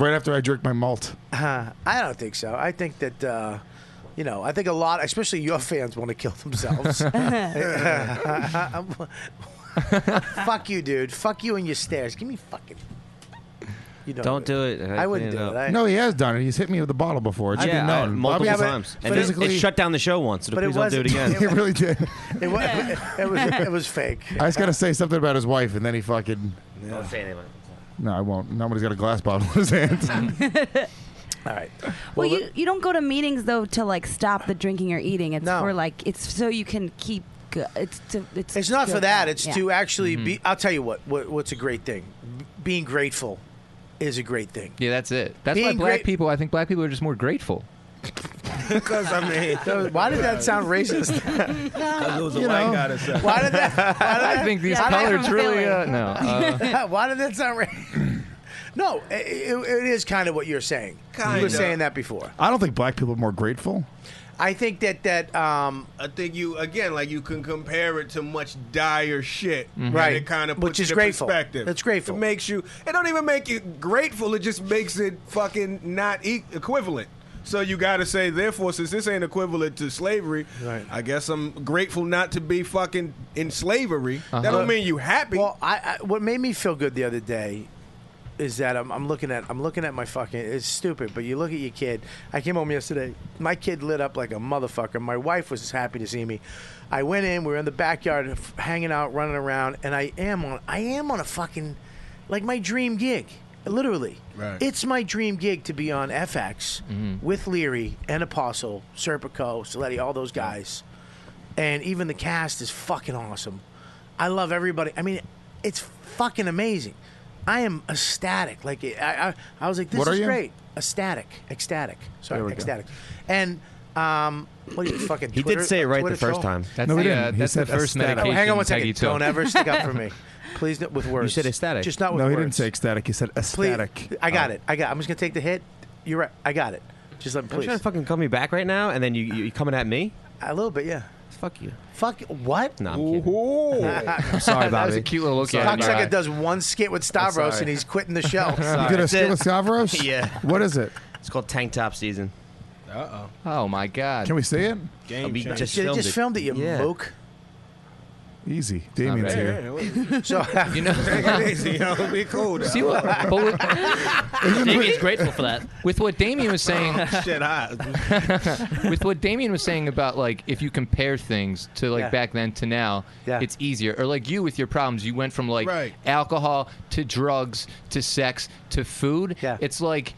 Speaker 7: Right after I drink my malt.
Speaker 2: Uh, I don't think so. I think that, uh, you know, I think a lot, especially your fans, want to kill themselves. Fuck you, dude. Fuck you and your stairs. Give me fucking. You don't.
Speaker 13: Don't do it.
Speaker 2: I wouldn't
Speaker 13: clean
Speaker 2: do it. I-
Speaker 7: no, he has done it. He's hit me with the bottle before. It should
Speaker 13: yeah,
Speaker 7: be
Speaker 13: I-
Speaker 7: known.
Speaker 13: multiple
Speaker 2: Yeah, but-
Speaker 13: times.
Speaker 2: but
Speaker 13: And
Speaker 2: it-
Speaker 13: physically, it shut down the show once. So
Speaker 2: but it
Speaker 13: please don't do it
Speaker 2: wasn't-
Speaker 13: again.
Speaker 7: he really did.
Speaker 2: It was, it was. It was fake.
Speaker 7: I was gonna say something about his wife, and then he fucking.
Speaker 13: Don't say anything.
Speaker 7: No, I won't. Nobody's got a glass bottle in his hand.
Speaker 2: All right.
Speaker 8: Well, you, you don't go to meetings though to like stop the drinking or eating. It's for like it's so you can keep. Go- it's to, it's.
Speaker 2: It's not
Speaker 8: good
Speaker 2: for that.
Speaker 8: health.
Speaker 2: It's
Speaker 8: Yeah.
Speaker 2: to actually
Speaker 13: Mm-hmm.
Speaker 2: be. I'll tell you what, what. What's a great thing? Being grateful is a great thing.
Speaker 9: Yeah, that's it. That's why
Speaker 2: Being
Speaker 9: black
Speaker 2: great-
Speaker 9: people, I think black people are just more grateful.
Speaker 12: Because I mean,
Speaker 2: Why did that sound racist?
Speaker 12: Because it was a
Speaker 2: You
Speaker 12: white
Speaker 2: know.
Speaker 12: guy that said.
Speaker 2: Why did that? Why did
Speaker 9: I
Speaker 2: that-
Speaker 9: think these
Speaker 2: why did that-
Speaker 9: colors really. Uh, no. Uh,
Speaker 2: Why did that sound right? no, i- i- it is kind of what you're saying. You were
Speaker 12: Kinda.
Speaker 2: saying that before.
Speaker 7: I don't think black people are more grateful.
Speaker 2: I think that that um,
Speaker 12: I think you again, like you can compare it to much dire shit, and
Speaker 2: Mm-hmm. Right.
Speaker 12: It kind of
Speaker 2: Which
Speaker 12: puts
Speaker 2: is
Speaker 12: it in
Speaker 2: grateful.
Speaker 12: Perspective.
Speaker 2: It's grateful.
Speaker 12: It makes you. It don't even make you grateful. It just makes it fucking not e- equivalent. So you got to say, therefore, since this ain't equivalent to slavery,
Speaker 2: Right.
Speaker 12: I guess I'm grateful not to be fucking in slavery. That
Speaker 2: Uh-huh.
Speaker 12: don't mean you happy.
Speaker 2: well, I, I what made me feel good the other day is that I'm, I'm looking at I'm looking at my fucking. It's stupid, but you look at your kid. I came home yesterday. My kid lit up like a motherfucker. My wife was happy to see me. I went in. We were in the backyard, f- hanging out, running around, and I am on. I am on a fucking like my dream gig. Literally,
Speaker 12: Right.
Speaker 2: it's my dream gig to be on FX with Leary and Apostle, Serpico, Saletti, all those guys and even the cast is fucking awesome. I love everybody. I mean, it's fucking amazing. I am ecstatic. Like I, I, I was like, this
Speaker 7: What
Speaker 2: is
Speaker 7: are you?
Speaker 2: great. Ecstatic, ecstatic.
Speaker 7: There
Speaker 2: Sorry,
Speaker 7: we go.
Speaker 2: ecstatic. And um, what are you fucking?
Speaker 13: He
Speaker 2: Twitter,
Speaker 13: did say it right
Speaker 2: Twitter
Speaker 13: the first
Speaker 2: troll?
Speaker 13: time.
Speaker 9: that's
Speaker 7: No, we
Speaker 9: the, uh,
Speaker 7: didn't. He
Speaker 9: that's the
Speaker 7: said
Speaker 9: first
Speaker 7: aesthetic.
Speaker 2: Oh,
Speaker 9: medication.
Speaker 2: hang on one second.
Speaker 9: Peggy took.
Speaker 2: Don't ever stick up for me. Please, no, with words.
Speaker 13: You said ecstatic.
Speaker 2: Just not with
Speaker 7: no, he
Speaker 2: words.
Speaker 7: didn't say ecstatic. He said Oh, ecstatic.
Speaker 2: Please, I
Speaker 9: Oh.
Speaker 2: got it. I got. I'm just gonna take the hit. You're right. I got it. Just let me
Speaker 13: Are you
Speaker 2: please.
Speaker 13: trying to fucking call me back right now, and then you you you coming at me?
Speaker 2: A little bit, yeah.
Speaker 13: Fuck you.
Speaker 2: Fuck what? Oh.
Speaker 13: No, I'm kidding. I'm sorry,
Speaker 2: That
Speaker 13: Bobby.
Speaker 2: was a cute little look.
Speaker 13: Sorry,
Speaker 2: Cocksucker
Speaker 13: Bobby.
Speaker 2: does one skit with Stavros
Speaker 13: sorry.
Speaker 2: and he's quitting the show.
Speaker 7: You did a skit with Stavros?
Speaker 13: yeah.
Speaker 7: What is it?
Speaker 13: It's called Tank Top Season.
Speaker 12: Uh
Speaker 13: oh. Oh my God.
Speaker 7: Can we see it?
Speaker 13: Game we
Speaker 2: changer.
Speaker 13: just
Speaker 2: They
Speaker 13: filmed
Speaker 2: just
Speaker 13: it.
Speaker 2: filmed it, you
Speaker 13: yeah.
Speaker 2: moke.
Speaker 7: Easy. Damien's
Speaker 13: bad.
Speaker 7: here.
Speaker 2: So
Speaker 9: you know,
Speaker 12: Take it easy, yo. Be cool.
Speaker 9: See what? But with, Damien's grateful for that. With what Damien was saying,
Speaker 12: Shit, I.
Speaker 9: with what Damien was saying about like if you compare things to like
Speaker 12: Yeah.
Speaker 9: back then to now, it's easier. Or like you with your problems, you went from like
Speaker 12: Right.
Speaker 9: alcohol to drugs to sex to food. It's like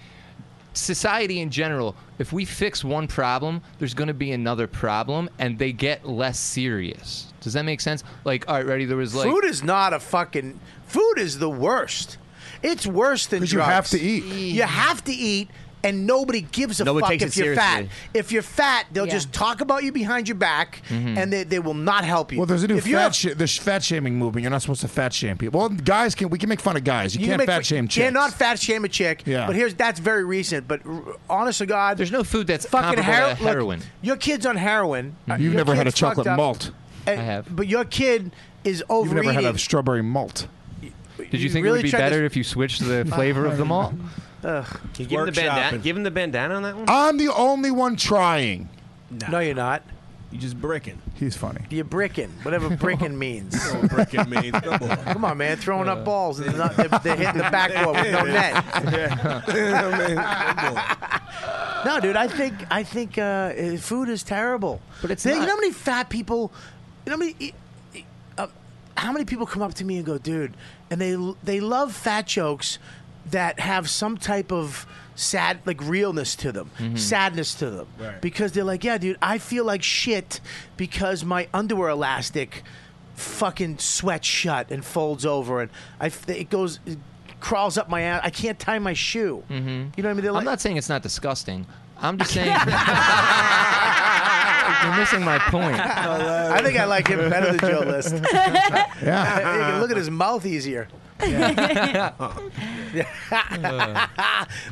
Speaker 9: society in general. If we fix one problem, there's going to be another problem, and they get less serious. Does that make sense? Like, all right, ready? There was like
Speaker 2: food is not a fucking. Food is the worst. It's worse than drugs.
Speaker 7: 'Cause you have to eat.
Speaker 2: You have to eat, and nobody gives a
Speaker 13: Nobody
Speaker 2: fuck
Speaker 13: takes
Speaker 2: if
Speaker 13: it
Speaker 2: you're fat.
Speaker 13: seriously.
Speaker 2: If you're fat, they'll
Speaker 13: Yeah.
Speaker 2: just talk about you behind your back,
Speaker 7: Mhm.
Speaker 2: and they, they will not help you.
Speaker 7: Well, there's a new
Speaker 2: if you're
Speaker 7: fat, sh- there's fat shaming movement. You're not supposed to fat shame people. Well, guys can we can make fun of guys. You, can't
Speaker 2: make-
Speaker 7: fat shame
Speaker 2: You
Speaker 7: chicks.
Speaker 2: cannot fat shame a chick.
Speaker 7: Yeah.
Speaker 2: But here's that's very recent. But r- honest to God,
Speaker 9: there's no food that's
Speaker 2: fucking hero-
Speaker 9: comparable to heroin.
Speaker 2: Look, your kid's on heroin. Uh,
Speaker 7: You've
Speaker 2: your
Speaker 7: never had a
Speaker 2: kid's fucked
Speaker 7: chocolate
Speaker 2: up,
Speaker 7: malt.
Speaker 2: uh, But your kid is
Speaker 7: You've
Speaker 2: overeating.
Speaker 7: never had a strawberry malt.
Speaker 9: Did you think it
Speaker 2: really
Speaker 9: would be
Speaker 2: tried to-
Speaker 9: better if you switched the flavor of the malt?
Speaker 13: Can you give him, the bandana, give him the bandana on that one?
Speaker 7: I'm the only one trying.
Speaker 2: No, you're not.
Speaker 12: You just bricking.
Speaker 7: He's funny.
Speaker 2: You're bricking, whatever bricking means.
Speaker 12: bricking means. Come on.
Speaker 2: Come on, man. Throwing up balls and they're, not, they're, they're hitting the backboard with no net. No, dude. I think I think uh, uh, food is terrible. But it's you know
Speaker 9: not.
Speaker 2: how many fat people, you know how many, eh, uh, how many people come up to me and go, dude, and they they love fat jokes that have some type of sad like realness to them,
Speaker 9: Mm-hmm.
Speaker 14: Mhm.
Speaker 2: sadness to them,
Speaker 14: Right.
Speaker 2: because they're like, yeah, dude, I feel like shit because my underwear elastic fucking sweats shut and folds over, and I f- it goes. It, Crawls up my ass. I can't tie my shoe. Mm-hmm. You know what I mean? They're like,
Speaker 9: I'm not saying it's not disgusting. I'm just saying. You're missing my point.
Speaker 2: I think I like him better than Joe List.
Speaker 9: Yeah.
Speaker 2: You can look at his mouth easier. this fucking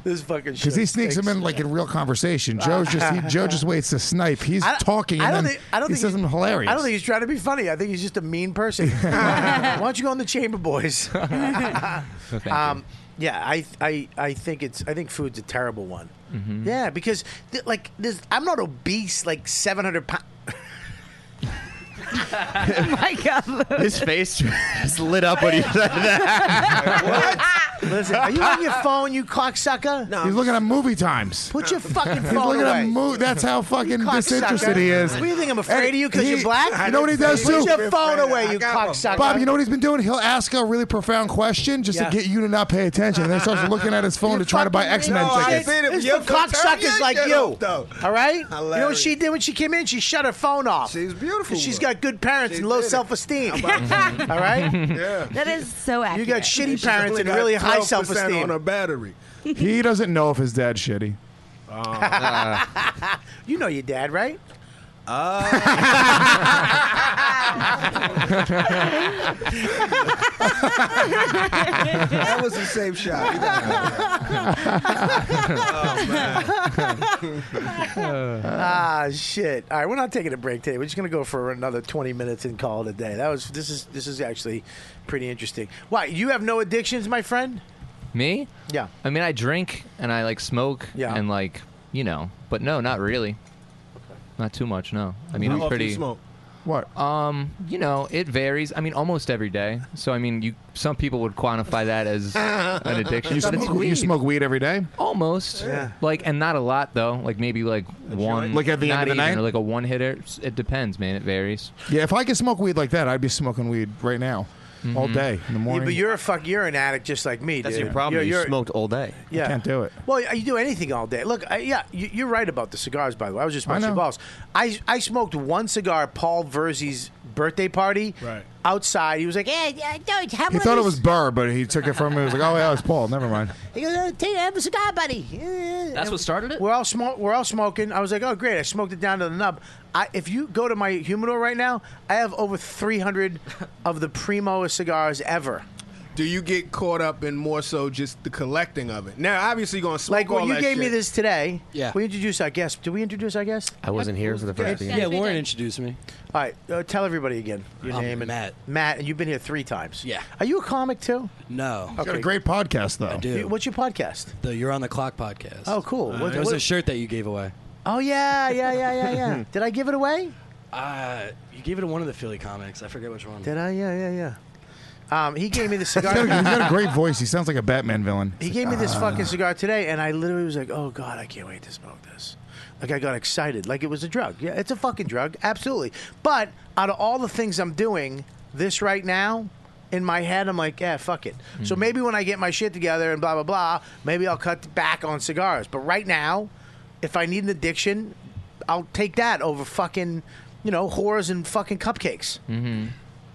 Speaker 2: shit.
Speaker 7: Uh. Because he sneaks him in like in real conversation. Joe's just he, Joe just waits to snipe. He's
Speaker 2: I-
Speaker 7: talking and
Speaker 2: I don't
Speaker 7: then
Speaker 2: think, I don't
Speaker 7: he
Speaker 2: think
Speaker 7: says
Speaker 2: he's-
Speaker 7: something hilarious.
Speaker 2: I don't think he's trying to be funny. I think he's just a mean person. Why don't you go in the chamber, boys? um, yeah, I, I, I think it's. I think food's a terrible one.
Speaker 13: Mm-hmm.
Speaker 14: Mhm.
Speaker 2: Yeah, because th- like this, I'm not obese. Like 700 pounds.
Speaker 13: my God. His face just lit up when he said that.
Speaker 2: Listen, are you on your phone, you cocksucker? No.
Speaker 7: he's looking at movie times.
Speaker 2: Put your fucking
Speaker 7: He's
Speaker 2: phone
Speaker 7: looking
Speaker 2: away.
Speaker 7: at mo- That's how fucking
Speaker 2: cocksucker.
Speaker 7: disinterested he is.
Speaker 2: What do you think, I'm afraid
Speaker 7: And
Speaker 2: of you 'cause you're
Speaker 7: he-
Speaker 2: black?
Speaker 7: You know what he does
Speaker 2: Put
Speaker 7: too?
Speaker 2: your phone away, you cocksucker.
Speaker 7: Bob, you know what he's been doing? He'll ask a really profound question just
Speaker 2: Yeah.
Speaker 7: to get you to not pay attention, and then starts looking at his phone to try to buy X Men
Speaker 12: No, I
Speaker 7: tickets.
Speaker 12: did it.
Speaker 2: It's
Speaker 12: You're
Speaker 2: for cocksuckers
Speaker 12: Italian,
Speaker 2: like
Speaker 12: get
Speaker 2: you.
Speaker 12: up, though.
Speaker 2: All right? You know what
Speaker 12: Hilarious.
Speaker 2: she did when she came in? She shut her phone off. She's
Speaker 12: beautiful.
Speaker 2: She's got good parents and low self esteem. All right?
Speaker 12: Yeah.
Speaker 8: That is so accurate.
Speaker 2: You got shitty
Speaker 12: She's
Speaker 2: parents
Speaker 12: only
Speaker 2: and
Speaker 12: got
Speaker 2: really high
Speaker 12: 12%
Speaker 2: self
Speaker 12: on her
Speaker 2: esteem.
Speaker 12: battery.
Speaker 7: He doesn't know if his dad's shitty.
Speaker 2: Oh,
Speaker 12: Uh.
Speaker 2: You know your dad, right? Uh.
Speaker 12: that was the same shot. You
Speaker 2: Oh,
Speaker 12: got it. oh, man.
Speaker 2: ah shit! All right, we're not taking a break today. We're just gonna go for another twenty minutes and call it a day. That was this is this is actually pretty interesting. Why you have no addictions, my friend?
Speaker 9: Me?
Speaker 2: Yeah.
Speaker 9: I mean, I drink and I like smoke and like you know, but no, not really. Not too much, no. I mean,
Speaker 12: How
Speaker 9: I'm
Speaker 12: often
Speaker 9: pretty.
Speaker 12: you smoke?
Speaker 7: What?
Speaker 9: Um, you know, it varies. I mean, almost every day. So I mean, you some people would quantify that as an addiction.
Speaker 7: You
Speaker 9: but it's
Speaker 7: smoke, you
Speaker 9: weed.
Speaker 7: smoke weed every day?
Speaker 9: Almost.
Speaker 7: Yeah.
Speaker 9: Like and not a lot though. Like maybe like one.
Speaker 7: Like at the end
Speaker 9: not
Speaker 7: of the
Speaker 9: even,
Speaker 7: night?
Speaker 9: or, like a one hitter. It depends, man. It varies.
Speaker 7: Yeah, if I could smoke weed like that, I'd be smoking weed right now,
Speaker 12: Mm-hmm.
Speaker 7: all
Speaker 9: Mhm.
Speaker 7: day in the
Speaker 2: Yeah,
Speaker 7: morning.
Speaker 2: but you're a fuck. You're an addict just like me.
Speaker 13: Mm-hmm. That's
Speaker 2: dude.
Speaker 13: your problem.
Speaker 2: You're-
Speaker 13: you
Speaker 2: you're-
Speaker 13: smoked all day.
Speaker 2: Yeah.
Speaker 7: Can't do it.
Speaker 2: Well, you do anything all day. Look, I, yeah, you, you're right about the cigars. By the way, I was just
Speaker 7: I
Speaker 2: smoking
Speaker 7: know.
Speaker 2: balls. I I smoked one cigar at Paul Verzi's birthday party.
Speaker 12: Right.
Speaker 2: outside. He was like, "Yeah, yeah, don't have
Speaker 7: He thought it was Burr, but he took it from me. He was like, "Oh yeah, it's Paul. Never mind."
Speaker 2: He goes, "Oh, take, have a cigar, buddy. That's
Speaker 11: what started it.
Speaker 2: We're all smoke. We're all smoking. I was like, oh great, I smoked it down to the nub. I, if you go to my humidor right now, I have over 300 of the primo cigars ever.
Speaker 12: Do you get caught up in more so just the collecting of it? Now, obviously, you're gonna smoke
Speaker 2: Like when
Speaker 12: all
Speaker 2: you
Speaker 12: that
Speaker 2: gave me
Speaker 12: shit.
Speaker 2: this today,
Speaker 12: Yeah.
Speaker 2: we introduced our guest. Did we introduce our guest?
Speaker 13: I wasn't here for the first
Speaker 2: Yeah,
Speaker 13: game.
Speaker 2: yeah, Warren
Speaker 14: introduced me.
Speaker 2: All right, uh, tell everybody again your name and Matt. Matt, and you've been here three times. Yeah. Are you a comic too?
Speaker 14: No.
Speaker 7: He's got a great podcast though.
Speaker 14: I do.
Speaker 2: You- What's your podcast?
Speaker 14: The You're on the Clock podcast.
Speaker 2: Oh, cool. What-
Speaker 14: it was
Speaker 2: what-
Speaker 14: a shirt that you gave away.
Speaker 2: Oh yeah, yeah, yeah, yeah, yeah. Did I give it away?
Speaker 14: Uh, you gave it to one of the Philly comics. I forget which one.
Speaker 2: Mm. Did I? Yeah, yeah, yeah. Um, he gave me the cigar.
Speaker 7: He's got, a, he's got a great voice. Ah. He sounds like a Batman villain. Uh,
Speaker 2: He gave me this fucking cigar today, and I literally was like, "Oh God, I can't wait to smoke this." Like I got excited, like it was a drug. Yeah, it's a fucking drug, absolutely. But out of all the things I'm doing, this right now, in my head, I'm like, "Yeah, fuck it."
Speaker 7: Mm.
Speaker 2: So maybe when I get my shit together and blah blah blah, maybe I'll cut back on cigars. But right now, if I need an addiction, I'll take that over fucking, you know, whores and fucking cupcakes.
Speaker 7: Mm-hmm.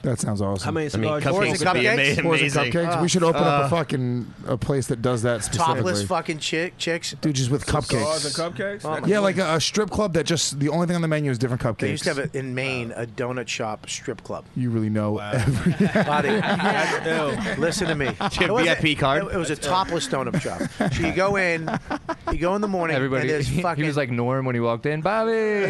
Speaker 7: That sounds awesome.
Speaker 2: How many I mean, cigars- cupcakes would be ama-
Speaker 7: Whores and
Speaker 2: amazing.
Speaker 7: cupcakes?
Speaker 2: Uh,
Speaker 7: we should open up
Speaker 2: uh,
Speaker 7: a fucking a place that does that specifically.
Speaker 2: Topless fucking chick chicks.
Speaker 7: Dude, just with
Speaker 2: Cigars
Speaker 7: cupcakes.
Speaker 2: and cupcakes? Oh, my
Speaker 7: yeah, like a, a strip club that just the only thing on the menu is different cupcakes.
Speaker 2: They used to have it in Maine, a donut shop strip club.
Speaker 7: you really know every.
Speaker 2: Body. Listen to me. It was
Speaker 13: VIP
Speaker 2: a,
Speaker 13: card?
Speaker 2: It, it was a topless donut shop. So you go in, you go in the morning,
Speaker 9: Everybody,
Speaker 2: and there's
Speaker 9: he,
Speaker 2: fucking.
Speaker 9: was like Norm when he walked in. Bobby.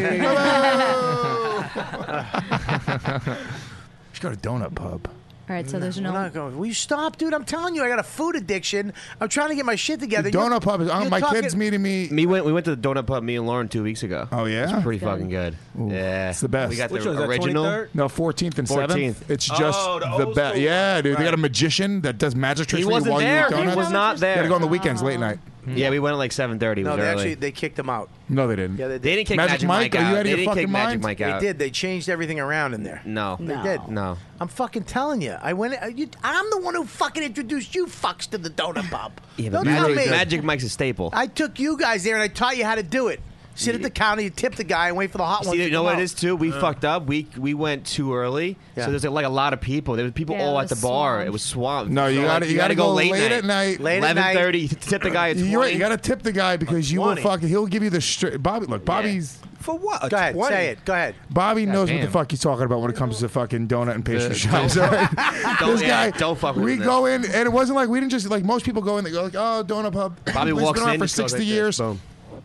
Speaker 7: Just go to donut pub.
Speaker 10: All right, so there's
Speaker 2: We're
Speaker 10: no.
Speaker 2: not going. Will you stop, dude? I'm telling you, I got a food addiction. I'm trying to get my shit together.
Speaker 7: The donut pub is-
Speaker 13: oh,
Speaker 7: uh, my kids
Speaker 2: meeting
Speaker 7: me.
Speaker 13: Me went. We went to the donut pub. Me and Lauren two weeks ago. Oh
Speaker 7: yeah,
Speaker 13: it's pretty fucking good. Yeah,
Speaker 7: It's the best.
Speaker 13: We got the original.
Speaker 7: No, 14th and 7th.
Speaker 13: 14th.
Speaker 7: It's just
Speaker 2: Oh,
Speaker 7: the, best. Yeah, dude. They got a magician that does magic tricks
Speaker 13: He
Speaker 7: for you
Speaker 13: wasn't
Speaker 7: while
Speaker 13: there.
Speaker 7: you eat donuts.
Speaker 13: He was not there.
Speaker 7: You got to go on the weekends late night.
Speaker 13: Yeah, we went at like seven thirty.
Speaker 2: No,
Speaker 13: was
Speaker 2: they
Speaker 13: early.
Speaker 2: actually they kicked him out.
Speaker 7: No, they didn't.
Speaker 2: Yeah, they did.
Speaker 13: They didn't kick Magic Magic Mike Mike out. out. Are you out of They your didn't kick fucking Magic mind? Mike out.
Speaker 2: They did. They changed everything around in there.
Speaker 13: No,
Speaker 2: They did.
Speaker 13: No,
Speaker 2: I'm fucking telling you. I went. uh, You, I'm the one who fucking introduced you fucks to the donut pub.
Speaker 13: yeah,
Speaker 2: Don't
Speaker 13: but
Speaker 2: tell
Speaker 13: Magic,
Speaker 2: me.
Speaker 13: Magic Mike's a staple.
Speaker 2: I took you guys there and I taught you how to do it. Sit at the counter, you tip the guy, and wait for the hot one.
Speaker 13: See, you know what it is too.
Speaker 2: Uh-huh.
Speaker 13: We fucked up. We we went too early,
Speaker 2: Yeah.
Speaker 13: so there's like a lot of people. There was people
Speaker 2: Yeah,
Speaker 13: all
Speaker 2: it
Speaker 13: at the
Speaker 2: was
Speaker 13: bar.
Speaker 2: swamped.
Speaker 13: It was swamped.
Speaker 7: No, you
Speaker 13: So,
Speaker 7: got
Speaker 13: like,
Speaker 7: to you got to go late, at night.
Speaker 13: Eleven thirty. Tip the guy at twenty.
Speaker 7: You're right. You got to tip the guy because you will
Speaker 13: 20.
Speaker 7: fucking. He'll give you the straight. Bobby, look, Bobby's.
Speaker 12: For what?
Speaker 2: Go ahead, say it. Go ahead.
Speaker 7: Bobby knows what
Speaker 2: damn.
Speaker 7: the fuck he's talking about when it comes to fucking donut and pastry
Speaker 2: The-
Speaker 7: shops.
Speaker 2: don't-
Speaker 7: alright?
Speaker 13: Don't-
Speaker 7: this
Speaker 13: yeah,
Speaker 7: guy,
Speaker 13: don't fuck with
Speaker 7: We
Speaker 13: him.
Speaker 7: go in, and it wasn't like we didn't just like most people go in. They go like, oh, donut pub.
Speaker 13: Bobby
Speaker 7: Place
Speaker 13: walks
Speaker 7: been around
Speaker 13: in,
Speaker 7: for
Speaker 13: just goes
Speaker 7: sixty
Speaker 13: like this,
Speaker 7: years.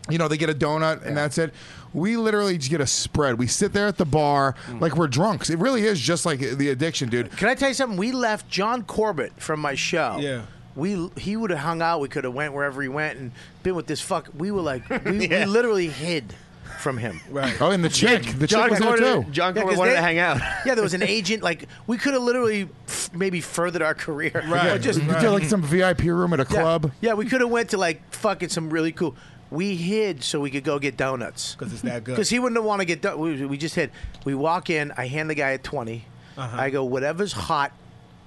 Speaker 7: You know, they get a donut and that's it. We literally just get a spread. We sit there at the bar like we're drunks. It really is just like the addiction, dude.
Speaker 2: Can I tell you something? We left John Corbett from my show. Yeah. We he would have hung out. We could have went wherever he went and been with this fuck. We were like we, we literally hid from him. Right.
Speaker 7: Oh, and the chick, the chick
Speaker 2: John
Speaker 7: was there
Speaker 2: Corbett-
Speaker 7: too.
Speaker 13: John
Speaker 2: Yeah,
Speaker 13: Corbett
Speaker 2: 'cause
Speaker 13: wanted
Speaker 2: they-
Speaker 13: to hang out.
Speaker 2: Yeah, there was an agent. Like we could have literally f- maybe furthered our career.
Speaker 7: Yeah,
Speaker 2: Or just
Speaker 7: you did like some VIP room at a
Speaker 2: Yeah.
Speaker 7: club.
Speaker 2: Yeah, we could have went to like fucking some really cool. We hid so we could go get donuts because it's that
Speaker 12: good.
Speaker 2: Because he wouldn't want to get done. We, we just hid. We walk in. I hand the guy a 20
Speaker 12: Uh-huh.
Speaker 2: I go, whatever's hot,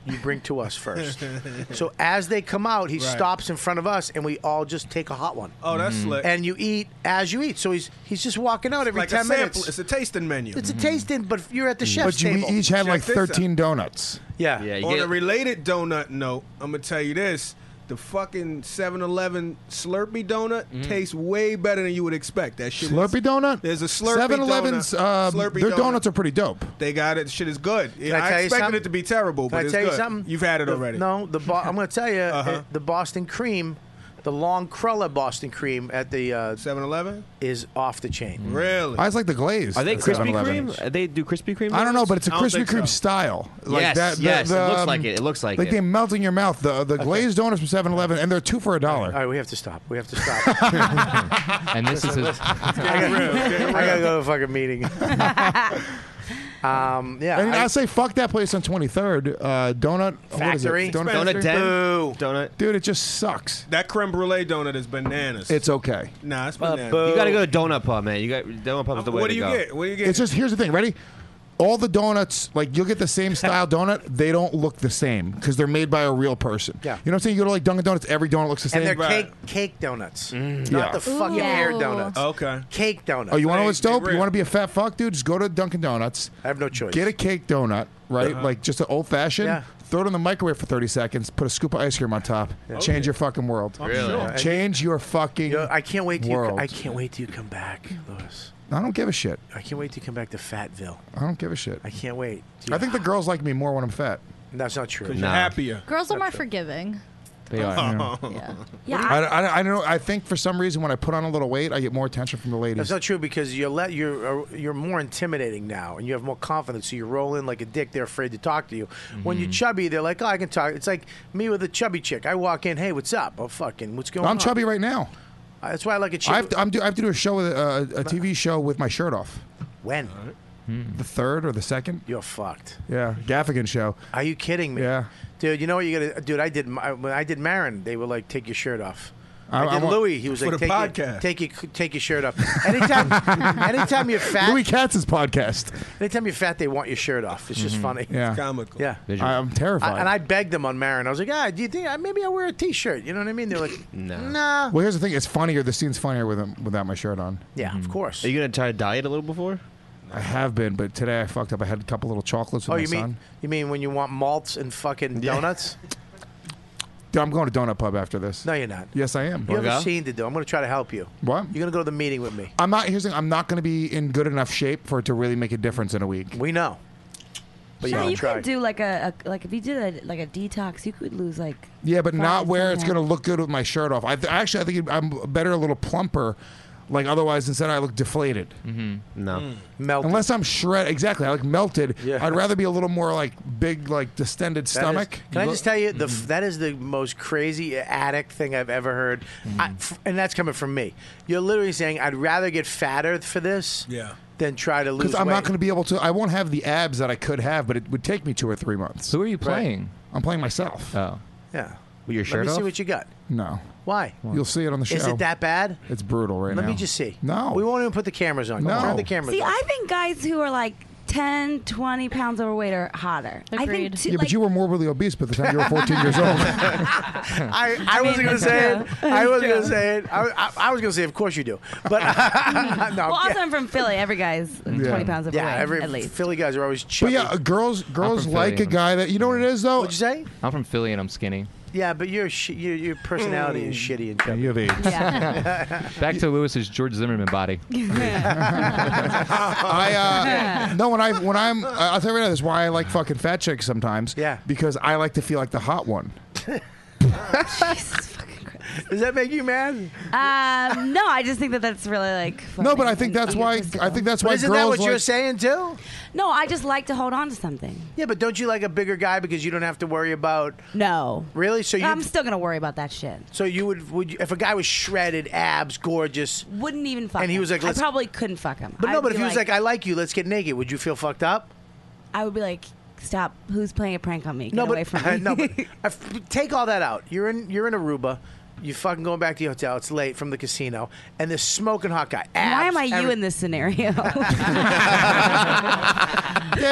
Speaker 2: you bring to us first. so as they come out, he
Speaker 12: Right.
Speaker 2: stops in front of us, and we all just take a hot one.
Speaker 12: Oh, that's
Speaker 7: Mm-hmm.
Speaker 12: Mhm. slick.
Speaker 2: And you eat as you eat. So he's he's just walking out every
Speaker 12: like
Speaker 2: ten
Speaker 12: a sample.
Speaker 2: minutes.
Speaker 12: It's a tasting menu. Mm-hmm.
Speaker 2: It's a tasting, but you're at the chef's
Speaker 7: Mm. But you
Speaker 2: table.
Speaker 7: each
Speaker 12: Check
Speaker 7: had like
Speaker 12: this out.
Speaker 7: thirteen donuts.
Speaker 2: Yeah.
Speaker 13: Yeah.
Speaker 12: On a related donut note, I'm gonna tell you this: the fucking 7-Eleven Slurpee donut tastes way better than you would expect. That shit.
Speaker 7: Slurpee donut.
Speaker 12: There's a Slurpee
Speaker 7: 7-Eleven's,
Speaker 12: donut.
Speaker 7: uh,
Speaker 12: Slurpee
Speaker 7: their
Speaker 12: donut.
Speaker 7: donuts are pretty dope.
Speaker 12: They got it. Shit is good.
Speaker 2: Can I
Speaker 12: I,
Speaker 2: tell you
Speaker 12: expected
Speaker 2: something?
Speaker 12: it to be terrible, but
Speaker 2: Can I
Speaker 12: it's
Speaker 2: tell
Speaker 12: good.
Speaker 2: you something?
Speaker 12: You've had it
Speaker 2: The-
Speaker 12: already.
Speaker 2: No, the bo- I'm going to tell you, uh the Boston cream, the long Crulla Boston cream at the uh,
Speaker 12: 7-Eleven
Speaker 2: is off the
Speaker 7: Mm.
Speaker 2: chain.
Speaker 12: Really?
Speaker 7: I just like the glaze.
Speaker 13: Are they
Speaker 7: at
Speaker 13: Krispy
Speaker 7: 7-Eleven.
Speaker 13: Kreme? Are they do Krispy Kreme?
Speaker 7: I don't know,
Speaker 13: donuts?
Speaker 7: but it's a Krispy Kreme style.
Speaker 13: Yes,
Speaker 7: the-
Speaker 13: yes, it
Speaker 7: the,
Speaker 13: looks like
Speaker 7: um,
Speaker 13: it, it looks like
Speaker 7: like
Speaker 13: it.
Speaker 7: they melt in your mouth. The the glazed donuts from 7-Eleven, and they're two for a dollar.
Speaker 2: All right, we have to stop. We have to stop.
Speaker 9: and this is his.
Speaker 2: I gotta- I gotta go to a fucking meeting. um, yeah,
Speaker 7: And I,
Speaker 2: I-
Speaker 7: say fuck that place on 23rd. Uh, donut what is it?
Speaker 2: Factory?
Speaker 12: Donut
Speaker 7: Donut, Factory?
Speaker 12: Den? Boo.
Speaker 13: Donut.
Speaker 7: Dude, it just sucks.
Speaker 12: That creme brulee donut is bananas.
Speaker 7: It's okay.
Speaker 12: Nah, it's
Speaker 13: Uh,
Speaker 12: bananas.
Speaker 13: you got to go to donut pub, man. You got donut pub is the way
Speaker 7: Uh,
Speaker 12: What
Speaker 13: to
Speaker 12: do you
Speaker 13: go.
Speaker 12: get? What do you get?
Speaker 7: It's just here's the thing. Ready? all the donuts, like you'll get the same style donut, they don't look the same because they're made by a real person. Yeah. You know what I'm saying? You go to like Dunkin' Donuts, every donut looks the same.
Speaker 2: And they're cake cake donuts,
Speaker 13: Mm.
Speaker 7: Yeah.
Speaker 2: not the fucking
Speaker 7: Ooh.
Speaker 2: air donuts. Okay, cake donuts.
Speaker 7: Oh, you want to know what's dope? You
Speaker 2: real.
Speaker 7: want to be a fat fuck, dude? Just go to Dunkin' Donuts. I
Speaker 2: have no choice.
Speaker 7: Get a cake donut, right?
Speaker 2: Uh-huh.
Speaker 7: Like just an old fashioned.
Speaker 2: Yeah.
Speaker 7: Throw it in the microwave for 30 seconds. Put a scoop of ice cream on top.
Speaker 2: Yeah.
Speaker 7: Change your fucking world.
Speaker 2: I'm Really? sure.
Speaker 7: Change your fucking.
Speaker 2: I can't wait. Till you,
Speaker 7: world.
Speaker 2: I can't wait till you come back, Lewis.
Speaker 7: I don't give a shit.
Speaker 2: I can't wait till you come back to Fatville.
Speaker 7: I don't give a shit.
Speaker 2: I can't wait.
Speaker 7: I think the girls like me more when I'm fat.
Speaker 2: That's not true.
Speaker 7: 'Cause you're Nah. happier.
Speaker 10: Girls are more forgiving.
Speaker 7: They are.
Speaker 10: Yeah.
Speaker 8: Yeah.
Speaker 7: I, I, I don't know. I think for some reason when I put on a little weight, I get more attention from the
Speaker 2: That's
Speaker 7: ladies.
Speaker 2: not true because you're let you're uh, you're more intimidating now, and you have more confidence. So you roll in like a dick. They're afraid to talk to you. When
Speaker 7: Mm-hmm.
Speaker 2: you're chubby, they're like, "Oh, I can talk." It's like me with a chubby chick. I walk in, "Hey, what's up? Oh, fucking, what's going on?"
Speaker 7: I'm chubby right now.
Speaker 2: Uh, That's why I like a chick.
Speaker 7: I have, to, I'm do, I have to do a show with uh, a TV show with my shirt off.
Speaker 2: when?
Speaker 7: The third or the second?
Speaker 2: You're fucked.
Speaker 7: Yeah, Gaffigan show.
Speaker 2: Are you kidding me?
Speaker 7: Yeah.
Speaker 2: Dude, you know what you gotta, dude. I did my- when I did Marin, they were like, "Take your shirt off."
Speaker 7: I-
Speaker 2: I,
Speaker 7: I
Speaker 2: did
Speaker 7: want-
Speaker 2: Louis. He was
Speaker 7: For
Speaker 2: like,
Speaker 7: the
Speaker 2: take, Your,
Speaker 7: podcast.
Speaker 2: "Take your take your shirt off." Anytime, anytime you're fat,
Speaker 7: Louis Katz's podcast.
Speaker 2: anytime you're fat, they want your shirt off. It's just
Speaker 7: Mhm.
Speaker 2: funny.
Speaker 7: Yeah. It's
Speaker 2: comical. Yeah,
Speaker 7: I'm terrified.
Speaker 2: I- and I begged them on Marin. I was like, "Ah, do you think I, maybe I wear a t-shirt?" You know what I mean? They're like, "No."
Speaker 7: Well, here's the thing. It's funnier. The scene's funnier with without my shirt on.
Speaker 2: Yeah, of course.
Speaker 7: Mm-hmm. Are you gonna try to diet a little before? I have been, but today I fucked up. I had a couple little chocolates with
Speaker 2: Oh,
Speaker 7: my
Speaker 2: you mean
Speaker 7: son.
Speaker 2: you mean when you want malts and fucking donuts?
Speaker 7: Dude, I'm going to donut pub after this.
Speaker 2: No, you're not.
Speaker 7: Yes, I am.
Speaker 2: You have a scene to do. I'm going to try to help you.
Speaker 7: What?
Speaker 2: You're going to go to the meeting with me.
Speaker 7: I'm not. Here's the thing. I'm not going to be in good enough shape for it to really make a difference in a week.
Speaker 2: We know.
Speaker 7: But
Speaker 8: no,
Speaker 7: yeah.
Speaker 8: you
Speaker 7: Try.
Speaker 8: could do like a, a like if you did a like a detox, you could lose like
Speaker 7: Yeah, but not
Speaker 8: Fries,
Speaker 7: where it's
Speaker 8: yeah.
Speaker 7: going to look good with my shirt off. I th- actually I think I'm better a little plumper. Like otherwise, instead I look deflated. Mm-hmm.
Speaker 13: No.
Speaker 2: Mm. Melted.
Speaker 7: Unless I'm shred. Exactly. I look melted.
Speaker 2: Yeah.
Speaker 7: I'd rather be a little more like big, like distended
Speaker 2: That is-
Speaker 7: stomach. Mm-hmm.
Speaker 2: can I just tell you, the, f that is the most crazy addict thing I've ever heard,
Speaker 7: Mm.
Speaker 2: I f and that's coming from me. You're literally saying, "I'd rather get fatter for this,
Speaker 12: Yeah.
Speaker 2: than try to lose
Speaker 7: Because I'm
Speaker 2: weight."
Speaker 7: not going to be able to. I won't have the abs that I could have, but it would take me two or three months. Who
Speaker 9: are you playing?
Speaker 7: I'm playing myself.
Speaker 9: Oh.
Speaker 2: yeah.
Speaker 7: With your
Speaker 2: Let
Speaker 7: shirt
Speaker 2: me see
Speaker 7: off?
Speaker 2: what you got.
Speaker 7: No.
Speaker 2: Why?
Speaker 7: You'll see it on the show.
Speaker 2: Is it that bad?
Speaker 7: It's brutal right
Speaker 2: Let
Speaker 7: now.
Speaker 2: me just see.
Speaker 7: No.
Speaker 2: we won't even put the cameras on.
Speaker 7: No.
Speaker 2: Turn the cameras.
Speaker 8: See,
Speaker 2: off.
Speaker 8: I think guys who are like 10, 20 pounds overweight are hotter. I think too,
Speaker 7: yeah,
Speaker 8: like,
Speaker 7: but you were morbidly obese by the time you were 14 years old.
Speaker 2: I, I, wasn't gonna say it. I wasn't gonna say it. I, I, I was gonna say, of course you do. But no,
Speaker 8: well, also I'm from Philly. Every guy's like,
Speaker 7: Yeah.
Speaker 8: twenty pounds overweight
Speaker 2: yeah, every
Speaker 8: at least.
Speaker 2: Philly guys are always
Speaker 7: But
Speaker 2: chubby.
Speaker 7: yeah, uh, girls girls
Speaker 9: from
Speaker 7: like
Speaker 9: Philly.
Speaker 7: a guy that you know what it is though.
Speaker 2: What'd you say?
Speaker 9: I'm from Philly and I'm skinny.
Speaker 2: Yeah, but your sh- your, your personality
Speaker 7: Mm.
Speaker 2: is shitty and chubby.
Speaker 7: You have AIDS.
Speaker 9: Back to Lewis's George Zimmerman body.
Speaker 7: I uh, no when I when I'm I- I'll tell you right now. That's why I like fucking fat chicks sometimes. Yeah. Because I like to feel like the hot one.
Speaker 2: Does that make you mad?
Speaker 8: Um, no, I just think that that's really like.
Speaker 7: No, but I think that's why I think that's
Speaker 2: But
Speaker 7: why
Speaker 2: isn't
Speaker 7: girls
Speaker 2: that what
Speaker 7: like,
Speaker 2: you're saying too?
Speaker 8: No, I just like to hold on to something.
Speaker 2: Yeah, but don't you like a bigger guy because you don't have to worry about?
Speaker 8: No.
Speaker 2: Really? So you?
Speaker 8: I'm still gonna worry about that shit.
Speaker 2: so you would would you, if a guy was shredded, abs, gorgeous.
Speaker 8: Wouldn't even fuck.
Speaker 2: And he
Speaker 8: him.
Speaker 2: was like,
Speaker 8: I
Speaker 2: let's-
Speaker 8: probably couldn't fuck him.
Speaker 2: But no,
Speaker 8: I'd
Speaker 2: but
Speaker 8: be
Speaker 2: if he was like, "I like you, let's get naked," would you feel fucked up?
Speaker 8: I would be like, stop. Who's playing a prank on me? Get
Speaker 2: no, but
Speaker 8: away from me.
Speaker 2: no, but I f- take all that out. You're in you're in Aruba. You fucking going back to your hotel. It's late from the casino, and this smoking hot guy.
Speaker 8: Why am I
Speaker 2: abs,
Speaker 8: you
Speaker 2: every-
Speaker 8: in this scenario?
Speaker 7: yeah,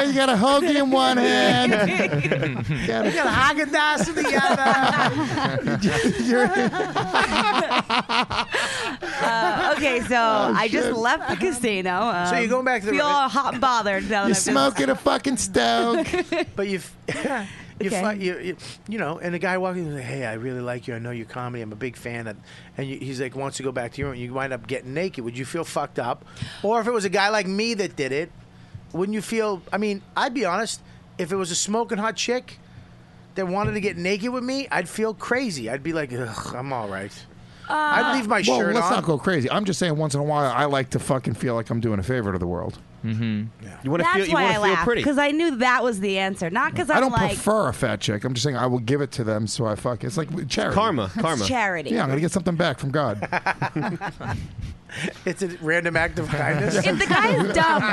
Speaker 7: you got a hoagie in one hand. you got
Speaker 2: You got Haagen Dazs in the other.
Speaker 8: Uh, okay, so I just left the casino. Um,
Speaker 2: Oh, So you're going back to the-
Speaker 8: feel all hot and bothered. Now that
Speaker 7: You're
Speaker 8: I've been-
Speaker 7: smoking a fucking stoke.
Speaker 2: But you've. You, fi- you, you, you know, and the guy walking, he's like, "Hey, I really like you. I know your comedy. I'm a big fan." Of, and you, he's like, "Wants to go back to your room." You wind up getting naked. Would you feel fucked up? Or if it was a guy like me that did it, wouldn't you feel? I mean, I'd be honest. If it was a smoking hot chick that wanted to get naked with me, I'd feel crazy. I'd be like, Ugh, "I'm all right."
Speaker 8: Uh,
Speaker 2: I'd leave my
Speaker 7: well,
Speaker 2: shirt
Speaker 7: let's
Speaker 2: on.
Speaker 7: not go crazy. I'm just saying, once in a while, I like to fucking feel like I'm doing a favor to the world. Mm-hmm. You
Speaker 8: That's why I laughed because I knew that was the answer. Not because I'm
Speaker 7: I don't
Speaker 8: like
Speaker 7: prefer a fat chick. I'm just saying I will give it to them, so I fuck. It's like charity.
Speaker 8: Karma, It's karma. charity.
Speaker 7: Yeah, I'm gonna get something back from God.
Speaker 2: It's a random act of kindness.
Speaker 8: If the guy is dumb,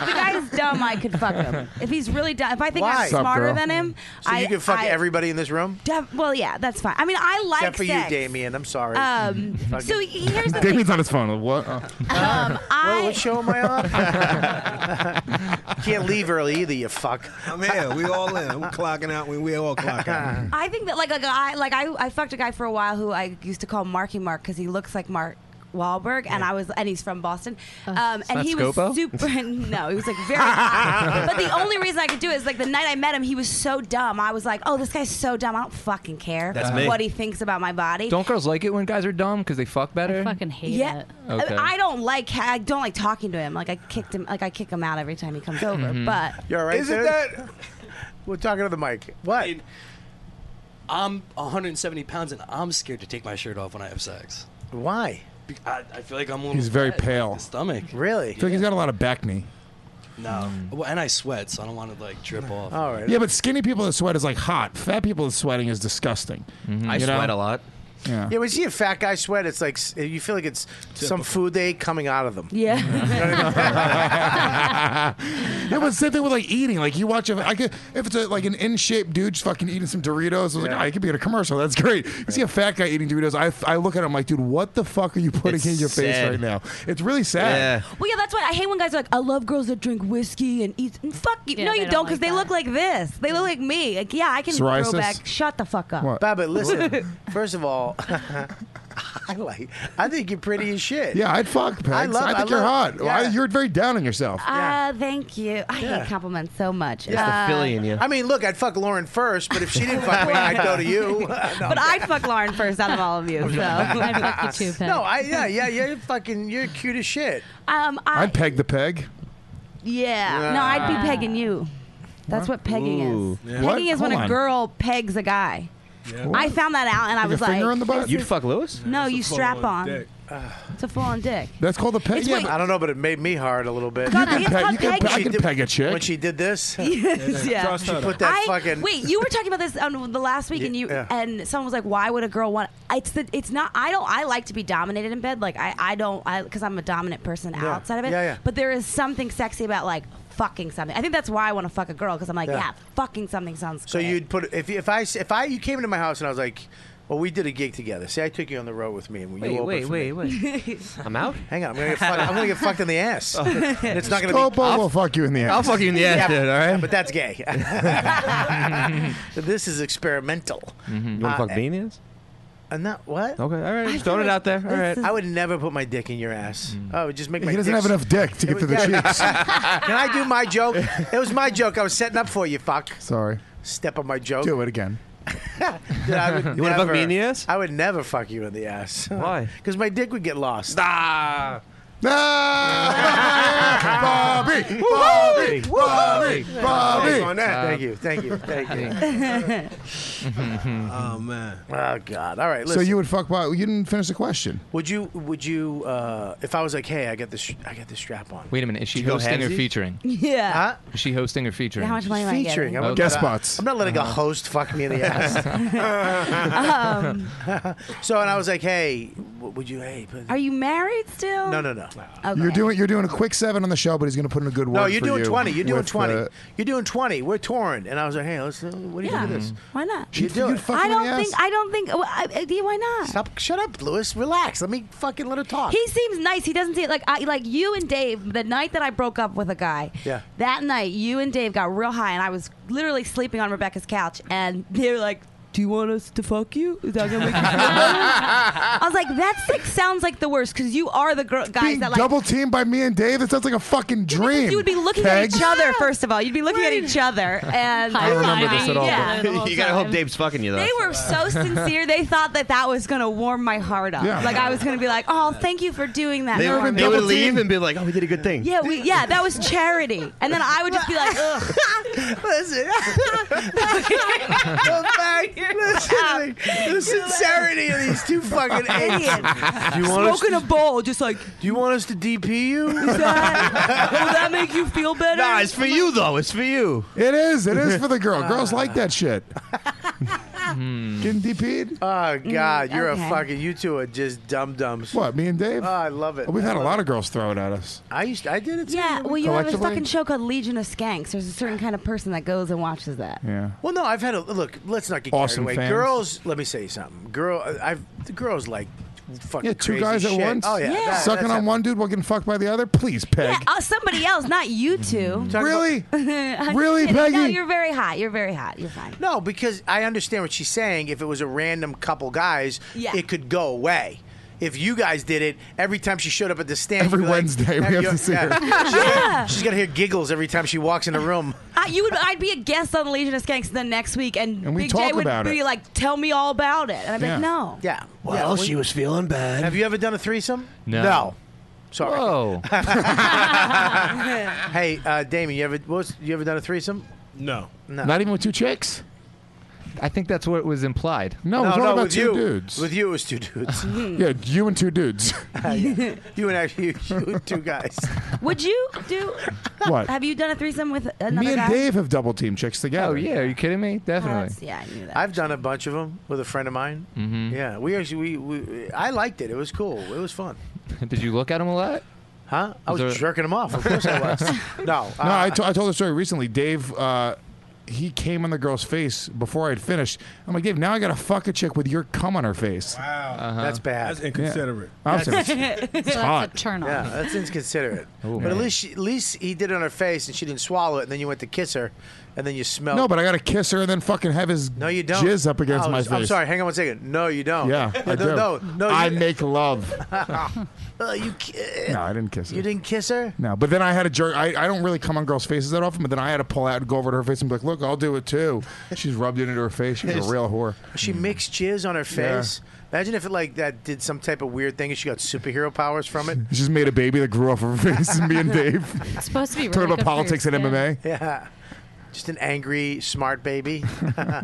Speaker 8: if the guy is dumb, I could fuck him. If he's really dumb, if I think
Speaker 2: Why?
Speaker 8: I'm
Speaker 2: Sup,
Speaker 8: smarter
Speaker 2: girl?
Speaker 8: than him,
Speaker 2: So
Speaker 8: I
Speaker 2: you can fuck
Speaker 8: I-
Speaker 2: everybody in this room?
Speaker 8: def- well, yeah, that's fine. I mean, I like
Speaker 2: Except for you,
Speaker 8: sex.
Speaker 2: Damien. I'm sorry.
Speaker 8: Um,
Speaker 2: Fucking-
Speaker 8: so here's the
Speaker 7: Damien's on his phone. What? Uh,
Speaker 8: Um, I
Speaker 2: what show am I on? Can't leave early either, you fuck.
Speaker 12: I'm here. We all in. I'm clocking out when we all clock out.
Speaker 8: I think that like a guy like I I fucked a guy for a while who I used to call Marky Mark because he looks like Mark. Wahlberg and I was and he's from Boston, um, and
Speaker 13: not
Speaker 8: he
Speaker 13: Scopo?
Speaker 8: was super. No, he was like very. high. but the only reason I could do it is like the night I met him, he was so dumb. I was like, oh, this guy's so dumb. I don't fucking care
Speaker 9: That's me.
Speaker 8: what he thinks about my body.
Speaker 9: Don't girls like it when guys are dumb because they fuck better? I fucking
Speaker 8: hate yeah,
Speaker 9: Okay.
Speaker 8: I don't like. I don't like talking to him. Like I kicked him. Like I kick him out every time he comes over.
Speaker 9: Mhm.
Speaker 8: But
Speaker 2: You all right
Speaker 8: Isn't
Speaker 2: there?
Speaker 8: that-
Speaker 2: We're talking to the mic. What?
Speaker 14: I'm 170 pounds and I'm scared to take my shirt off when I have sex.
Speaker 2: Why?
Speaker 14: I, I feel like I'm a little.
Speaker 7: he's very
Speaker 14: fat.
Speaker 7: pale.
Speaker 14: Stomach.
Speaker 2: Really?
Speaker 7: I feel like he's got a lot of back knee.
Speaker 14: No. Well, and I sweat, so I don't want to like drip off.
Speaker 2: All right.
Speaker 7: Yeah, but skinny people that sweat is like hot. Fat people that sweating is disgusting.
Speaker 13: I
Speaker 7: You know?
Speaker 13: sweat a lot.
Speaker 7: Yeah.
Speaker 2: Yeah, when you see a fat guy sweat, it's like s- you feel like it's some food they ate coming out of them.
Speaker 8: Yeah.
Speaker 7: yeah, but same thing with like eating. Like you watch, a, I could, if it's a, like an in shape dude just fucking eating some Doritos, I was like,
Speaker 2: Yeah.
Speaker 7: I could be in a commercial. That's great. You see a fat guy eating Doritos, I, I look at him like, dude, what the fuck are you putting
Speaker 13: It's
Speaker 7: in your face
Speaker 13: sad.
Speaker 7: right now? It's really sad.
Speaker 8: Well, yeah, that's why I hate when guys are like, I love girls that drink whiskey and eat. And fuck you.
Speaker 10: Yeah,
Speaker 8: no,
Speaker 10: they
Speaker 8: you
Speaker 10: don't
Speaker 8: don't, because
Speaker 10: like
Speaker 8: they look like this. They look like me. Like, yeah, I can
Speaker 2: Psoriasis?
Speaker 8: throw back. Shut the fuck up.
Speaker 2: Bob, but listen. first of all, I like. I think you're pretty as shit.
Speaker 7: Yeah, I'd fuck, Pegs. I,
Speaker 2: I love.
Speaker 7: think you're
Speaker 2: love-
Speaker 7: hot. Why-
Speaker 2: yeah.
Speaker 7: You're very down on yourself.
Speaker 8: Uh, thank you. I
Speaker 2: Yeah.
Speaker 8: hate compliments so much. Uh,
Speaker 2: I mean, look, I'd fuck Lauren first, but if she didn't fuck me, I'd go to you.
Speaker 8: but I'd fuck Lauren first out of all of you. So
Speaker 2: No, I yeah yeah yeah. You're fucking. You're cute as shit.
Speaker 8: Um, I
Speaker 7: I'd peg the peg.
Speaker 8: yeah. No, I'd
Speaker 2: Ah.
Speaker 8: be pegging you. That's what pegging
Speaker 7: Ooh.
Speaker 8: is.
Speaker 7: Yeah. What?
Speaker 8: Pegging is when
Speaker 7: Hold
Speaker 8: a
Speaker 7: on.
Speaker 8: girl pegs a guy.
Speaker 7: What?
Speaker 8: I found that out, and I
Speaker 7: With
Speaker 8: was
Speaker 7: a
Speaker 8: like,
Speaker 7: finger on the butt?
Speaker 8: this
Speaker 7: You'd
Speaker 8: is-
Speaker 7: fuck Lewis?
Speaker 8: No,
Speaker 7: That's a
Speaker 8: you strap
Speaker 7: full-on
Speaker 8: on.
Speaker 7: dick.
Speaker 2: Uh,
Speaker 8: It's a full-on dick.
Speaker 7: That's called a peg.
Speaker 8: It's Yeah, what-
Speaker 2: I don't know, but it made me hard a little bit.
Speaker 8: You can It's pe- called you can pe-
Speaker 7: I can peg a chick.
Speaker 2: When she did this,
Speaker 8: Yes, yeah.
Speaker 2: she put that
Speaker 8: I-
Speaker 2: fucking.
Speaker 8: Wait, you were talking about this on the last week, and you
Speaker 2: Yeah.
Speaker 8: and someone was like, "Why would a girl want?" It's the it's not. I don't. I like to be dominated in bed. Like I I don't. I because I'm a dominant person
Speaker 2: Yeah.
Speaker 8: outside of it.
Speaker 2: Yeah, yeah.
Speaker 8: But there is something sexy about like fucking something. I think that's why I want to fuck a girl because I'm like,
Speaker 2: Yeah.
Speaker 8: yeah. fucking something sounds.
Speaker 2: So you'd put if if I if I you came into my house and I was like, well, we did a gig together. Say I took you on the road with me and you
Speaker 13: Wait,
Speaker 2: opened
Speaker 13: wait,
Speaker 2: for me.
Speaker 13: wait, I'm out.
Speaker 2: Hang on, I'm gonna get fucked, I'm gonna get fucked in the ass.
Speaker 13: Oh.
Speaker 2: And it's not gonna
Speaker 7: Scopo
Speaker 2: be.
Speaker 7: will fuck you in the ass.
Speaker 13: I'll fuck you in the ass,
Speaker 2: Yeah,
Speaker 13: dude. All right.
Speaker 2: but that's gay. this is experimental.
Speaker 7: Mm-hmm.
Speaker 13: You want
Speaker 2: Uh,
Speaker 13: to fuck me in the ass?
Speaker 2: And that what?
Speaker 13: Okay, all right. Just throwing it out there. All right.
Speaker 2: I would never put my dick in your ass. Oh, it would just make my
Speaker 7: Mm. He doesn't
Speaker 2: dick
Speaker 7: have enough dick to
Speaker 2: It
Speaker 7: get to
Speaker 2: was-
Speaker 7: the
Speaker 2: yeah.
Speaker 7: cheeks.
Speaker 2: Can I do my joke? It was my joke. I was setting up for you, fuck.
Speaker 7: Sorry.
Speaker 2: Step on my joke.
Speaker 7: Do it again.
Speaker 2: Dude, I would
Speaker 13: You wanna fuck me in
Speaker 2: the ass? I would never fuck you in the ass. Why? Because my dick would get lost.
Speaker 13: Ah.
Speaker 7: Bobby, Bobby, Bobby, Bobby.
Speaker 2: On that. Thank you, thank you, thank you.
Speaker 12: Oh man.
Speaker 2: Oh God! All right.
Speaker 7: So
Speaker 2: listen.
Speaker 7: you would fuck Bobby. You didn't finish the question.
Speaker 2: would you would you uh, if I was like, hey, I got this I got this strap on.
Speaker 9: Wait a minute. Is she
Speaker 2: You go
Speaker 9: hosting or
Speaker 2: hamsy?
Speaker 9: featuring?
Speaker 8: Yeah.
Speaker 9: Is she hosting or featuring?
Speaker 8: How much money am I getting?
Speaker 2: Featuring.
Speaker 9: Okay.
Speaker 2: not
Speaker 9: Guest
Speaker 2: gonna-
Speaker 9: bots.
Speaker 2: I'm not letting a
Speaker 9: Uh-huh.
Speaker 2: host fuck me in the ass.
Speaker 8: Um,
Speaker 2: so and I was like, hey, w- would you? Hey, put-
Speaker 8: Are you married still?
Speaker 2: no, no, no.
Speaker 8: Okay.
Speaker 7: You're doing you're doing a quick seven on the show, but he's going to put in a good word.
Speaker 2: No, you're
Speaker 7: for
Speaker 2: doing
Speaker 7: you
Speaker 2: 20. You're doing
Speaker 7: with,
Speaker 2: 20.
Speaker 7: uh,
Speaker 2: you're doing 20. We're touring. And I was like, hey, let's, uh, what do you
Speaker 8: Yeah.
Speaker 2: do with
Speaker 9: Mm-hmm.
Speaker 2: this?
Speaker 8: Why not?
Speaker 2: You do it.
Speaker 8: I don't think. I don't think. well, I, I- why not?
Speaker 2: Stop. Shut up, Lewis. Relax. Let me fucking let her talk.
Speaker 8: He seems nice. He doesn't see it like I like you and Dave. The night that I broke up with a guy,
Speaker 2: Yeah.
Speaker 8: that night you and Dave got real high, and I was literally sleeping on Rebecca's couch, and they were like. Do you want us to fuck you? Is that gonna make you feel better?" I was like, that like, sounds like the worst because you are the girl, guys
Speaker 7: being
Speaker 8: that like
Speaker 7: double teamed by me and Dave. That sounds like a fucking dream.
Speaker 8: you would be looking
Speaker 7: Pegs.
Speaker 8: at each other first of all. You'd be looking at each other, and
Speaker 13: I don't remember this at all.
Speaker 8: Yeah.
Speaker 13: you gotta hope Dave's fucking you though.
Speaker 8: They were so sincere. They thought that that was gonna warm my heart up.
Speaker 13: Yeah.
Speaker 8: Like I was gonna be like, "Oh, thank you for doing that."
Speaker 13: They,
Speaker 8: for
Speaker 13: would-
Speaker 8: me."
Speaker 13: they would leave and be like, "Oh, we did a good thing."
Speaker 8: Yeah, we yeah, that was charity. And then I would just be like, ugh.
Speaker 2: Listen. the fact, listen to the, the sincerity of these two fucking idiots.
Speaker 8: Do you want us Smoking
Speaker 2: a bowl, just like. Do you want us to DP you? Is
Speaker 8: that, will that make you feel better?
Speaker 13: Nah, it's for you though. It's for you.
Speaker 7: It is. It is for the girl. Girls like that shit. Getting DP'd?
Speaker 2: Oh
Speaker 8: Mm,
Speaker 2: God, you're
Speaker 7: okay.
Speaker 2: a fucking. You two are just dum dums.
Speaker 7: What, me and Dave?
Speaker 2: Oh, I love it.
Speaker 7: We've
Speaker 2: man.
Speaker 7: had a
Speaker 2: I love
Speaker 7: lot
Speaker 2: it.
Speaker 7: of girls throw it at us.
Speaker 2: I used. I did it. Too.
Speaker 8: Yeah, well, you have a
Speaker 7: Collectively?
Speaker 8: fucking show called Legion of Skanks. There's a certain kind of person that goes and watches that.
Speaker 7: Yeah.
Speaker 2: Well, no, I've had a look. Let's not get
Speaker 7: Awesome
Speaker 2: carried away.
Speaker 7: fans.
Speaker 2: Girls, let me say something. Girl, uh, I've the girls like fucking
Speaker 7: Yeah, two
Speaker 2: crazy
Speaker 7: guys at
Speaker 2: shit.
Speaker 7: once.
Speaker 2: Oh yeah, that-
Speaker 7: sucking
Speaker 2: that's
Speaker 7: on one dude while getting fucked by the other. Please, Peg.
Speaker 8: Yeah, uh, somebody else, not you two.
Speaker 7: Really?
Speaker 8: I'm
Speaker 7: Really,
Speaker 8: kidding. No,
Speaker 7: Peggy?
Speaker 8: you're very hot. You're very hot. You're fine.
Speaker 2: No, because I understand what she's saying. If it was a random couple guys,
Speaker 8: Yeah.
Speaker 2: it could go away. If you guys did it every time she showed up at the stand,
Speaker 7: Every
Speaker 2: you'd be like,
Speaker 7: Wednesday, we
Speaker 2: "Hey,
Speaker 7: have
Speaker 2: yo-
Speaker 7: to see her."
Speaker 2: She's gonna-
Speaker 8: Yeah.
Speaker 2: she's gonna hear giggles every time she walks in the room.
Speaker 8: I, Uh, you would, I'd be a guest on Legion of Skanks the next week, and,
Speaker 2: And we
Speaker 8: Big J
Speaker 2: talk
Speaker 8: would
Speaker 2: about
Speaker 8: be
Speaker 2: it.
Speaker 8: like, "Tell me all about it," and I'd be like,
Speaker 2: Yeah.
Speaker 8: "No."
Speaker 2: Yeah.
Speaker 8: Well, she
Speaker 2: was feeling bad. Have you ever done a threesome?
Speaker 9: No.
Speaker 2: Sorry.
Speaker 9: Whoa.
Speaker 2: hey, uh, Damon, you ever what was, you ever done a threesome? No. No.
Speaker 9: Not even with two chicks? I think that's what was implied.
Speaker 2: no,
Speaker 7: all
Speaker 2: no,
Speaker 7: about
Speaker 2: with
Speaker 7: two
Speaker 2: you.
Speaker 7: dudes.
Speaker 2: With you, it was two dudes.
Speaker 7: Yeah, you and two dudes.
Speaker 2: Yeah, yeah. You and actually you, you and two guys.
Speaker 8: Would you do?
Speaker 7: What?
Speaker 8: Have you done a threesome with another
Speaker 7: Me and
Speaker 8: guy?
Speaker 7: Dave have double team chicks together.
Speaker 2: Oh, yeah,
Speaker 9: are you kidding me?
Speaker 8: Definitely. yeah, I knew that.
Speaker 2: I've done a bunch of them with a friend of mine. Mm-hmm. Yeah, we actually we, we I liked it. It was cool. It was fun.
Speaker 9: Did you look at him a lot?
Speaker 2: Huh? I was Ah.
Speaker 7: Was there-
Speaker 2: jerking them off. Of course I was. no,
Speaker 7: No, I, t- I told a story recently. Dave, uh, he came on the girl's face before I had finished. I'm like, Dave, now I got to fuck a chick with your cum on her face.
Speaker 12: Wow.
Speaker 2: That's bad.
Speaker 12: That's inconsiderate.
Speaker 7: Yeah. I'm sorry.
Speaker 10: that's
Speaker 7: hot. Oh,
Speaker 10: a turn
Speaker 2: Yeah,
Speaker 10: off.
Speaker 2: that's inconsiderate. but at
Speaker 7: man.
Speaker 2: least, she, at least he did it on her face, and she didn't swallow it. And then you went to kiss her, and then you smelled.
Speaker 7: No, but I got to kiss her and then fucking have his
Speaker 2: no, you don't.
Speaker 7: jizz up against
Speaker 2: Oh,
Speaker 7: my face.
Speaker 2: I'm sorry. Hang on one second. No, you don't.
Speaker 7: Yeah,
Speaker 2: no,
Speaker 7: I do.
Speaker 2: no, no.
Speaker 7: I
Speaker 2: you,
Speaker 7: make love.
Speaker 2: Oh, you, ki-
Speaker 7: No, I didn't kiss her.
Speaker 2: you didn't kiss her.
Speaker 7: No, but then I had a jerk. I, I don't really come on girls' faces that often, but then I had to pull out and go over to her face and be like, "Look, I'll do it too." She's rubbed it into her face. She's a real whore.
Speaker 2: She mixed jizz on her
Speaker 7: Mm. Yeah.
Speaker 2: face. Imagine if it like that did some type of weird thing, and she got superhero powers from it.
Speaker 7: She's made a baby that grew off her face. and Me and Dave.
Speaker 10: It's supposed to be really
Speaker 7: Talking about
Speaker 10: good for your
Speaker 7: politics and
Speaker 10: skin.
Speaker 7: MMA.
Speaker 2: Yeah, just an angry smart baby. All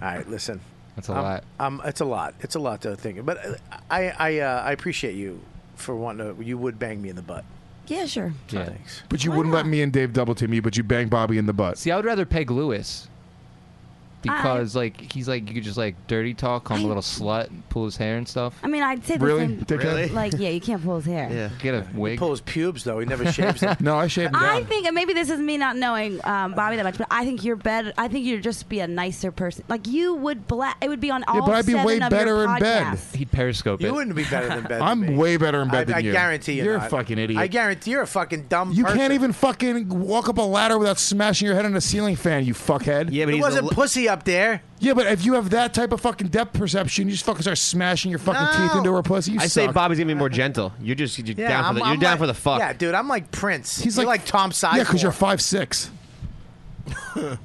Speaker 2: right, listen.
Speaker 9: That's a
Speaker 2: Um,
Speaker 9: lot.
Speaker 2: Um, it's a lot. It's a lot to think. But uh, I, I, uh, I appreciate you for wanting to. You would bang me in the butt.
Speaker 8: Yeah, sure.
Speaker 9: Yeah.
Speaker 7: But you wouldn't let me and Dave double team you, but you bang Bobby in the butt.
Speaker 9: See, I would rather peg Lewis because, like, he's like, you could just, like, dirty talk, call him a little slut, and pull his hair and stuff.
Speaker 8: I mean, I'd say the
Speaker 9: Really?
Speaker 8: same.
Speaker 9: Dickhead? Really?
Speaker 8: Like, yeah, you can't pull his hair.
Speaker 9: Get a wig. He
Speaker 2: pulls pubes, though. He never shaves them.
Speaker 7: no, I shaved him
Speaker 8: I
Speaker 7: down.
Speaker 8: think, and maybe this is me not knowing um, Bobby that much, but I think you're better. I think you'd just be a nicer person. Like you would, bla- it would be on all.
Speaker 7: Yeah, but I'd be
Speaker 8: seven
Speaker 7: way
Speaker 8: of
Speaker 7: better
Speaker 8: your
Speaker 7: in bed.
Speaker 8: podcasts.
Speaker 9: He'd periscope
Speaker 2: You
Speaker 9: it.
Speaker 2: wouldn't be better than bed.
Speaker 7: I'm way better in bed
Speaker 2: I,
Speaker 7: than
Speaker 2: I
Speaker 7: you.
Speaker 2: guarantee you.
Speaker 7: You're a
Speaker 2: not.
Speaker 7: fucking idiot.
Speaker 2: I guarantee you're a fucking dumb.
Speaker 7: you
Speaker 2: person.
Speaker 7: can't even fucking walk up a ladder without smashing your head on a ceiling fan, you fuckhead. Yeah,
Speaker 2: but It he's a wasn't li- pussy up there.
Speaker 7: Yeah, but if you have that type of fucking depth perception, you just fucking start smashing your fucking
Speaker 2: No.
Speaker 7: teeth into her pussy. You
Speaker 13: I
Speaker 7: suck.
Speaker 13: say Bobby's gonna be more gentle. You're just you're down for the you're down
Speaker 2: like-
Speaker 13: for the fuck.
Speaker 2: Yeah, dude, I'm like Prince.
Speaker 7: He's
Speaker 2: You're
Speaker 7: like-
Speaker 2: like, Tom Sizemore.
Speaker 7: Yeah, because you're five six.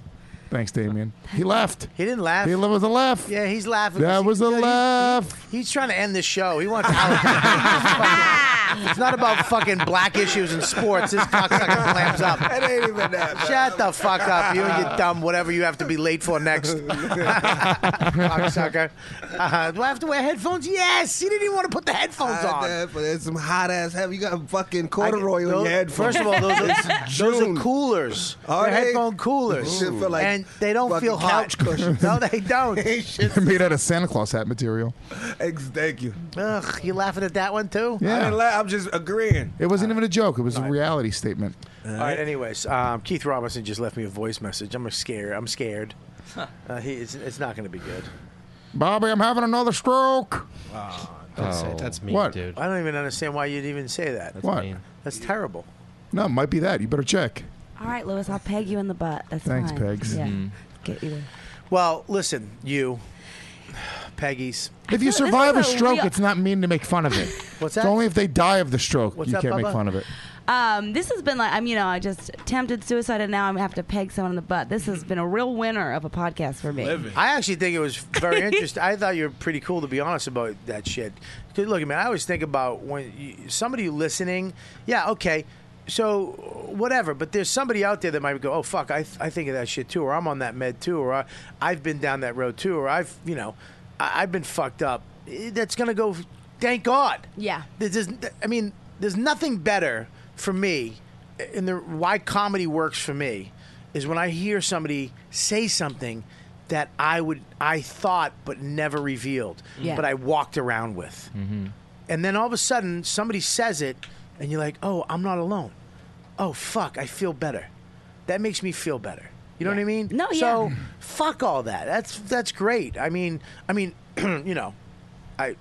Speaker 7: Thanks, Damien. He laughed.
Speaker 2: He didn't laugh.
Speaker 7: He was a laugh.
Speaker 2: Yeah, he's laughing.
Speaker 7: That
Speaker 2: 'cause he-
Speaker 7: was a
Speaker 2: you know, he's-
Speaker 7: laugh.
Speaker 2: He's trying to end this show. He wants out. it's not about fucking black issues in sports. This cocksucker clams up.
Speaker 12: It ain't even that.
Speaker 2: Shut the fuck up, you and your dumb whatever you have to be late for next. cocksucker. Uh, do I have to wear headphones? Yes. He didn't even want to put the headphones on.
Speaker 12: It's some hot ass heavy. You got fucking corduroy on
Speaker 2: Those-
Speaker 12: your head.
Speaker 2: First of all, those are,
Speaker 12: It's
Speaker 2: those are
Speaker 12: June.
Speaker 2: coolers.
Speaker 12: Are
Speaker 2: They're
Speaker 12: they?
Speaker 2: headphone coolers.
Speaker 12: Shit feel like
Speaker 2: and they don't
Speaker 12: fucking
Speaker 2: feel hot.
Speaker 12: couch cushions.
Speaker 2: no, they don't.
Speaker 7: They're made out of Santa Claus hat material.
Speaker 12: Ex- Thank you.
Speaker 2: Ugh, you laughing at that one too?
Speaker 12: I
Speaker 7: Yeah.
Speaker 12: didn't laugh. I'm just agreeing.
Speaker 7: It
Speaker 2: Uh,
Speaker 7: wasn't even a joke. It was a reality statement.
Speaker 2: All right. Anyways, um, Keith Robinson just left me a voice message. I'm scared. I'm scared. Uh, he, it's, it's not going to be good.
Speaker 7: Bobby, I'm having another stroke.
Speaker 2: Don't
Speaker 7: say it. That's mean, What? dude.
Speaker 2: I don't even understand why you'd even say that. That's
Speaker 7: What? mean.
Speaker 2: That's terrible.
Speaker 7: No, it might be that. You better check.
Speaker 8: All right, Lewis, I'll peg you in the butt. That's
Speaker 7: Thanks,
Speaker 8: fine.
Speaker 7: Pegs.
Speaker 8: Yeah.
Speaker 2: Mm.
Speaker 12: Mm.
Speaker 7: Mhm.
Speaker 8: Get you.
Speaker 2: Well, listen, you, Peggy's.
Speaker 7: If you
Speaker 8: feel- this
Speaker 7: survive a
Speaker 8: is a
Speaker 7: stroke,
Speaker 8: real-
Speaker 7: it's not mean to make fun of it.
Speaker 2: What's
Speaker 7: It's
Speaker 2: that?
Speaker 7: only if they die of the stroke
Speaker 2: What's
Speaker 7: you
Speaker 2: that,
Speaker 7: can't make
Speaker 2: Bubba?
Speaker 7: fun of it.
Speaker 8: Um, this has been like I'm, you know, I just attempted suicide and now I am have to peg someone in the butt. This has been a real winner of a podcast for me.
Speaker 2: I actually think it was very interesting. I thought you were pretty cool to be honest about that shit. 'Cause look, man, I always think about when you, somebody listening. Yeah, okay. So whatever, but there's somebody out there that might go, "Oh fuck, I, I think of that shit too," or "I'm on that med too," or I, "I've been down that road too," or "I've you know, I, I've been fucked up." Eh, That's gonna go. Thank God.
Speaker 8: Yeah.
Speaker 2: There's, just- I mean, there's nothing better for me, and the why comedy works for me is when I hear somebody say something that I would I thought but never revealed,
Speaker 15: Yeah.
Speaker 2: but I walked around with.
Speaker 15: Mm-hmm.
Speaker 2: And then all of a sudden, somebody says it, and you're like, oh, I'm not alone. Oh, fuck, I feel better. That makes me feel better. You know what I mean? No, yeah. So fuck all that. That's that's great. I mean, I mean, you know, I,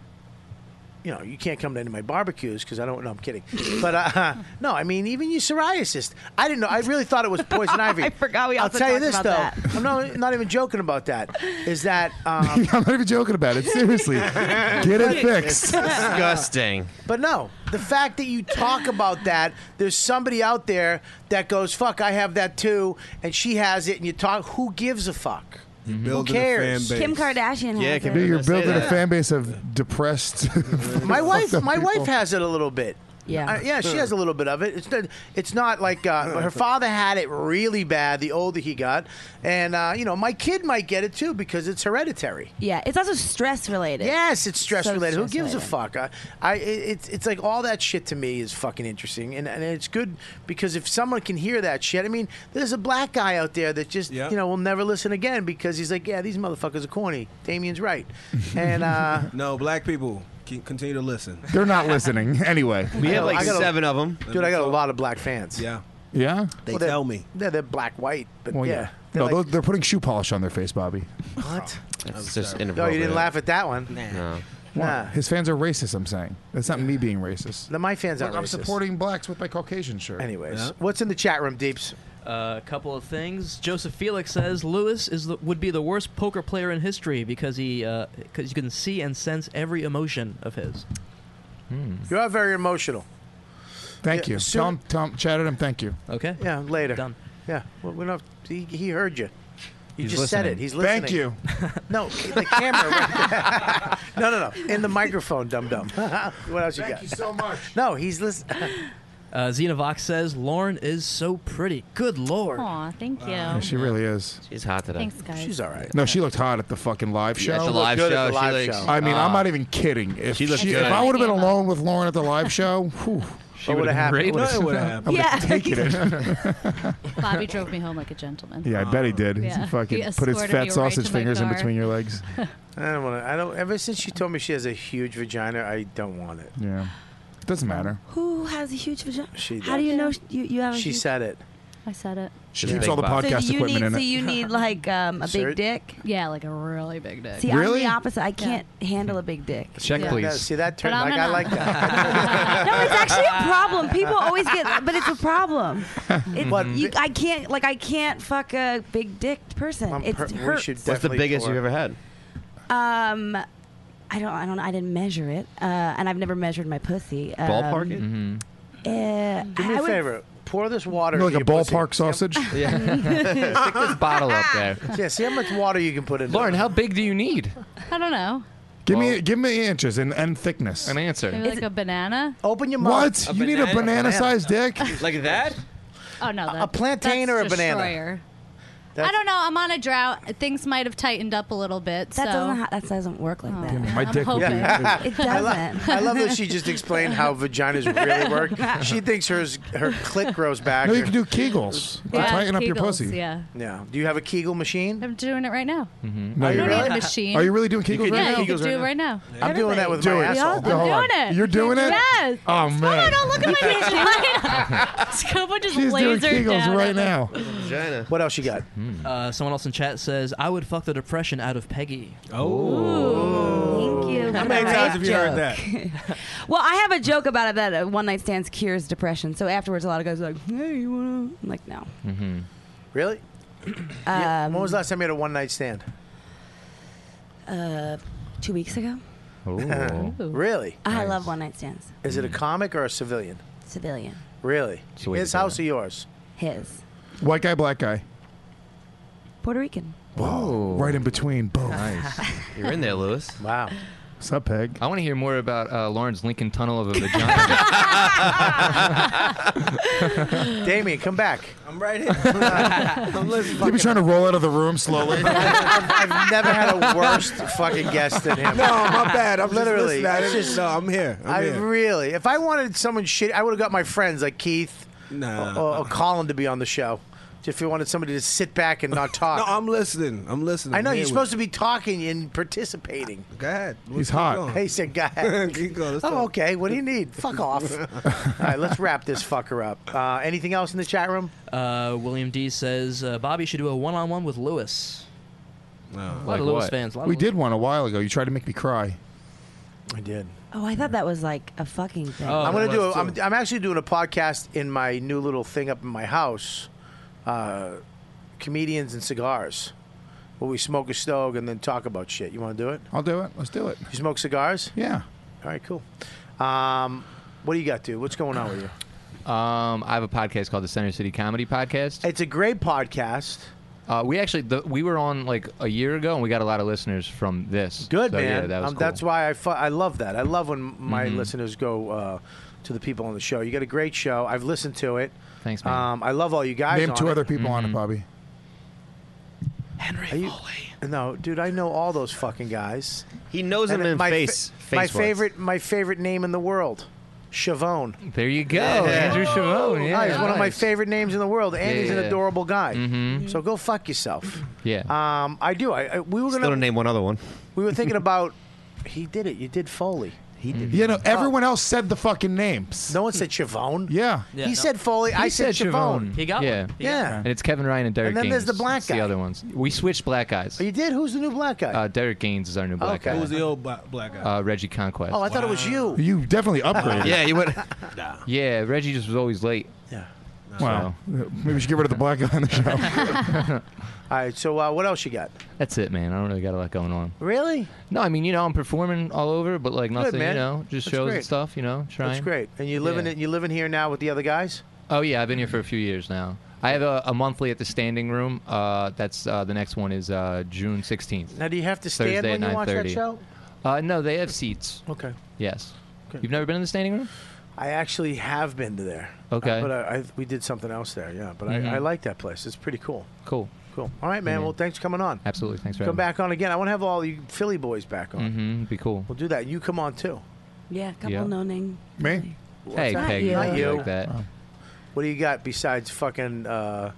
Speaker 2: you know, you can't come to any of my barbecues because I don't. No, I'm kidding. But uh, no, I mean, even you psoriasis. I didn't know. I really thought it was poison ivy.
Speaker 8: I forgot we
Speaker 2: I'll
Speaker 8: also
Speaker 2: tell you
Speaker 8: talked
Speaker 2: this
Speaker 8: about
Speaker 2: though. I'm not, not even joking about that. Is that um,
Speaker 7: I'm not even joking about it. Seriously, get it fixed.
Speaker 13: Disgusting.
Speaker 2: But no, the fact that you talk about that, there's somebody out there that goes, "Fuck, I have that too," and she has it, and you talk. Who gives a fuck? Who
Speaker 12: building a
Speaker 2: cares?
Speaker 12: fan base. Kim
Speaker 8: Kardashian
Speaker 12: Yeah, has Kim-
Speaker 7: Dude, you're
Speaker 12: Say
Speaker 7: building a
Speaker 12: that.
Speaker 7: fan base of depressed.
Speaker 2: My wife,
Speaker 7: fucked up
Speaker 2: my
Speaker 7: people.
Speaker 2: wife has it a little bit.
Speaker 8: Yeah,
Speaker 2: Uh, yeah, she has a little bit of it. It's not, it's not like uh, her father had it really bad. The older he got, and uh, you know, my kid might get it too because it's hereditary.
Speaker 8: Yeah, it's also stress related.
Speaker 2: Yes, it's stress
Speaker 8: So
Speaker 2: related. Who
Speaker 8: stress
Speaker 2: gives a
Speaker 8: related.
Speaker 2: fuck? I, I, it- it's it's like all that shit to me is fucking interesting, and and it's good because if someone can hear that shit, I mean, there's a black guy out there that just
Speaker 12: Yeah.
Speaker 2: you know will never listen again because he's like, yeah, these motherfuckers are corny. Damien's right, and uh,
Speaker 12: no, black people can continue to listen.
Speaker 7: They're not listening anyway.
Speaker 2: We have, like, I got a- seven
Speaker 13: of them,
Speaker 2: dude, I got a lot of black fans.
Speaker 12: Yeah,
Speaker 7: Yeah.
Speaker 12: they
Speaker 2: Well, they're-
Speaker 12: tell me.
Speaker 2: Yeah, they're black white, but
Speaker 7: Well,
Speaker 2: yeah.
Speaker 7: yeah.
Speaker 2: They're
Speaker 7: No,
Speaker 2: like,
Speaker 7: those- they're putting shoe polish on their face, Bobby.
Speaker 2: what?
Speaker 13: It's just
Speaker 2: No, you didn't
Speaker 13: inappropriate.
Speaker 2: laugh at that one.
Speaker 13: No.
Speaker 7: What?
Speaker 2: Nah.
Speaker 7: His fans are racist. I'm saying that's not me being racist.
Speaker 2: No, my fans
Speaker 7: Look,
Speaker 2: aren't
Speaker 7: I'm
Speaker 2: racist.
Speaker 7: supporting blacks with my Caucasian shirt.
Speaker 2: Anyways, what's in the chat room, Deeps?
Speaker 11: Uh, a couple of things. Joseph Felix says Lewis is the, would be the worst poker player in history because he because you can see and sense every emotion of his.
Speaker 2: You are very emotional.
Speaker 7: Hmm. Thank
Speaker 2: Yeah,
Speaker 7: you.
Speaker 2: soon-
Speaker 7: Tell him, tell him, chat at him. Thank you.
Speaker 11: Okay.
Speaker 2: Yeah, later. Done. Yeah, well, we don't. have- He, he heard you. You
Speaker 7: He's
Speaker 2: just said
Speaker 7: listening.
Speaker 2: it. He's listening.
Speaker 7: Thank you.
Speaker 2: No, the camera. right there. no, no, no. In the microphone, dum dum. what else you got?
Speaker 7: Thank you so much.
Speaker 2: No, he's listening.
Speaker 11: Uh, Xenovox says Lauren is so pretty. Good lord.
Speaker 10: Aw, thank you.
Speaker 7: Yeah, she really is.
Speaker 13: She's hot today.
Speaker 10: Thanks, guys. She's all
Speaker 2: right.
Speaker 7: No, she looked hot at the fucking live show.
Speaker 13: Yeah, at the She looked live good at the show, she live looked- show.
Speaker 7: I mean, I'm
Speaker 13: Ah.
Speaker 7: not even kidding. If,
Speaker 13: She looked
Speaker 7: she-
Speaker 13: good.
Speaker 7: if I would have been alone with Lauren at the live show, whew,
Speaker 2: What would've would've happened? been
Speaker 7: I
Speaker 2: great.
Speaker 7: would
Speaker 2: What
Speaker 7: have
Speaker 10: would've happened?
Speaker 7: taken it.
Speaker 10: Bobby drove me home like a gentleman.
Speaker 7: yeah, I bet he did.
Speaker 10: Yeah.
Speaker 7: He fucking
Speaker 10: He
Speaker 7: put his
Speaker 10: escorted me
Speaker 7: fat
Speaker 10: right
Speaker 7: sausage
Speaker 10: to my
Speaker 7: fingers in
Speaker 10: car.
Speaker 7: between your legs.
Speaker 2: I don't want to. I don't. Ever since she told me she has a huge vagina, I don't want it.
Speaker 7: Yeah, it doesn't matter.
Speaker 8: Who has a huge vagina?
Speaker 2: She
Speaker 8: How do
Speaker 2: does.
Speaker 8: you know sh- you, Oh, you have a
Speaker 2: She
Speaker 8: huge
Speaker 2: said it.
Speaker 10: I said it.
Speaker 7: She
Speaker 2: Yeah.
Speaker 7: keeps all the
Speaker 2: Big box.
Speaker 7: podcast
Speaker 8: so you
Speaker 7: equipment
Speaker 8: need,
Speaker 7: in
Speaker 8: So
Speaker 7: it.
Speaker 8: you need like um, a
Speaker 10: Sir?
Speaker 8: big dick.
Speaker 10: Yeah, like a really big dick.
Speaker 8: See,
Speaker 7: Really?
Speaker 8: I'm the opposite. I can't handle a big dick.
Speaker 13: Check,
Speaker 10: Yeah.
Speaker 13: please.
Speaker 10: Yeah,
Speaker 2: see that
Speaker 10: But
Speaker 2: turned
Speaker 10: I'm
Speaker 2: like I
Speaker 10: gonna-
Speaker 2: like that.
Speaker 8: no, it's actually a problem. People always get, but it's a problem. It,
Speaker 2: What-
Speaker 8: you, I can't, like, I can't fuck a big dick person.
Speaker 2: I'm
Speaker 8: It
Speaker 2: per- we
Speaker 8: hurts.
Speaker 2: should
Speaker 13: What's the
Speaker 2: definitely
Speaker 13: biggest
Speaker 2: tour.
Speaker 13: you've ever had?
Speaker 8: Um, I don't, I don't, I didn't measure it, uh, and I've never measured my pussy. Um,
Speaker 13: Ballpark it?
Speaker 8: Uh,
Speaker 2: Do me
Speaker 8: I
Speaker 2: a
Speaker 8: would-
Speaker 2: favor. Pour this water.
Speaker 7: Mm-hmm. You know,
Speaker 2: into
Speaker 7: like a
Speaker 2: your pussy.
Speaker 7: ballpark sausage.
Speaker 13: Yeah. Stick this bottle up there.
Speaker 2: Yeah, see how much water you can put in.
Speaker 13: Lauren, how big do you need?
Speaker 10: I don't know.
Speaker 7: Give me give me inches and, and thickness.
Speaker 13: An answer.
Speaker 10: Maybe like a banana.
Speaker 2: Open your mouth.
Speaker 7: What? you need a banana-sized dick?
Speaker 13: Like that?
Speaker 10: Oh no, that,
Speaker 2: a plantain
Speaker 10: that's
Speaker 2: or a banana?
Speaker 10: destroyer.
Speaker 2: That's-
Speaker 10: I don't know. I'm on a drought. Things might have tightened up a little bit.
Speaker 8: That
Speaker 10: so.
Speaker 8: doesn't ha- that doesn't work
Speaker 10: Oh.
Speaker 8: like that.
Speaker 7: My
Speaker 10: I'm
Speaker 7: dick would be.
Speaker 10: hoping.
Speaker 8: It
Speaker 2: I,
Speaker 8: doesn't.
Speaker 2: lo- I love that she just explained how vaginas really work. She thinks hers her clit grows back.
Speaker 7: No, you can do Kegels. to
Speaker 10: Yeah,
Speaker 7: tighten up your
Speaker 10: Kegels,
Speaker 7: pussy.
Speaker 10: Yeah,
Speaker 2: Yeah. Do you have a Kegel machine?
Speaker 10: I'm doing it right now.
Speaker 7: No,
Speaker 10: I
Speaker 7: you're
Speaker 10: don't need
Speaker 7: not.
Speaker 10: a machine.
Speaker 7: Are you really doing
Speaker 13: Mm-hmm. You
Speaker 7: Kegels
Speaker 13: could
Speaker 10: yeah,
Speaker 7: right
Speaker 10: you
Speaker 7: now?
Speaker 10: can do it right now.
Speaker 2: I'm doing that with
Speaker 7: Do
Speaker 2: my
Speaker 7: it.
Speaker 2: asshole.
Speaker 7: Hold
Speaker 10: doing
Speaker 7: on.
Speaker 10: it.
Speaker 7: You're doing it?
Speaker 10: Yes.
Speaker 7: Oh
Speaker 10: Oh,
Speaker 7: man.
Speaker 10: don't look at my vagina. Scopo just
Speaker 7: She's doing
Speaker 10: lasered
Speaker 7: Kegels
Speaker 10: down
Speaker 7: right
Speaker 10: at
Speaker 7: now.
Speaker 13: Vagina.
Speaker 2: What else you got?
Speaker 11: Uh, someone else in chat says I would fuck the depression out of Peggy.
Speaker 8: Thank you.
Speaker 12: How many
Speaker 8: Great
Speaker 12: times have you
Speaker 8: joke.
Speaker 12: heard that?
Speaker 8: Well, I have a joke about it that uh, one night stands cures depression. So afterwards, a lot of guys are like, "Hey, you wanna?" I'm like, "No."
Speaker 13: Mm-hmm.
Speaker 2: Really? Yeah.
Speaker 10: Um,
Speaker 2: When was the last time you had a one night stand?
Speaker 8: Uh, two weeks ago,
Speaker 13: Oh.
Speaker 2: Really?
Speaker 8: I love one night stands.
Speaker 2: Is
Speaker 7: Mm.
Speaker 2: it a comic or a civilian?
Speaker 8: Civilian,
Speaker 2: Really?
Speaker 13: So wait,
Speaker 2: His
Speaker 13: you
Speaker 2: house or yours?
Speaker 8: his
Speaker 7: White guy, black guy.
Speaker 8: Puerto Rican.
Speaker 13: Whoa.
Speaker 7: Right in between. Boom.
Speaker 13: Nice. You're in there, Lewis.
Speaker 2: Wow.
Speaker 7: What's up, Peg?
Speaker 9: I want to hear more about uh, Lauren's Lincoln Tunnel of a vagina.
Speaker 2: Damien, come back.
Speaker 12: I'm right here. I'm listening.
Speaker 7: You be trying to roll out of the room slowly.
Speaker 2: I've never had a worse fucking guest than him.
Speaker 12: No, my bad. I'm
Speaker 2: Literally,
Speaker 12: Just listening. I
Speaker 2: it's
Speaker 12: didn't-
Speaker 2: just-
Speaker 12: no, I'm here. I'm
Speaker 2: I
Speaker 12: here.
Speaker 2: really, if I wanted someone shit, I would have got my friends like Keith
Speaker 12: Nah.
Speaker 2: or, or Colin to be on the show. If you wanted somebody to sit back and not talk.
Speaker 12: no, I'm listening. I'm listening.
Speaker 2: I know
Speaker 12: I'm
Speaker 2: you're
Speaker 12: here
Speaker 2: supposed to be talking and participating.
Speaker 12: Go ahead.
Speaker 7: He's hot. going.
Speaker 2: He said, "Go ahead."
Speaker 12: Keep going, let's
Speaker 2: I'm
Speaker 12: talk.
Speaker 2: okay. What do you need? Fuck off. All right, let's wrap this fucker up. Uh, anything else in the chat room?
Speaker 11: Uh, William D says uh, Bobby should do a one-on-one with Lewis.
Speaker 9: Oh.
Speaker 11: A lot of Lewis fans. A lot
Speaker 7: we
Speaker 11: of
Speaker 7: did one a while ago. You tried to make me cry.
Speaker 2: I did.
Speaker 8: Oh, I thought that was like a fucking thing.
Speaker 2: I'm gonna do. A, I'm, I'm actually doing a podcast in my new little thing up in my house. Uh, comedians and cigars, where we smoke a stove and then talk about shit. You want to do it?
Speaker 7: I'll do it. Let's do it.
Speaker 2: You smoke cigars?
Speaker 7: Yeah.
Speaker 2: All right, cool. Um, what do you got, dude? What's going on with you?
Speaker 9: Um, I have a podcast called the Center City Comedy Podcast.
Speaker 2: It's a great podcast.
Speaker 9: Uh, we actually the, we were on like a year ago, and we got a lot of listeners from this.
Speaker 2: Good
Speaker 7: Oh,
Speaker 2: man.
Speaker 9: So, Yeah, that was
Speaker 2: um,
Speaker 9: cool.
Speaker 2: That's why I fu- I love that. I love when my
Speaker 7: Mm-hmm.
Speaker 9: Mhm.
Speaker 2: listeners go uh, to the people on the show. You got a great show. I've listened to it.
Speaker 9: Thanks,
Speaker 2: man. Um, I love all you guys.
Speaker 7: Name
Speaker 2: on
Speaker 7: two
Speaker 2: it.
Speaker 7: other people on it, Bobby.
Speaker 2: Are you- No, dude, I know all those fucking guys.
Speaker 13: He knows
Speaker 2: And
Speaker 13: them in
Speaker 2: my fa-
Speaker 13: face-
Speaker 2: my
Speaker 13: face-wise.
Speaker 2: favorite, my favorite name in the world, Chavone.
Speaker 9: There you go,
Speaker 2: Yeah.
Speaker 9: Andrew Chavone. Yeah,
Speaker 2: Ah, he's one of my
Speaker 9: nice.
Speaker 2: favorite names in the world, and he's an
Speaker 9: Yeah. Mm-hmm.
Speaker 2: adorable guy. So go fuck yourself.
Speaker 9: Yeah.
Speaker 2: Um, I do. I, I we were
Speaker 13: Still
Speaker 2: gonna.
Speaker 13: to name one other one.
Speaker 2: we were thinking about. He did it. You did Foley. He did.
Speaker 7: You know, everyone else said the fucking names.
Speaker 2: No one said Chavone.
Speaker 7: Yeah.
Speaker 13: Mm-hmm.
Speaker 2: he said Foley.
Speaker 9: He
Speaker 2: I said,
Speaker 9: said
Speaker 2: Chavone.
Speaker 9: He got
Speaker 2: yeah.
Speaker 9: one. He got
Speaker 2: yeah.
Speaker 9: And it's Kevin Ryan and Derek.
Speaker 2: And then there's
Speaker 9: Gaines.
Speaker 2: the black
Speaker 9: It's The
Speaker 2: guy. Oh,
Speaker 9: other ones. We switched black guys.
Speaker 2: You did. Who's the new black guy?
Speaker 9: Uh, Derek Gaines is our new black guy.
Speaker 12: Who was the old black, black guy?
Speaker 9: Uh, Reggie Conquest.
Speaker 2: oh, I thought it was you.
Speaker 7: You definitely upgraded.
Speaker 13: yeah, you would.
Speaker 9: Yeah, Reggie just was always late.
Speaker 2: Yeah.
Speaker 7: Wow. Maybe we should get rid of the black guy on the show.
Speaker 2: All right. So uh, what else you got?
Speaker 9: That's it, man. I don't really got a lot going on.
Speaker 2: Really?
Speaker 9: No, I mean, you know, I'm performing all over, but like nothing,
Speaker 2: man.
Speaker 9: you know, just
Speaker 2: That's
Speaker 9: shows
Speaker 2: great.
Speaker 9: and stuff, you know, trying.
Speaker 2: That's great. And you living
Speaker 9: Yeah.
Speaker 2: in you living here now with the other guys?
Speaker 9: Oh yeah, I've been here for a few years now. I have a, a monthly at the Standing Room. Uh, that's uh, the next one is uh, June 16th.
Speaker 2: Now, do you have to stand
Speaker 9: Thursday
Speaker 2: when
Speaker 9: at
Speaker 2: you watch that
Speaker 9: 9:30.
Speaker 2: show?
Speaker 9: Uh, no, they have seats.
Speaker 2: Okay.
Speaker 9: Yes.
Speaker 2: Okay.
Speaker 9: You've never been in the Standing Room?
Speaker 2: I actually have been to there. Uh,
Speaker 9: Okay.
Speaker 2: but I, I, we did something else there. Yeah, but
Speaker 9: Mhm.
Speaker 2: I, I like that place. It's pretty cool.
Speaker 9: Cool.
Speaker 2: Cool. All right, man.
Speaker 9: Yeah.
Speaker 2: Well, thanks for coming on.
Speaker 9: Absolutely. Mm-hmm. Thanks for
Speaker 2: Come back on again. I want to have all you Philly boys back on.
Speaker 9: Mm-hmm. Be cool.
Speaker 2: We'll do that. You come on too.
Speaker 8: Yeah, a couple
Speaker 9: Yeah.
Speaker 8: no name.
Speaker 7: Me?
Speaker 9: Hey,
Speaker 2: Not
Speaker 9: Peggy.
Speaker 2: you.
Speaker 9: don't
Speaker 2: Not
Speaker 9: be
Speaker 2: you.
Speaker 9: Like that.
Speaker 2: What do you got besides fucking? Uh,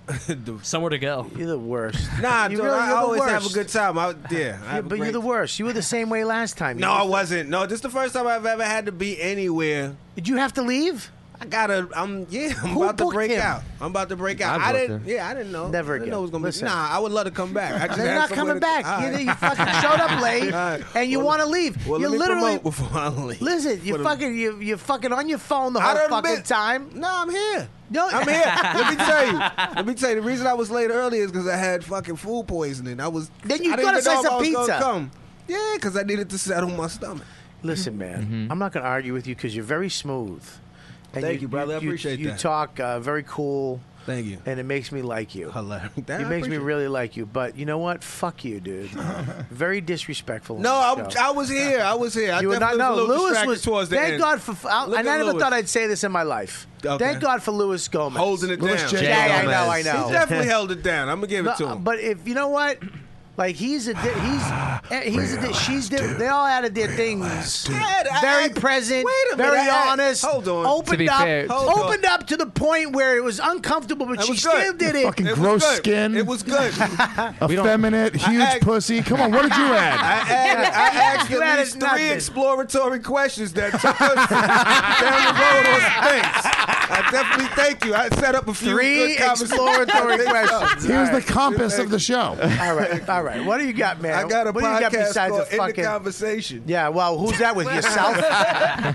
Speaker 11: Somewhere to go.
Speaker 2: You're the worst.
Speaker 12: Nah,
Speaker 2: You
Speaker 12: dude,
Speaker 2: really-
Speaker 12: I
Speaker 2: you're the
Speaker 12: always have a
Speaker 2: worst.
Speaker 12: good time. I, yeah, I
Speaker 2: Yeah,
Speaker 12: have a
Speaker 2: but you're
Speaker 12: great
Speaker 2: the worst. You were the same way last time.
Speaker 12: No, I wasn't. No, this is the first time I've ever had to be anywhere.
Speaker 2: Did you have to leave?
Speaker 12: I gotta. I'm yeah. I'm
Speaker 2: Who
Speaker 12: about to
Speaker 2: booked
Speaker 12: break
Speaker 2: him?
Speaker 12: out. I'm about to break out.
Speaker 2: I
Speaker 12: I,
Speaker 2: booked
Speaker 12: didn't.
Speaker 2: him.
Speaker 12: Yeah, I didn't know.
Speaker 2: Never
Speaker 12: I didn't know
Speaker 2: again.
Speaker 12: it was gonna
Speaker 2: Listen.
Speaker 12: be. Nah, I would love to come back. I just
Speaker 2: They're
Speaker 12: had
Speaker 2: not
Speaker 12: somewhere to-
Speaker 2: coming back.
Speaker 12: All
Speaker 2: You-
Speaker 12: right.
Speaker 2: You, fucking showed up late,
Speaker 12: All right.
Speaker 2: and you
Speaker 12: Well,
Speaker 2: want to leave.
Speaker 12: Well,
Speaker 2: you
Speaker 12: let me
Speaker 2: literally
Speaker 12: promote before I leave.
Speaker 2: listen. You
Speaker 12: For the-
Speaker 2: fucking you you fucking on your phone the
Speaker 12: I
Speaker 2: whole
Speaker 12: done
Speaker 2: fucking
Speaker 12: been-
Speaker 2: time.
Speaker 12: No, I'm here.
Speaker 2: No,
Speaker 12: I'm here. Let me tell you. Let me tell you. The reason I was late earlier is because I had fucking food poisoning. I was.
Speaker 2: Then you
Speaker 12: I didn't
Speaker 2: got a
Speaker 12: even know
Speaker 2: slice
Speaker 12: if
Speaker 2: of
Speaker 12: I was gonna
Speaker 2: pizza.
Speaker 12: Come. Yeah, because I needed to settle my stomach.
Speaker 2: Listen, man, I'm not going to argue with you because you're very smooth.
Speaker 12: Thank you, brother. I appreciate
Speaker 2: you, You
Speaker 12: that.
Speaker 2: talk uh, very cool.
Speaker 12: Thank you.
Speaker 2: And it makes me like you.
Speaker 12: Hilarious. That-
Speaker 2: It
Speaker 12: I
Speaker 2: makes
Speaker 12: appreciate
Speaker 2: me
Speaker 12: it.
Speaker 2: really like you. But you know what? Fuck you, dude. very disrespectful. on
Speaker 12: No,
Speaker 2: the
Speaker 12: I,
Speaker 2: show.
Speaker 12: I was here. I was here. I
Speaker 2: You were not.
Speaker 12: definitely
Speaker 2: No,
Speaker 12: was a little
Speaker 2: Lewis
Speaker 12: distracted
Speaker 2: was.
Speaker 12: towards the
Speaker 2: thank
Speaker 12: end.
Speaker 2: God for. I,
Speaker 12: Look
Speaker 2: and I
Speaker 12: at
Speaker 2: never
Speaker 12: Lewis.
Speaker 2: thought I'd say this in my life.
Speaker 12: Okay.
Speaker 2: Thank God for Lewis Gomez
Speaker 12: holding it
Speaker 7: Louis
Speaker 12: down.
Speaker 7: J.
Speaker 2: Yeah, yeah, I know, I know.
Speaker 12: He definitely held it down. I'm gonna give it to
Speaker 2: No,
Speaker 12: him.
Speaker 2: But if you know what, like he's a di- he's eh, he's a di- she's di- they all added their things.
Speaker 12: I-
Speaker 2: Very
Speaker 12: I-
Speaker 2: present,
Speaker 12: wait a minute,
Speaker 2: very
Speaker 12: I-
Speaker 2: honest.
Speaker 12: hold on.
Speaker 2: Opened
Speaker 9: To be
Speaker 2: up,
Speaker 9: fair-
Speaker 12: Hold on.
Speaker 2: opened up to the point where it was uncomfortable, but
Speaker 12: That
Speaker 2: she
Speaker 12: was
Speaker 2: still
Speaker 12: good.
Speaker 2: did it.
Speaker 7: fucking
Speaker 12: was
Speaker 7: gross
Speaker 12: good.
Speaker 7: skin,
Speaker 12: It was good. I
Speaker 7: effeminate, huge
Speaker 12: act-
Speaker 7: pussy. Come on, what did you add?
Speaker 12: added, I asked
Speaker 2: You
Speaker 12: at
Speaker 2: added
Speaker 12: least
Speaker 2: nothing.
Speaker 12: three exploratory questions that took us down the road on things. I definitely thank you. I set up a few
Speaker 2: Three
Speaker 12: good conversations.
Speaker 2: exploratory
Speaker 12: I think so.
Speaker 2: questions.
Speaker 7: Here's
Speaker 2: All
Speaker 7: the
Speaker 2: right.
Speaker 7: compass of the show.
Speaker 2: All right, all right. What do you got, man?
Speaker 12: I got a
Speaker 2: what do you got
Speaker 12: podcast
Speaker 2: besides a
Speaker 12: called In the
Speaker 2: fucking?
Speaker 12: Conversation.
Speaker 2: Yeah, well, who's that with yourself?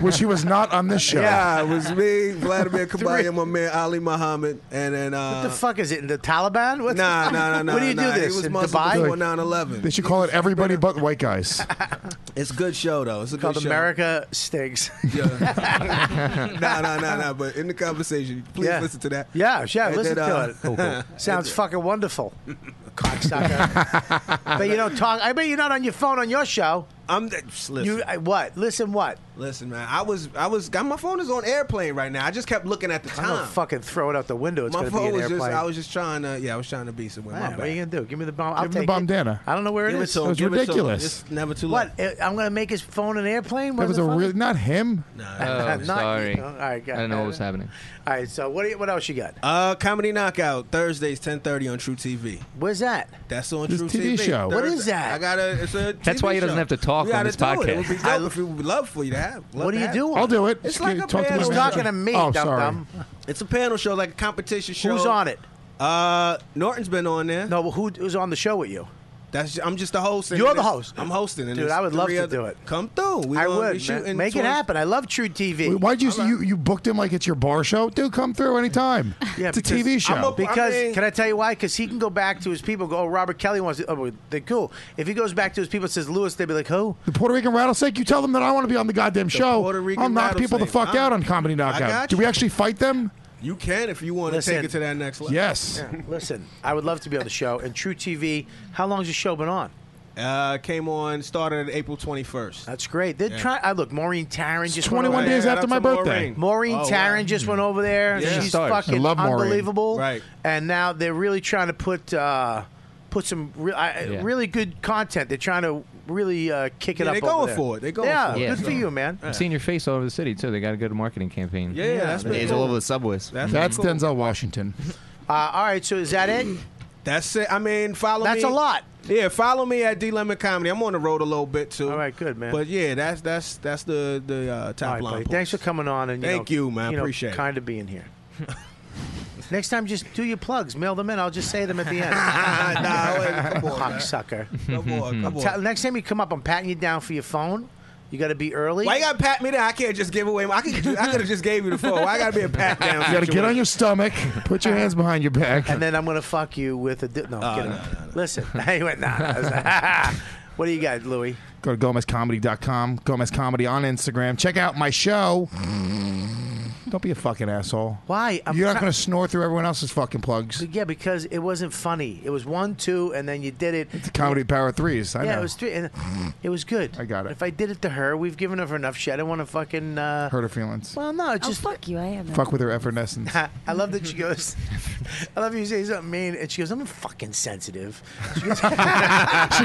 Speaker 7: Which he was not on this show.
Speaker 12: Yeah, it was me, Vladimir
Speaker 2: Three.
Speaker 12: Kabaya, my man Ali Muhammad, and then uh,
Speaker 2: what the fuck is it? The Taliban? What
Speaker 12: Nah, nah, nah, nah.
Speaker 2: What do you
Speaker 12: nah.
Speaker 2: do this
Speaker 12: He was
Speaker 2: in
Speaker 12: Muslim
Speaker 2: Dubai?
Speaker 12: before 9/11.
Speaker 7: They should call it everybody but white guys.
Speaker 12: It's a good show though. It's a
Speaker 2: called
Speaker 12: good show.
Speaker 2: America Stinks.
Speaker 12: Yeah. nah, nah, nah, nah. But in the conversation, please
Speaker 2: Yeah.
Speaker 12: listen to that.
Speaker 2: Yeah, yeah,
Speaker 12: And
Speaker 2: listen
Speaker 12: then, uh,
Speaker 2: to it. Sounds fucking wonderful, cocksucker. but you don't talk. I bet you're not on your phone on your show.
Speaker 12: I'm listen.
Speaker 2: You I, what? Listen what?
Speaker 12: Listen, man. I was I was got my phone is on airplane right now. I just kept looking at the
Speaker 2: I'm
Speaker 12: time.
Speaker 2: gonna fucking throw it out the window. It's
Speaker 12: my
Speaker 2: gonna be
Speaker 12: phone
Speaker 2: an
Speaker 12: was just
Speaker 2: airplane.
Speaker 12: I was just trying to yeah I was trying to be somewhere.
Speaker 2: Man,
Speaker 12: my
Speaker 2: what are you gonna do? Give me the bomb. I'll
Speaker 12: Give him
Speaker 2: take
Speaker 12: the
Speaker 2: it.
Speaker 12: bandana.
Speaker 2: I don't know where it
Speaker 12: Give it
Speaker 2: is.
Speaker 12: to him. It was Give it to him. ridiculous. It's never too
Speaker 2: What? I- I'm gonna make his phone an airplane. What
Speaker 7: That was
Speaker 2: the
Speaker 7: a
Speaker 2: fuck?
Speaker 7: really not him.
Speaker 9: Oh,
Speaker 2: Not-
Speaker 9: sorry.
Speaker 2: All right, got
Speaker 9: I don't know
Speaker 2: it.
Speaker 9: what was happening.
Speaker 2: All right, so what? do you- What else you got?
Speaker 12: Uh, comedy knockout Thursdays ten thirty on True TV.
Speaker 2: Where's that?
Speaker 12: That's on
Speaker 2: This
Speaker 12: True
Speaker 2: TV
Speaker 12: TV.
Speaker 2: show. What is that?
Speaker 12: I got a. It's a.
Speaker 9: That's
Speaker 12: TV
Speaker 9: why he doesn't
Speaker 12: show.
Speaker 9: have to talk
Speaker 12: You
Speaker 9: on
Speaker 12: gotta
Speaker 9: this
Speaker 12: do It. it
Speaker 9: podcast.
Speaker 12: would be dope if we would love for you to have. love
Speaker 2: What
Speaker 12: to
Speaker 2: are you
Speaker 12: have
Speaker 2: doing?
Speaker 12: it.
Speaker 2: I'll do it. Just get- talk to my He's manager. talking to me, Oh, sorry. dum-dum.
Speaker 12: It's a panel show, like a competition show.
Speaker 2: Who's on it?
Speaker 12: Uh, Norton's been on there.
Speaker 2: No, but who, who's on the show with you?
Speaker 12: That's I'm just the host. and
Speaker 2: You're the
Speaker 12: it's-
Speaker 2: host.
Speaker 12: I'm hosting, and
Speaker 2: Dude,
Speaker 12: it's
Speaker 2: I would love
Speaker 12: three
Speaker 2: to
Speaker 12: other-
Speaker 2: do it.
Speaker 12: Come through. We
Speaker 2: I
Speaker 12: gonna
Speaker 2: would
Speaker 12: be
Speaker 2: man.
Speaker 12: shooting
Speaker 2: make it
Speaker 12: towards-
Speaker 2: happen. I love True TV.
Speaker 7: Wait, Why'd you say you, you booked him like it's your bar show? Dude, come through anytime. it's a
Speaker 2: because-
Speaker 7: TV show.
Speaker 2: because can I tell you why? Because he can go back to his people. and Go, oh, Robert Kelly wants. To, oh, well, then cool. If he goes back to his people, and says Lewis, they'd be like, who?
Speaker 7: the Puerto Rican rattlesnake, you tell them that I want to be on the goddamn show.
Speaker 2: Puerto Rican
Speaker 7: I'll knock people the
Speaker 2: rattlesnake.
Speaker 7: fuck out on Comedy
Speaker 2: got
Speaker 7: Knockout. Do we actually fight them?
Speaker 12: You can if you want to
Speaker 2: Listen.
Speaker 12: take it to that next level.
Speaker 7: Yes.
Speaker 2: Yeah, listen, I would love to be on the show. And True TV, how long's the show been on?
Speaker 12: Uh, came on, started April 21st.
Speaker 2: That's great. They're
Speaker 12: Yeah.
Speaker 2: trying. I look, Maureen Taryn just went
Speaker 7: 21
Speaker 2: over
Speaker 7: days
Speaker 2: there.
Speaker 7: after my
Speaker 2: Shout out to
Speaker 7: birthday.
Speaker 2: Maureen, Maureen
Speaker 7: Oh, wow.
Speaker 2: Taryn just went over there.
Speaker 7: Yeah.
Speaker 2: She's
Speaker 7: Stars. I
Speaker 2: fucking
Speaker 7: love Maureen.
Speaker 2: unbelievable.
Speaker 12: Right.
Speaker 2: And now they're really trying to put uh, put some re- I
Speaker 12: Yeah.
Speaker 2: really good content. They're trying to really uh, kick it
Speaker 12: Yeah,
Speaker 2: up.
Speaker 12: they're
Speaker 2: over
Speaker 12: going
Speaker 2: there.
Speaker 12: for it. They're going
Speaker 2: yeah,
Speaker 12: for it.
Speaker 2: Good
Speaker 12: Yeah.
Speaker 2: for you, man.
Speaker 9: I'm seeing your face all over the city too. They got a good marketing campaign.
Speaker 2: Yeah, Yeah, that's pretty
Speaker 13: it's
Speaker 2: cool.
Speaker 13: all over the subways.
Speaker 12: That's
Speaker 7: That's Denzel Washington.
Speaker 2: Uh, all right, so is that it?
Speaker 12: That's it. I mean, follow
Speaker 2: That's
Speaker 12: me.
Speaker 2: a lot.
Speaker 12: Yeah, follow me at D Lemon Comedy. I'm on the road a little bit too. All right,
Speaker 2: good man.
Speaker 12: But yeah, that's that's that's the the uh, top
Speaker 2: All right,
Speaker 12: line.
Speaker 2: buddy.
Speaker 12: points.
Speaker 2: Thanks for coming on. And you
Speaker 12: Thank
Speaker 2: know,
Speaker 12: you, man.
Speaker 2: You know,
Speaker 12: Appreciate it.
Speaker 2: kind of being here. Next time, just do your plugs. Mail them in. I'll just say them at the end. Cocksucker.
Speaker 12: Come on.
Speaker 2: Tell- Next time you come up, I'm patting you down for your phone. You got to be early.
Speaker 12: Why you gotta pat me down? I can't just give away. My, I could ju- I could have just gave you the phone. Why I gotta be a pat down?
Speaker 7: You got to get
Speaker 12: situation?
Speaker 7: on your stomach, put your hands behind your back.
Speaker 2: and then I'm gonna fuck you with a di- no.
Speaker 7: Oh,
Speaker 2: get
Speaker 7: no,
Speaker 2: him. Listen, he went nah. I was like, what do you got, Louis?
Speaker 7: Go to gomezcomedy.com, Gomez Comedy on Instagram. Check out my show. Don't be a fucking asshole.
Speaker 2: Why? I'm
Speaker 7: You're not
Speaker 2: try-
Speaker 7: going to snore through everyone else's fucking plugs.
Speaker 2: Yeah, because it wasn't funny. It was one, two, and then you did it.
Speaker 7: Comedy Power Threes. I
Speaker 2: yeah,
Speaker 7: know.
Speaker 2: it was three, and it was good. I got it. If I did it to her, we've given her enough shit. I don't want to fucking uh,
Speaker 7: Hurt her feelings.
Speaker 2: Well, no, it's just Oh, fuck you. I am.
Speaker 7: Fuck with her effervescence.
Speaker 2: I love that she goes. I love you say something mean, and she goes, "I'm fucking sensitive." She, goes,
Speaker 7: She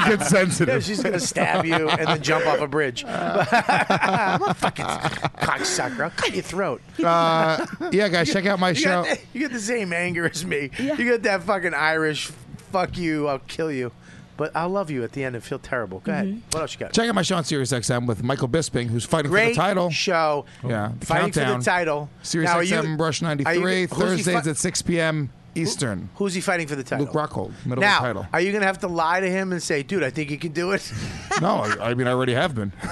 Speaker 7: gets sensitive. Uh.
Speaker 2: Yeah, she's gonna stab you and then jump off a bridge. I'm a fucking cocksucker. I'll cut your throat.
Speaker 7: Uh, yeah, guys,
Speaker 2: You-
Speaker 7: check out my
Speaker 2: you
Speaker 7: show.
Speaker 2: got that- you get the same anger as me. You get that fucking Irish. Fuck you. I'll kill you. But I'll love you at the end and feel terrible. Go
Speaker 7: Mm-hmm.
Speaker 2: ahead. What else you got?
Speaker 7: Check out my show on SiriusXM with Michael Bisping, who's fighting for
Speaker 2: Great
Speaker 7: the title.
Speaker 2: show.
Speaker 7: Yeah, the
Speaker 2: Fighting for the
Speaker 7: countdown.
Speaker 2: title. Now, are
Speaker 7: SiriusXM
Speaker 2: you-
Speaker 7: Brush
Speaker 2: are you-
Speaker 7: 93
Speaker 2: who's he
Speaker 7: Thursdays
Speaker 2: fi-
Speaker 7: at 6 p.m. Eastern.
Speaker 2: Who's he fighting for the title?
Speaker 7: Luke Rockhold, middle
Speaker 2: now,
Speaker 7: of the title.
Speaker 2: are you going to have to lie to him and say, dude, I think you can do it?
Speaker 7: No, I, I mean I already have been.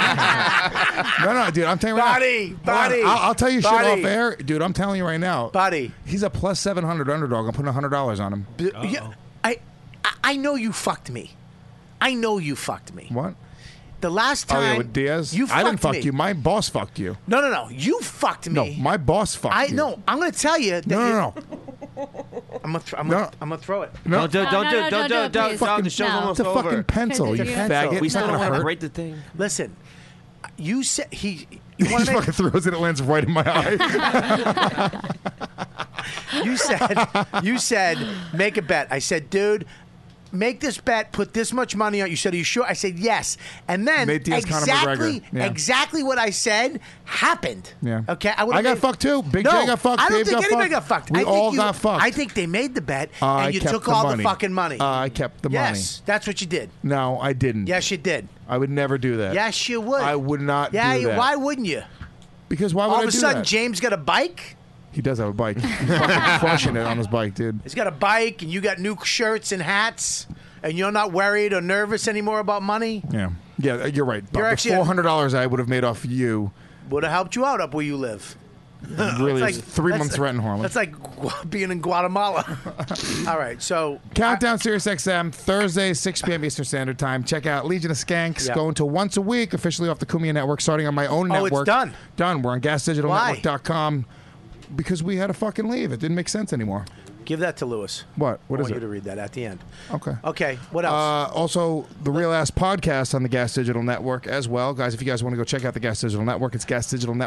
Speaker 7: no, no, dude, I'm telling you right
Speaker 2: Buddy,
Speaker 7: now. Hold on,
Speaker 2: buddy,
Speaker 7: I'll, I'll tell you shit
Speaker 2: buddy.
Speaker 7: off air, dude. I'm telling you right now,
Speaker 2: buddy.
Speaker 7: He's a plus 700 underdog. I'm putting 100 dollars on him. Oh.
Speaker 2: B- yeah, I, I- I know you fucked me. I know you fucked me.
Speaker 7: What?
Speaker 2: The last
Speaker 7: Oh
Speaker 2: time
Speaker 7: yeah, with Diaz.
Speaker 2: you
Speaker 7: I didn't
Speaker 2: fucked
Speaker 7: fuck
Speaker 2: me.
Speaker 7: you. My boss fucked you.
Speaker 2: No, no, no. You fucked me.
Speaker 7: No, my boss fucked
Speaker 2: I
Speaker 7: you.
Speaker 2: know. I'm going to tell you. That
Speaker 7: No,
Speaker 2: you-
Speaker 7: no,
Speaker 2: I'm gonna, th- I'm,
Speaker 7: No.
Speaker 2: gonna, I'm gonna throw it.
Speaker 7: No. Don't do
Speaker 13: it, don't No, do it, no, don't no, do it, don't don't- do it, please. don't. The show's
Speaker 7: no. almost It's a fucking over. pencil, you faggot.
Speaker 13: We still
Speaker 7: That'll
Speaker 13: don't want
Speaker 7: hurt.
Speaker 13: to break the thing.
Speaker 2: Listen, you said he.
Speaker 7: He
Speaker 2: You, wanna make-
Speaker 7: fucking throws it. It lands right in my eye.
Speaker 2: you said you said make a bet. I said, dude. Make this bet. Put this much money on. it." You said, "Are you sure?" I said, "Yes." And then
Speaker 7: Nate Diaz, Conor
Speaker 2: exactly,
Speaker 7: McGregor. Yeah.
Speaker 2: exactly what I said happened.
Speaker 7: Yeah.
Speaker 2: Okay.
Speaker 7: I
Speaker 2: would've
Speaker 7: got fucked too. Big
Speaker 2: no,
Speaker 7: J got fucked.
Speaker 2: I don't
Speaker 7: Dave
Speaker 2: think
Speaker 7: got
Speaker 2: anybody
Speaker 7: fucked.
Speaker 2: got fucked.
Speaker 7: We
Speaker 2: I think
Speaker 7: all
Speaker 2: you-
Speaker 7: got fucked.
Speaker 2: I think they made the bet,
Speaker 7: I
Speaker 2: and you
Speaker 7: kept
Speaker 2: took
Speaker 7: the
Speaker 2: all
Speaker 7: money. Uh,
Speaker 2: the fucking money.
Speaker 7: I kept the money.
Speaker 2: Yes, that's what you did.
Speaker 7: No, I didn't.
Speaker 2: Yes, you did.
Speaker 7: I would never do that.
Speaker 2: Yes, you would.
Speaker 7: I would not.
Speaker 2: Yeah.
Speaker 7: do
Speaker 2: you-
Speaker 7: that.
Speaker 2: Why wouldn't you?
Speaker 7: Because why would
Speaker 2: all
Speaker 7: I
Speaker 2: of a
Speaker 7: do
Speaker 2: sudden,
Speaker 7: that?
Speaker 2: James got a bike.
Speaker 7: He does have a bike. He's fucking crushing it on his bike, dude.
Speaker 2: He's got a bike, and you got new shirts and hats, and you're not worried or nervous anymore about money.
Speaker 7: Yeah, yeah, you're right. Bob.
Speaker 2: You're
Speaker 7: the
Speaker 2: actually-
Speaker 7: four hundred dollars I would have made off you
Speaker 2: Would have helped you out up where you live.
Speaker 7: really
Speaker 2: It's
Speaker 7: is three
Speaker 2: that's-
Speaker 7: months rent in Harlem.
Speaker 2: That's like Gu- being in Guatemala. All right, so
Speaker 7: Countdown Sirius XM Thursday, 6 p.m. Eastern Standard Time. Check out Legion of Skanks
Speaker 2: Yeah.
Speaker 7: going to once a week, officially off the Kumia Network, starting on my own
Speaker 2: Oh, it's
Speaker 7: network.
Speaker 2: done.
Speaker 7: Done. We're on
Speaker 2: Why?
Speaker 7: gasdigitalnetwork.com because we had to fucking leave. It didn't make sense anymore.
Speaker 2: Give that to Lewis.
Speaker 7: What?
Speaker 2: I
Speaker 7: What is
Speaker 2: want
Speaker 7: it?
Speaker 2: you to read that at the end.
Speaker 7: Okay.
Speaker 2: Okay. What else?
Speaker 7: Uh, also, the Real Ass Podcast on the Gas Digital Network as well. Guys, if you guys want to go check out the Gas Digital Network, it's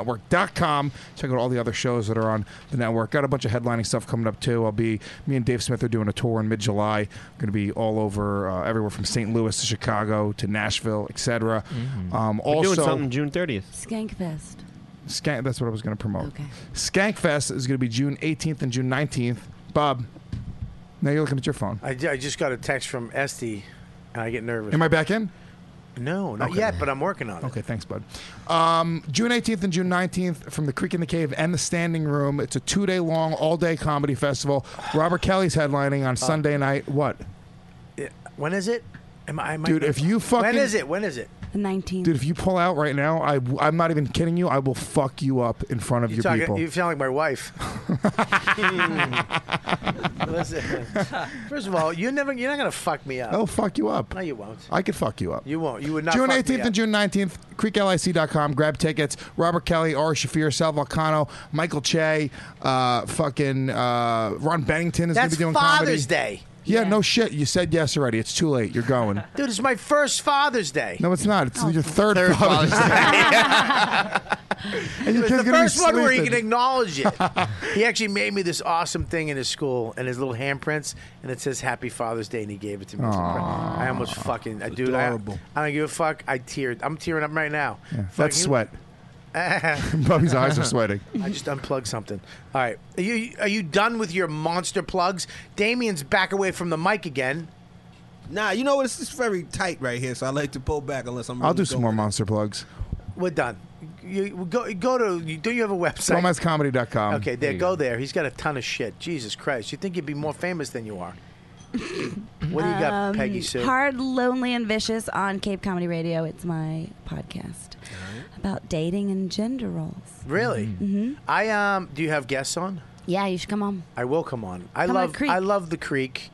Speaker 7: gasdigitalnetwork.com. Check out all the other shows that are on the network. Got a bunch of headlining stuff coming up, too. I'll be, me and Dave Smith are doing a tour in mid July. Going to be all over, uh, everywhere from St. Louis to Chicago to Nashville, etc.
Speaker 2: Mm-hmm.
Speaker 7: Um,
Speaker 13: We're
Speaker 7: also,
Speaker 13: doing something June 30th.
Speaker 8: Skankfest.
Speaker 7: Skank, that's what I was going to promote. Skankfest is going to be June 18th and June 19th. Bob, now you're looking at your phone.
Speaker 2: I, I just got a text from Esty, and I get nervous.
Speaker 7: Am I back in?
Speaker 2: No, not
Speaker 7: Okay.
Speaker 2: yet, but I'm working on it.
Speaker 7: Okay, thanks, bud. Um, June 18th and June 19th from the Creek in the Cave and the Standing Room. It's a two day long, all day comedy festival. Robert Kelly's headlining
Speaker 2: Uh.
Speaker 7: on Sunday night. What?
Speaker 2: Yeah, When is it? Am I, am I-
Speaker 7: Oh. Dude, if you
Speaker 2: When
Speaker 7: fucking-
Speaker 2: is it? When is it?
Speaker 8: The 19th.
Speaker 7: Dude, if you pull out right now, I, am not even kidding you. I will fuck you up in front of
Speaker 2: You,
Speaker 7: your
Speaker 2: talking,
Speaker 7: people.
Speaker 2: you sound like my wife.
Speaker 7: Hmm.
Speaker 2: Listen, first of all, you're never you're not gonna fuck me up.
Speaker 7: I'll fuck you up.
Speaker 2: No, you won't.
Speaker 7: I could fuck you up.
Speaker 2: You won't. You would not.
Speaker 7: June
Speaker 2: fuck me
Speaker 7: 18th
Speaker 2: up.
Speaker 7: and June 19th, creeklic.com. Grab tickets. Robert Kelly, Ari Shafir, Sal Volcano, Michael Che, uh, fucking uh, Ron Bennington is going
Speaker 2: That's
Speaker 7: to be doing
Speaker 2: Father's
Speaker 7: comedy.
Speaker 2: Day.
Speaker 7: Yeah, no shit. You said yes already. It's too late. You're going.
Speaker 2: Dude, it's my first Father's Day.
Speaker 7: No, it's not.
Speaker 2: Oh,
Speaker 7: It's your third, Father's Day. and
Speaker 2: It
Speaker 7: your
Speaker 2: was
Speaker 7: kid's
Speaker 2: the
Speaker 7: gonna be
Speaker 2: first one where he
Speaker 7: sleeping.
Speaker 2: can acknowledge it. he actually made me this awesome thing in his school and his little handprints, and it says Happy Father's Day, and he gave it to me. It's
Speaker 7: Aw.
Speaker 2: incredible. I almost fucking, I, dude, I, I don't give a fuck. I teared. I'm tearing up right now.
Speaker 7: Yeah,
Speaker 2: Fuck
Speaker 7: that's
Speaker 2: you.
Speaker 7: sweat. Bobby's eyes are sweating.
Speaker 2: I just unplugged something. All right. Are you, are you done with your monster plugs? Damien's back away from the mic again.
Speaker 12: Nah, you know it's, it's very tight right here, so I like to pull back unless I'm.
Speaker 7: I'll
Speaker 12: really
Speaker 7: do some
Speaker 12: going.
Speaker 7: more monster plugs.
Speaker 2: We're done. You, go, go to, you, don't you have a website?
Speaker 7: Gomezcomedy.com.
Speaker 2: Okay, there, go there. He's got a ton of shit. Jesus Christ. You think you'd be more famous than you are. what do you got,
Speaker 8: Um,
Speaker 2: Peggy Sue?
Speaker 8: Hard, Lonely, and Vicious on Cape Comedy Radio. It's my podcast about dating and gender roles.
Speaker 2: Really? Mm-hmm. I um. Do you have guests on?
Speaker 8: Yeah, you should come on.
Speaker 2: I will come on. I
Speaker 8: Come on,
Speaker 2: love.
Speaker 8: Creek.
Speaker 2: I love the Creek.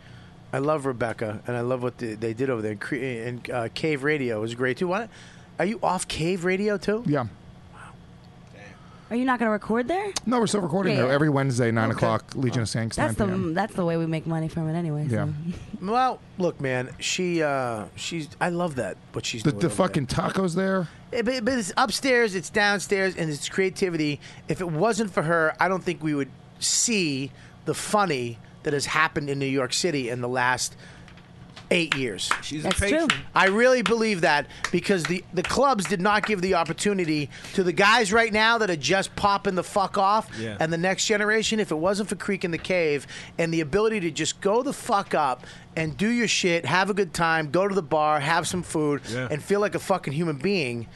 Speaker 2: I love Rebecca, and I love what the, they did over there. And Cre- And uh, Cave Radio is great too. What? Are you off Cave Radio too?
Speaker 7: Yeah.
Speaker 8: Are you not going to record there?
Speaker 7: No, we're still recording
Speaker 8: Yeah,
Speaker 7: though.
Speaker 8: yeah.
Speaker 7: Every Wednesday, 9 o'clock, Legion of Saints,
Speaker 8: That's
Speaker 7: 9 p.m.
Speaker 8: the that's the way we make money from it anyway. so.
Speaker 7: Yeah.
Speaker 2: Well, look, man. She. uh She's. I love that. What she's
Speaker 7: The,
Speaker 2: doing.
Speaker 7: the
Speaker 2: over there.
Speaker 7: fucking tacos there.
Speaker 2: Yeah, But, but it's upstairs, it's downstairs, and it's creativity. If it wasn't for her, I don't think we would see the funny that has happened in New York City in the last eight years. She's
Speaker 12: a That's patron. true.
Speaker 2: I really believe that because the, the clubs did not give the opportunity to the guys right now that are just popping the fuck off
Speaker 15: Yeah.
Speaker 2: and the next generation. If it wasn't for Creek in the Cave and the ability to just go the fuck up and do your shit, have a good time, go to the bar, have some food,
Speaker 15: Yeah.
Speaker 2: and feel like a fucking human being.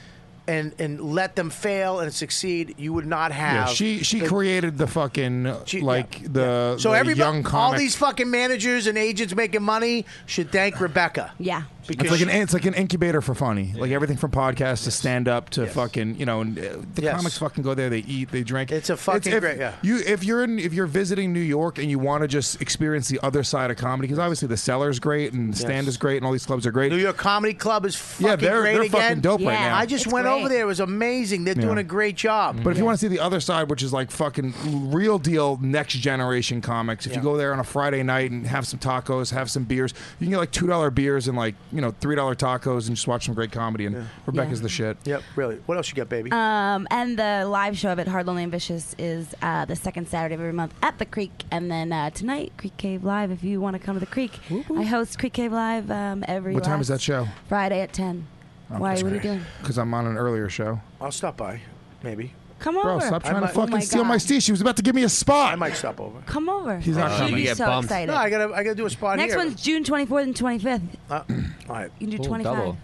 Speaker 2: And, and let them fail and succeed. You would not have.
Speaker 7: Yeah, she she
Speaker 2: the-
Speaker 7: created the fucking like the,
Speaker 2: so
Speaker 7: the
Speaker 2: everybody,
Speaker 7: young comic.
Speaker 2: all these fucking managers and agents making money should thank Rebecca.
Speaker 8: Yeah,
Speaker 7: it's
Speaker 2: because
Speaker 7: like
Speaker 2: she-
Speaker 7: an it's like an incubator for funny, like everything from podcasts to stand up to fucking you know and, uh, the
Speaker 2: Yes.
Speaker 7: comics fucking go there, they eat, they drink. It's a
Speaker 2: fucking
Speaker 7: if,
Speaker 2: great- yeah.
Speaker 7: You if you're in if you're visiting New York and you want to just experience the other side of comedy because obviously the cellar's great and the stand is great and all these clubs are great.
Speaker 2: New York Comedy Club is fucking
Speaker 7: yeah, they're
Speaker 2: great
Speaker 7: they're
Speaker 2: again.
Speaker 7: fucking dope right now.
Speaker 2: I just went over there; it was amazing. They're
Speaker 7: Yeah. Mm.
Speaker 2: doing a great job.
Speaker 7: But if you want to see the other side, which is like fucking real deal next generation comics, if you go there on a Friday night and have some tacos, have some beers, you can get like two dollar beers and like you know three dollar tacos and just watch some great comedy. And Rebecca's the shit.
Speaker 2: Yep, really. What else you got, baby?
Speaker 8: Um, and the live show of it, Hard Lonely and Vicious, is uh, the second Saturday of every month at the Creek. And then uh, tonight, Creek Cave Live. If you want to come to the Creek, I host Creek Cave Live um, every.
Speaker 7: What time is
Speaker 8: last
Speaker 7: that show?
Speaker 8: Friday at ten.
Speaker 7: Oh,
Speaker 8: Why?
Speaker 7: that's
Speaker 8: What are you
Speaker 7: great.
Speaker 8: doing?
Speaker 7: Because I'm on an earlier show.
Speaker 2: I'll stop by, maybe.
Speaker 8: Come
Speaker 7: Bro,
Speaker 8: over.
Speaker 7: stop trying
Speaker 2: might-
Speaker 7: to
Speaker 2: oh
Speaker 7: fucking
Speaker 2: my
Speaker 7: steal my
Speaker 2: God.
Speaker 7: seat. She was about to give me a spot.
Speaker 2: I might stop over.
Speaker 8: Come over.
Speaker 7: He's not Uh, coming. you
Speaker 8: She's
Speaker 7: get
Speaker 8: so
Speaker 7: bumped.
Speaker 8: excited.
Speaker 2: No, I gotta, I gotta do a spot
Speaker 8: Next
Speaker 2: here.
Speaker 8: one's June twenty fourth and twenty fifth.
Speaker 2: Uh, all right.
Speaker 8: You can do Ooh, 25. double.
Speaker 2: All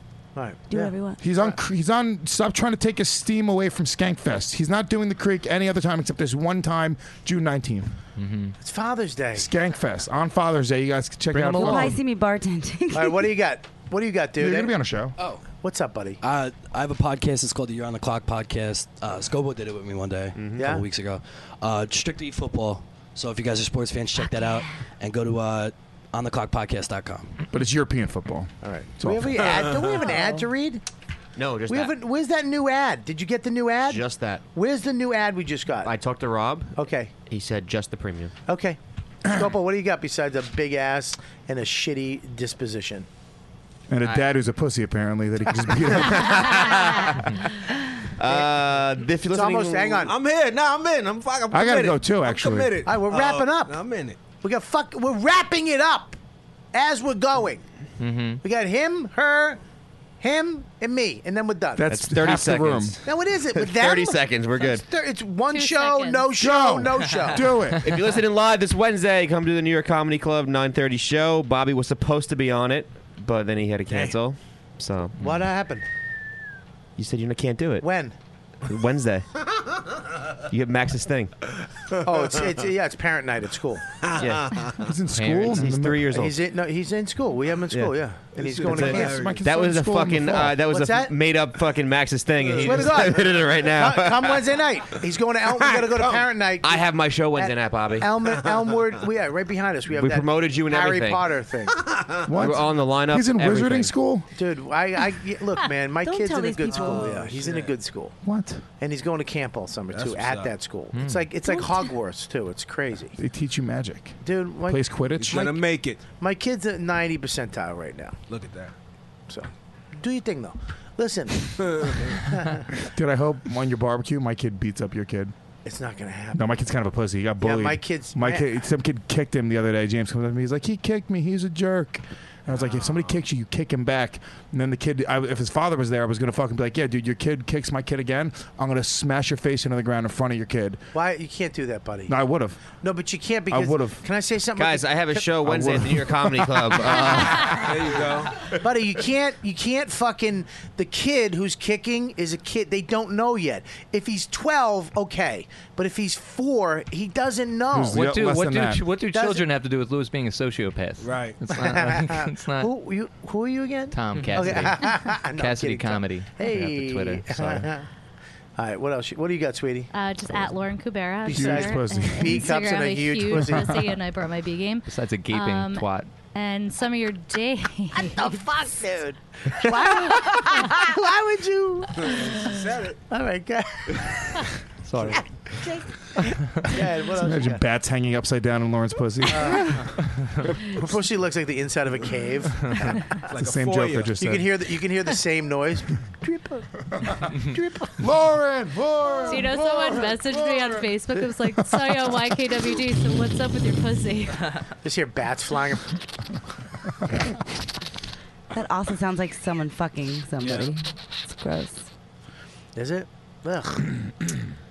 Speaker 2: right.
Speaker 8: Do whatever you want.
Speaker 7: He's on. He's on. Stop trying to take his steam away from Skankfest. He's not doing the creek any other time except this one time, June 19th. Mm-hmm.
Speaker 2: It's Father's Day.
Speaker 7: Skankfest on Father's Day. You guys can check it out.
Speaker 8: You'll probably see me bartending.
Speaker 2: All right, what do you got? What do you got, dude?
Speaker 7: You're gonna be on a show.
Speaker 2: Oh, what's up, buddy?
Speaker 14: Uh, I have a podcast. It's called the You're on the Clock podcast. Uh, Scobo did it with me one day, a
Speaker 2: Mm-hmm. Yeah?
Speaker 14: couple weeks ago. Uh, strictly football. So if you guys are sports fans, check that out and go to uh, ontheclockpodcast.com.
Speaker 7: But it's European football.
Speaker 14: All right.
Speaker 2: Do we have an ad? Don't we have an ad to read?
Speaker 13: No, just
Speaker 2: we
Speaker 13: that.
Speaker 2: haven't. Where's that new ad? Did you get the new ad?
Speaker 13: Just that.
Speaker 2: Where's the new ad we just got?
Speaker 13: I talked to Rob.
Speaker 2: Okay.
Speaker 13: He said just the premium.
Speaker 2: Okay. Scopo, what do you got besides a big ass and a shitty disposition?
Speaker 7: And a dad who's a pussy apparently that he can just beat up.
Speaker 13: Uh, if you're
Speaker 2: It's
Speaker 13: listening,
Speaker 2: almost- hang on.
Speaker 12: I'm here. No, I'm in. I'm fucking.
Speaker 13: I gotta go too, actually.
Speaker 12: I'm committed.
Speaker 2: All right, we're
Speaker 12: Uh,
Speaker 2: wrapping up.
Speaker 12: I'm in it.
Speaker 2: We got fuck. We're wrapping it up as we're going.
Speaker 9: Mm-hmm.
Speaker 2: We got him, her, him, and me, and then we're done.
Speaker 13: That's That's 30 half the room. seconds.
Speaker 2: No, it isn't. With them,
Speaker 13: 30 seconds, we're good.
Speaker 2: It's, thir- it's one show, no show, no show.
Speaker 13: If you're listening live this Wednesday, come to the New York Comedy Club 9:30 show. Bobby was supposed to be on it, but then he had to cancel. So
Speaker 2: What happened?
Speaker 13: you said you can't do it.
Speaker 2: When?
Speaker 13: Wednesday. you get Max's thing.
Speaker 2: Oh, it's, it's yeah, it's parent night at school.
Speaker 13: Yeah.
Speaker 7: He's in
Speaker 13: school? He's three years old.
Speaker 2: He's in, no, he's in school. We have him in school. Yeah, and he's going to
Speaker 13: That's it.
Speaker 2: camp.
Speaker 13: That was a fucking uh, that was
Speaker 2: What's
Speaker 13: a
Speaker 2: that?
Speaker 13: made up fucking Max's thing, and he
Speaker 2: Swear to
Speaker 13: just
Speaker 2: God.
Speaker 13: admitted it right now.
Speaker 2: Come, come Wednesday night. He's going to Elm. We got to go to parent night.
Speaker 13: I have my show Wednesday night, Bobby.
Speaker 2: Elm, Elmwood. We yeah, right behind us. We have
Speaker 13: We
Speaker 2: that
Speaker 13: promoted you and
Speaker 2: Harry
Speaker 13: everything.
Speaker 2: Potter thing.
Speaker 13: What? We're on the lineup, He's in wizarding everything. school,
Speaker 2: dude. I, I yeah, look, man. My
Speaker 8: Ah, Don't
Speaker 2: kid's
Speaker 8: tell
Speaker 2: in a
Speaker 8: these
Speaker 2: good
Speaker 8: people.
Speaker 2: school.
Speaker 8: Oh,
Speaker 2: Yeah, he's in a good school.
Speaker 7: What?
Speaker 2: And he's going to camp all summer
Speaker 7: That's
Speaker 2: too
Speaker 7: what's
Speaker 2: at
Speaker 7: up.
Speaker 2: that school.
Speaker 7: Hmm.
Speaker 2: It's like it's like
Speaker 7: Don't-
Speaker 2: Hogwarts too. It's crazy,
Speaker 7: they teach you magic.
Speaker 2: dude. My,
Speaker 7: Plays Quidditch? He's gonna
Speaker 2: make it. My kid's at ninety percentile right now.
Speaker 12: Look at that.
Speaker 2: So, do your thing though. Listen,
Speaker 7: Dude, I hope on your barbecue my kid beats up your kid.
Speaker 2: it's not gonna happen.
Speaker 7: No, my kid's kind of a pussy. He got
Speaker 2: Yeah,
Speaker 7: bullied.
Speaker 2: my kid's-
Speaker 7: My
Speaker 2: man.
Speaker 7: kid. Some kid kicked him the other day. James comes up to me. He's like, "He kicked me. He's a jerk." And I was like, "If somebody kicks you, you kick him back." And then the kid, I, if his father was there, I was gonna fucking be like, "Yeah, dude, your kid kicks my kid again. I'm gonna smash your face into the ground in front of your kid."
Speaker 2: Why you can't do that, buddy?
Speaker 7: No, I would have.
Speaker 2: No, but you can't because.
Speaker 7: would've.
Speaker 2: Can I say something?
Speaker 13: Guys, I have a show Wednesday at the New York Comedy Club. Uh, there you go.
Speaker 2: buddy. You can't. You can't fucking. The kid who's kicking is a kid. They don't know yet. If he's twelve, okay. But if he's four, he doesn't know.
Speaker 9: What do what do ch- what do
Speaker 2: Doesn't-
Speaker 9: children have to do with Lewis being a sociopath? Right. It's not. Like, it's not
Speaker 2: who, you, who are you again?
Speaker 9: Tom
Speaker 2: Okay.
Speaker 9: Cassidy.
Speaker 2: No, I'm
Speaker 9: Cassidy
Speaker 2: kidding, Tom.
Speaker 9: comedy.
Speaker 2: Hey.
Speaker 9: Got the Twitter. Sorry.
Speaker 2: All right. What else? What do you got, sweetie?
Speaker 10: Uh, just at Lauren Kubera. on
Speaker 2: Besides
Speaker 10: Twitter
Speaker 2: pussy.
Speaker 10: and
Speaker 2: Bee cups and
Speaker 10: Instagram.
Speaker 2: a
Speaker 10: I'm
Speaker 2: huge pussy.
Speaker 10: and I brought my B game.
Speaker 9: Besides a gaping
Speaker 10: Um,
Speaker 9: twat.
Speaker 10: And some of your days. What the
Speaker 2: fuck, dude? Why, why would you? said it. All right, guys.
Speaker 9: Sorry.
Speaker 2: Yeah, what
Speaker 7: Just
Speaker 2: else you
Speaker 7: imagine
Speaker 2: got? Uh,
Speaker 7: bats hanging upside down in Lauren's pussy.
Speaker 2: Her pussy looks like the inside of a cave.
Speaker 7: like the same joke I just
Speaker 2: You
Speaker 7: said.
Speaker 2: can hear the you can hear the same noise.
Speaker 7: Lauren, Lauren.
Speaker 10: So you know, someone messaged me on Facebook. It was like, "Saw you on YKWd. So what's up with your pussy?"
Speaker 2: Just hear bats flying.
Speaker 8: That also sounds like someone fucking somebody.
Speaker 2: It's gross. Is it? Ugh.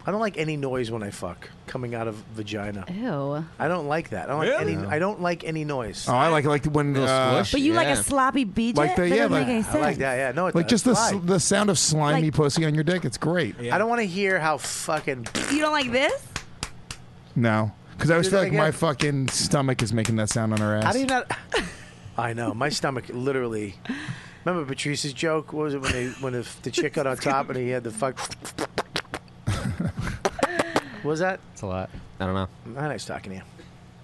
Speaker 2: I don't like any noise when I fuck coming out of vagina.
Speaker 10: Ew.
Speaker 2: I don't like that. I don't
Speaker 7: Really?
Speaker 2: like any. I don't like any noise.
Speaker 7: Oh, I like like when
Speaker 2: Little
Speaker 7: uh,
Speaker 2: squish. But you like a
Speaker 8: sloppy BJ?
Speaker 7: Like the,
Speaker 2: That
Speaker 7: yeah,
Speaker 2: doesn't
Speaker 7: like,
Speaker 2: make any I like sense. that, yeah. No, it
Speaker 7: like
Speaker 2: does.
Speaker 7: just the
Speaker 2: Why?
Speaker 7: sl- the sound of slimy pussy on your dick. It's great.
Speaker 2: I don't want to hear how fucking.
Speaker 8: You don't like this?
Speaker 7: No, because I always
Speaker 2: Do
Speaker 7: feel
Speaker 2: that
Speaker 7: like my
Speaker 2: again.
Speaker 7: fucking stomach is making that sound on her ass.
Speaker 2: How do you not? I know my stomach literally. Remember Patrice's joke? What was it when they when the, the chick got on top and he had the fuck? What was that?
Speaker 9: It's a lot.
Speaker 13: I don't know.
Speaker 2: Not nice talking to you.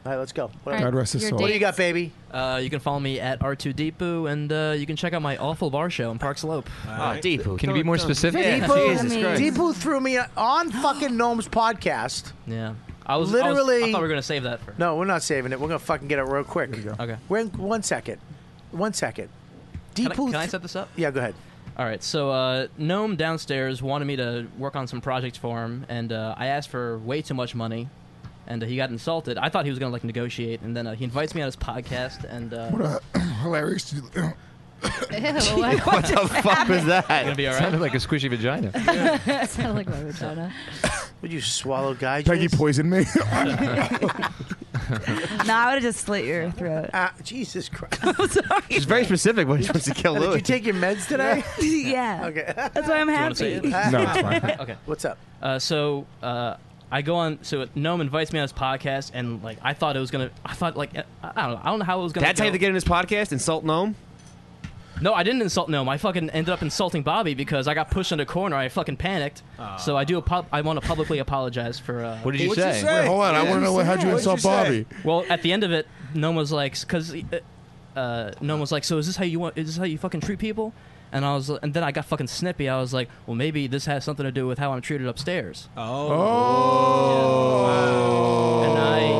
Speaker 2: All right, let's go. What
Speaker 11: All right, God rest his your soul.
Speaker 2: What do you got, baby?
Speaker 11: Uh, you can follow me at R2Deepu, and uh, you can check out my awful bar show in Park Slope.
Speaker 13: Oh, Deepu.
Speaker 9: Can you be more specific?
Speaker 2: Deepu, Deepu threw me on fucking Gnome's podcast.
Speaker 11: Yeah. I was I was-
Speaker 2: literally.
Speaker 11: I thought we were gonna save that for.
Speaker 2: No, we're not saving it. We're gonna fucking get it real quick.
Speaker 11: Okay.
Speaker 2: We're in one second. One second.
Speaker 11: Can I,
Speaker 2: Deepu.
Speaker 11: can I
Speaker 2: th-
Speaker 11: set this up?
Speaker 2: yeah, go ahead.
Speaker 11: All right. So uh, Gnome downstairs wanted me to work on some projects for him, and uh, I asked for way too much money, and uh, he got insulted. I thought he was gonna like negotiate, and then uh, he invites me on his podcast, and uh,
Speaker 7: what a hilarious.
Speaker 10: What
Speaker 11: the fuck was that? Gonna be all right.
Speaker 9: Sounded like a squishy vagina.
Speaker 10: Sounded like my vagina.
Speaker 2: Would you swallow guy
Speaker 7: Peggy
Speaker 2: juice?
Speaker 7: poisoned me.
Speaker 8: no, I would have just slit your throat.
Speaker 2: Ah, Jesus Christ.
Speaker 13: She's very specific when she wants to kill
Speaker 2: Did you
Speaker 13: Louis.
Speaker 2: take your meds today?
Speaker 8: yeah.
Speaker 2: Okay.
Speaker 8: That's why I'm
Speaker 11: Do you wanna say
Speaker 8: happy.
Speaker 11: it?
Speaker 2: okay. What's up?
Speaker 11: Uh, so uh, I go on. So Gnome invites me on his podcast, and like I thought it was gonna. I thought like I I don't know. I don't know how it was gonna.
Speaker 13: That's how you
Speaker 11: go.
Speaker 13: have to get in his podcast. Insult gnome.
Speaker 11: No, I didn't insult Gnome. I fucking ended up insulting Bobby because I got pushed in a corner. I fucking panicked. So I do. Apo- I want to publicly apologize for. Uh,
Speaker 9: Ah. What did you What'd you say? say?
Speaker 7: Wait, hold on. I
Speaker 11: Yeah.
Speaker 7: want to know how'd you insult Bobby.
Speaker 11: Well, at the end of it, Gnome was like, because uh, uh, Gnome was like, so is this how you want? Is this how you fucking treat people? And I was, and then I got fucking snippy. I was like, well, maybe this has something to do with how I'm treated
Speaker 9: Oh.
Speaker 11: upstairs.
Speaker 7: Oh.
Speaker 11: And I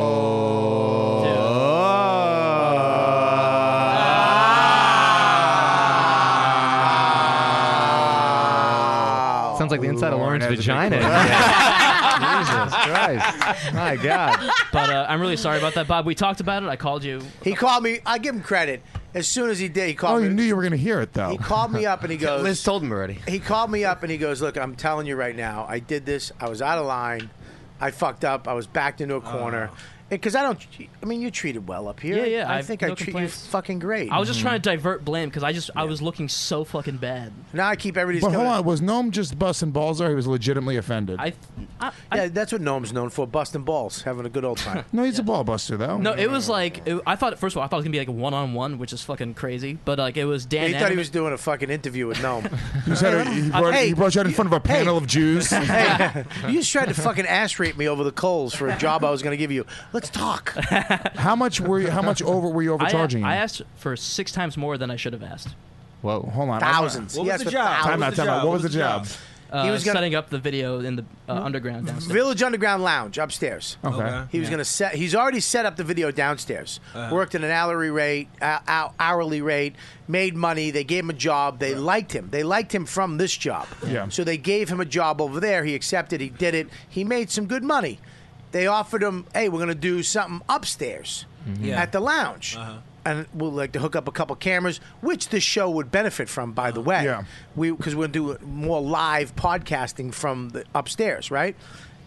Speaker 9: like the inside of
Speaker 11: Lauren
Speaker 9: Lauren's
Speaker 11: has a big
Speaker 9: vagina.
Speaker 11: cock.
Speaker 9: Jesus Christ! My God.
Speaker 11: But uh, I'm really sorry about that, Bob. We talked about it. I called you.
Speaker 2: He called me. I give him credit. As soon as he did, he called me.
Speaker 7: knew Oh, you were going to hear it though.
Speaker 2: He called me up and he goes.
Speaker 13: Liz told him already.
Speaker 2: He called me up and he goes, "Look, I'm telling you right now, I did this. I was out of line. I fucked up. I was backed into a corner. Because I don't. I mean, you treated well up here.
Speaker 11: Oh. Yeah, yeah,
Speaker 2: I
Speaker 11: I've
Speaker 2: think
Speaker 11: no
Speaker 2: I treat you
Speaker 11: complaints.
Speaker 2: fucking great. Mm.
Speaker 11: I was just trying to divert blame because I just I was looking so fucking bad.
Speaker 2: Now I keep everybody's.
Speaker 7: But hold on, was Gnome just busting balls or he was legitimately offended?
Speaker 11: I,
Speaker 2: yeah, that's what Gnome's known for: busting balls, having a good old time.
Speaker 7: no, he's a ball buster
Speaker 2: Oh,
Speaker 7: though.
Speaker 11: No, it was like it, I thought. First of all, I thought it was gonna be like one on one, which is fucking crazy. But like it was Dan.
Speaker 2: he thought he
Speaker 11: Anneman-
Speaker 2: was doing a fucking interview with Gnome.
Speaker 7: He, was had a- he brought,
Speaker 2: Hey,
Speaker 7: he brought you out in front of a panel of Jews.
Speaker 2: hey, you just tried to fucking ass rape me over the coals for a job I was going to give you. Let's talk.
Speaker 7: how much were you? How much over were you
Speaker 11: I-
Speaker 7: overcharging? him?
Speaker 11: I, asked for six times more than I should have asked.
Speaker 7: Whoa, hold on.
Speaker 2: Thousands. What was Yes, the but job?
Speaker 7: Time out,
Speaker 2: thousands.
Speaker 7: time out. What was the job?
Speaker 11: Uh,
Speaker 2: He was gonna-
Speaker 11: setting up the video in the uh, underground downstairs.
Speaker 2: Village Underground Lounge upstairs.
Speaker 11: Okay. Okay.
Speaker 2: He was
Speaker 11: Yeah.
Speaker 2: going to set. He's already set up the video downstairs.
Speaker 11: Uh-huh.
Speaker 2: Worked at an hourly rate, uh, hou- hourly rate, made money. They gave him a job. They liked him. They liked him from this job.
Speaker 7: Yeah.
Speaker 2: So they gave him a job over there. He accepted. He did it. He made some good money. They offered him, hey, we're going to do something upstairs
Speaker 4: Mhm. Yeah.
Speaker 2: at the lounge. And we'd like to hook up a couple cameras, which the show would benefit from, by the way. Yeah. We because we'll do more live podcasting from the upstairs, right?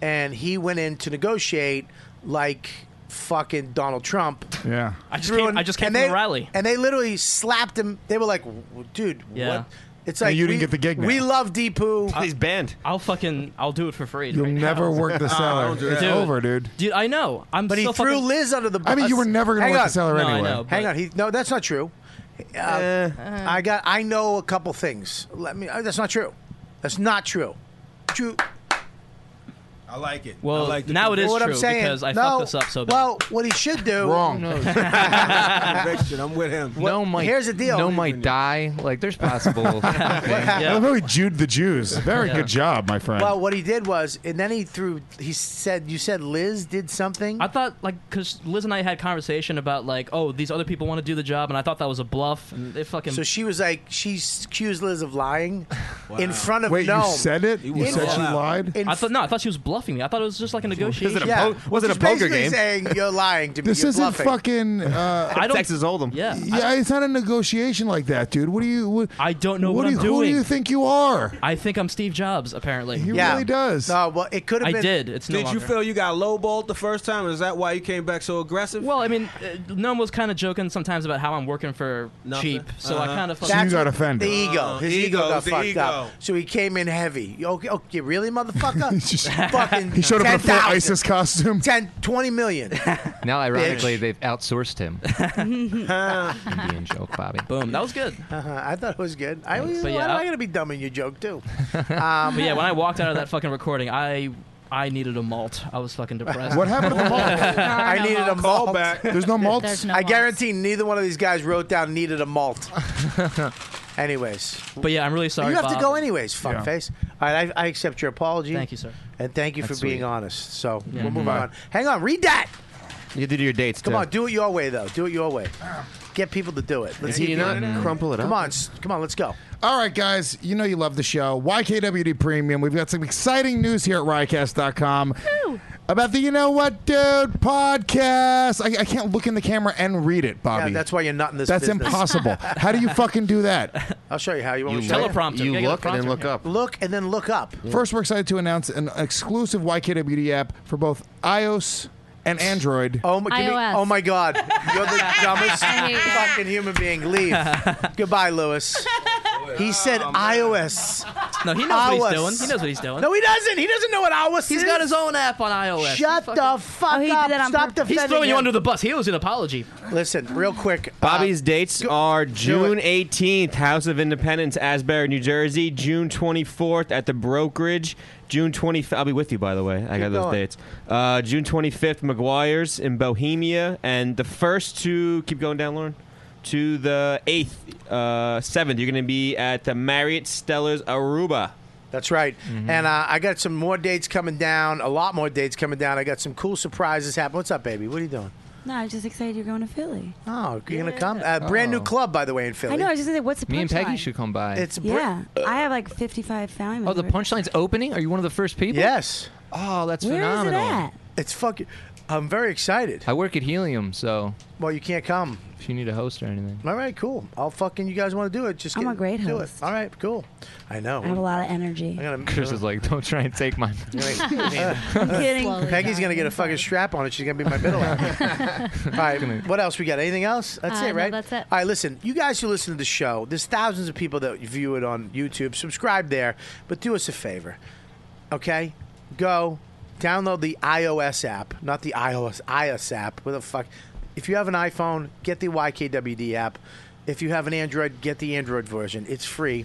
Speaker 2: And he went in to negotiate like fucking Donald Trump.
Speaker 7: Yeah.
Speaker 11: I just
Speaker 2: Threw
Speaker 11: came,
Speaker 2: in-
Speaker 11: I just came
Speaker 2: and
Speaker 11: from
Speaker 2: they,
Speaker 11: a rally.
Speaker 2: and they literally slapped him. They were like, "W- "Dude,
Speaker 11: Yeah.
Speaker 2: what?" It's
Speaker 11: And
Speaker 2: like
Speaker 11: you didn't
Speaker 2: we-
Speaker 11: get the gig now.
Speaker 2: We love Deepu.
Speaker 11: He's
Speaker 13: banned.
Speaker 11: I'll fucking I'll do it for free.
Speaker 7: You'll
Speaker 11: right now.
Speaker 7: never work the cellar. it's over, dude.
Speaker 11: Dude, I know. I'm
Speaker 2: But he
Speaker 11: still
Speaker 2: threw
Speaker 11: fucking-
Speaker 2: Liz under the bus.
Speaker 7: I mean, you were never gonna
Speaker 2: Hang
Speaker 7: work
Speaker 2: on.
Speaker 7: the cellar No, I anyway. know,
Speaker 2: Hang
Speaker 7: but-
Speaker 2: on. He, no, that's not true. Uh,
Speaker 11: Eh.
Speaker 2: I got. I know a couple things. Let me. uh, that's not true. That's not true. True.
Speaker 12: I like it.
Speaker 11: Well,
Speaker 12: I like the
Speaker 11: now it is
Speaker 12: conviction.
Speaker 2: What I'm
Speaker 11: true
Speaker 2: saying.
Speaker 11: because I
Speaker 2: no,
Speaker 11: fucked this up so bad.
Speaker 2: Well, what he should do.
Speaker 7: Wrong.
Speaker 12: Conviction. I'm with him.
Speaker 9: no, might,
Speaker 2: here's the deal.
Speaker 9: No, might die. Like, there's possible.
Speaker 7: I love how he Jewed the Jews. Very
Speaker 2: Yeah.
Speaker 7: good job, my friend.
Speaker 2: Well, what he did was, and then he threw. He said, "You said Liz did something."
Speaker 11: I thought like because Liz and I had conversation about like oh these other people want to do the job and I thought that was a bluff and they fucking
Speaker 2: So she was like, she accused Liz of lying in front of
Speaker 11: Wait, you
Speaker 2: Gnome.
Speaker 11: said it? You
Speaker 2: In-
Speaker 11: said she
Speaker 7: lied?
Speaker 2: In
Speaker 11: I thought no I thought she was bluffing me I thought it was just like a negotiation
Speaker 2: Yeah. She's basically Saying you're lying to me.
Speaker 7: This
Speaker 2: you're
Speaker 7: isn't
Speaker 2: bluffing."
Speaker 7: fucking. Uh,
Speaker 11: I don't-
Speaker 13: Texas Oldham.
Speaker 11: Yeah.
Speaker 7: yeah, it's not a negotiation like that, dude. What do you? What,
Speaker 11: I don't know what,
Speaker 7: do
Speaker 11: I'm
Speaker 7: you, Who
Speaker 11: doing.
Speaker 7: do you think you are?
Speaker 11: I think I'm Steve Jobs apparently.
Speaker 7: He
Speaker 12: Yeah.
Speaker 7: really does.
Speaker 2: No, well, it could
Speaker 11: have I been- did. It's no
Speaker 12: Did you
Speaker 11: longer.
Speaker 12: feel you got lowballed the first time? Is that why you came back so aggressive?
Speaker 11: Well, I mean, uh, Gnome was kind of joking sometimes about how I'm working for cheap, so
Speaker 12: Uh-huh.
Speaker 2: Uh-huh.
Speaker 11: I kind of.
Speaker 2: That's what- Uh-huh. The ego. His ego, got fucked up. So he came in heavy. You Okay, okay really, motherfucker? fucking
Speaker 7: He showed up in a full
Speaker 2: 10,000.
Speaker 7: ISIS costume.
Speaker 2: 10, 20 million.
Speaker 9: now, ironically, they've outsourced him. Indian joke, Bobby.
Speaker 11: Boom. That was good.
Speaker 2: Uh-huh. I thought it was good. I,
Speaker 11: Thanks.
Speaker 2: why
Speaker 11: But yeah,
Speaker 2: am
Speaker 11: I-
Speaker 2: I going to be dumb in your joke, too? Um,
Speaker 11: but yeah, when I walked out of that fucking recording, I I needed a malt. I was fucking depressed.
Speaker 7: What happened to the malt?
Speaker 2: I needed a malt. back.
Speaker 7: There's no malts? There's no
Speaker 2: I
Speaker 7: malts.
Speaker 2: guarantee neither one of these guys wrote down needed a malt. Anyways.
Speaker 11: But yeah, I'm really sorry.
Speaker 2: you have to
Speaker 11: Bob.
Speaker 2: go anyways, fuckface. All right, I, I accept your apology.
Speaker 11: Thank you, sir.
Speaker 2: And thank you
Speaker 13: That's
Speaker 2: for being
Speaker 13: sweet.
Speaker 2: honest. So
Speaker 13: Yeah.
Speaker 2: we'll move
Speaker 13: Bye.
Speaker 2: on. Hang on, read that.
Speaker 13: You did your dates.
Speaker 2: Come
Speaker 13: too.
Speaker 2: on, do it your way though. Do it your way. Get people to do it.
Speaker 13: Can you
Speaker 2: get
Speaker 13: not
Speaker 2: people-
Speaker 13: crumple it
Speaker 2: Come
Speaker 13: up?
Speaker 2: on, s- come on, let's go.
Speaker 7: All right, guys, you know you love the show. YKWD Premium. We've got some exciting news here at Riotcast.com about the You Know What Dude podcast. I, I can't look in the camera and read it, Bobby.
Speaker 2: Yeah, that's why you're not in this.
Speaker 7: That's
Speaker 2: business.
Speaker 7: impossible. How do you fucking do that?
Speaker 2: I'll show you how you want
Speaker 7: You
Speaker 2: me to show
Speaker 7: look- Teleprompter. you You gotta get a look and then prompter. look up.
Speaker 2: Look and then look up.
Speaker 7: First, we're excited to announce an exclusive YKWD app for both iOS and Android.
Speaker 2: Oh my, give me-
Speaker 10: iOS.
Speaker 2: oh my God! You're the dumbest
Speaker 10: I hate that.
Speaker 2: fucking human being. Leave. Goodbye, Lewis.
Speaker 8: Oh,
Speaker 2: He said iOS.
Speaker 11: No, he knows what
Speaker 2: iOS.
Speaker 11: he's doing. He knows what he's doing.
Speaker 2: No, he doesn't. He doesn't know what iOS
Speaker 11: He's
Speaker 2: is.
Speaker 11: got his own app on iOS.
Speaker 2: Shut the fuck
Speaker 8: Oh, he did
Speaker 2: up!
Speaker 8: that on
Speaker 2: Stop
Speaker 8: purpose.
Speaker 2: defending.
Speaker 11: He's throwing you
Speaker 2: him.
Speaker 11: under the bus. He owes an apology.
Speaker 2: Listen, real quick. uh,
Speaker 13: Bobby's dates are June 18th, House of Independence, Asbury, New Jersey. June 24th at the brokerage. June 25th. I'll be with you, by the way. I got those
Speaker 2: going.
Speaker 13: dates. Uh, June 25th, McGuire's in Bohemia. And the first to, keep going down, Lauren, to the 8th, uh, 7th, you're going to be at the Marriott Stellars Aruba.
Speaker 2: That's right.
Speaker 11: Mm-hmm.
Speaker 2: And uh, I got some more dates coming down. A lot more dates coming down. I got some cool surprises happening. What's up, baby? What are you doing?
Speaker 8: No, I'm just excited you're going to Philly.
Speaker 2: Oh, you're gonna come? Uh, brand new club, by the way, in Philly.
Speaker 8: I know. I was just gonna say, what's the
Speaker 9: Me and Peggy
Speaker 8: punchline?
Speaker 9: should come by.
Speaker 2: It's
Speaker 8: yeah. I have like 55 family
Speaker 9: Oh, the
Speaker 8: members.
Speaker 9: punchline's opening. Are you one of the first people?
Speaker 2: Yes.
Speaker 9: Oh, that's
Speaker 8: Where is it
Speaker 9: phenomenal.
Speaker 8: at?
Speaker 2: It's fucking. I'm very excited.
Speaker 9: I work at Helium, so.
Speaker 2: Well, you can't come
Speaker 9: if you need a host or anything.
Speaker 2: All right, cool. I'll fucking. You guys want to do it? Just
Speaker 8: I'm
Speaker 2: get-
Speaker 8: a great
Speaker 2: do
Speaker 8: host.
Speaker 2: It. All right, cool. I know.
Speaker 8: I have a lot of energy.
Speaker 2: I'm gonna,
Speaker 9: Chris is like, don't try and take mine.
Speaker 8: I'm kidding.
Speaker 2: Peggy's gonna get a fucking strap on it. She's gonna be my middle out. All right, what else we got? Anything else? That's
Speaker 10: Uh,
Speaker 2: it,
Speaker 10: no,
Speaker 2: right?
Speaker 10: that's it.
Speaker 2: All right, listen, you guys who listen to the show, there's thousands of people that view it on YouTube. Subscribe there, but do us a favor, okay? Go download the iOS app, not the iOS iOS app. What the fuck? If you have an iPhone, get the YKWd app. If you have an Android, get the Android version. It's free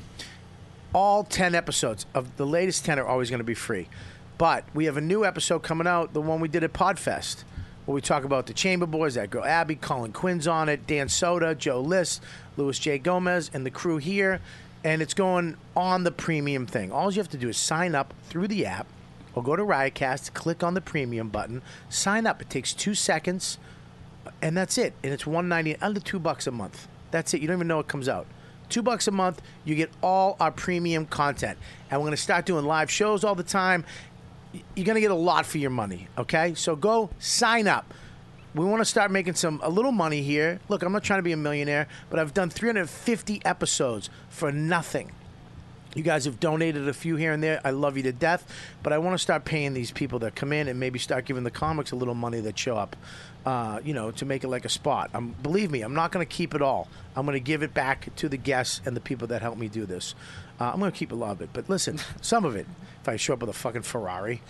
Speaker 2: all 10 episodes of the latest 10 are always going to be free. But we have a new episode coming out, the one we did at Podfest, where we talk about the Chamber Boys, that girl Abby, Colin Quinn's on it, Dan Soda, Joe List, Louis J. Gomez, and the crew here. And it's going on the premium thing. All you have to do is sign up through the app or go to Riotcast, click on the premium button, sign up. It takes two seconds and that's it. And it's one ninety under two bucks a month. That's it. You don't even know it comes out. Two bucks a month, you get all our premium content, and we're gonna start doing live shows all the time. Y- You're gonna get a lot for your money. Okay, so go sign up. We want to start making some a little money here. Look, I'm not trying to be a millionaire, but I've done 350 episodes for nothing. You guys have donated a few here and there. I love you to death, but I want to start paying these people that come in and maybe start giving the comics a little money that show up. Uh, you know, to make it like a spot. i believe me, I'm not going to keep it all. I'm going to give it back to the guests and the people that helped me do this. Uh, I'm going to keep a lot of it, but listen, some of it. If I show up with a fucking Ferrari,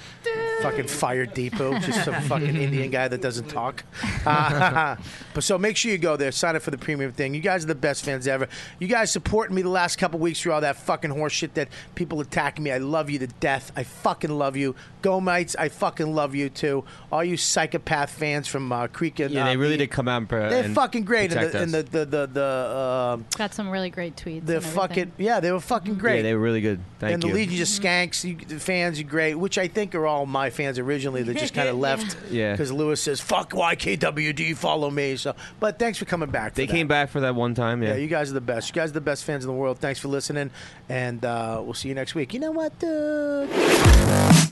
Speaker 2: fucking Fire Depot, just some fucking Indian guy that doesn't talk. Uh, but so make sure you go there, sign up for the premium thing. You guys are the best fans ever. You guys supporting me the last couple weeks through all that fucking horse shit that people attacking me. I love you to death. I fucking love you. Go Mites, I fucking love you too. All you psychopath fans from uh, Creek and
Speaker 13: Yeah,
Speaker 2: uh,
Speaker 13: they really did come out. And, pro-
Speaker 2: they're
Speaker 13: and
Speaker 2: fucking great. And
Speaker 13: protect
Speaker 2: the,
Speaker 13: us.
Speaker 2: and the the the, the uh,
Speaker 10: Got some really great tweets.
Speaker 2: the
Speaker 10: and everything.
Speaker 2: fucking yeah, they were fucking great
Speaker 13: Yeah, they were really good. Thank
Speaker 2: and
Speaker 13: you.
Speaker 2: the Legion of Skanks you, the fans are great, which I think are all my fans originally that just kind of left.
Speaker 13: Yeah.
Speaker 2: Because Lewis says, fuck YKWD, follow me. So, But thanks for coming back. For
Speaker 13: they
Speaker 2: that.
Speaker 13: came back for that one time. Yeah.
Speaker 2: Yeah, you guys are the best. You guys are the best fans in the world. Thanks for listening, and uh, we'll see you next week. You know what, dude?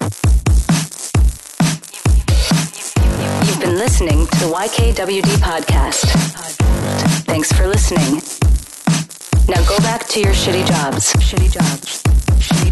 Speaker 15: You've been listening to the YKWD podcast. Thanks for listening. Now go back to your shitty jobs. Shitty jobs. Shitty,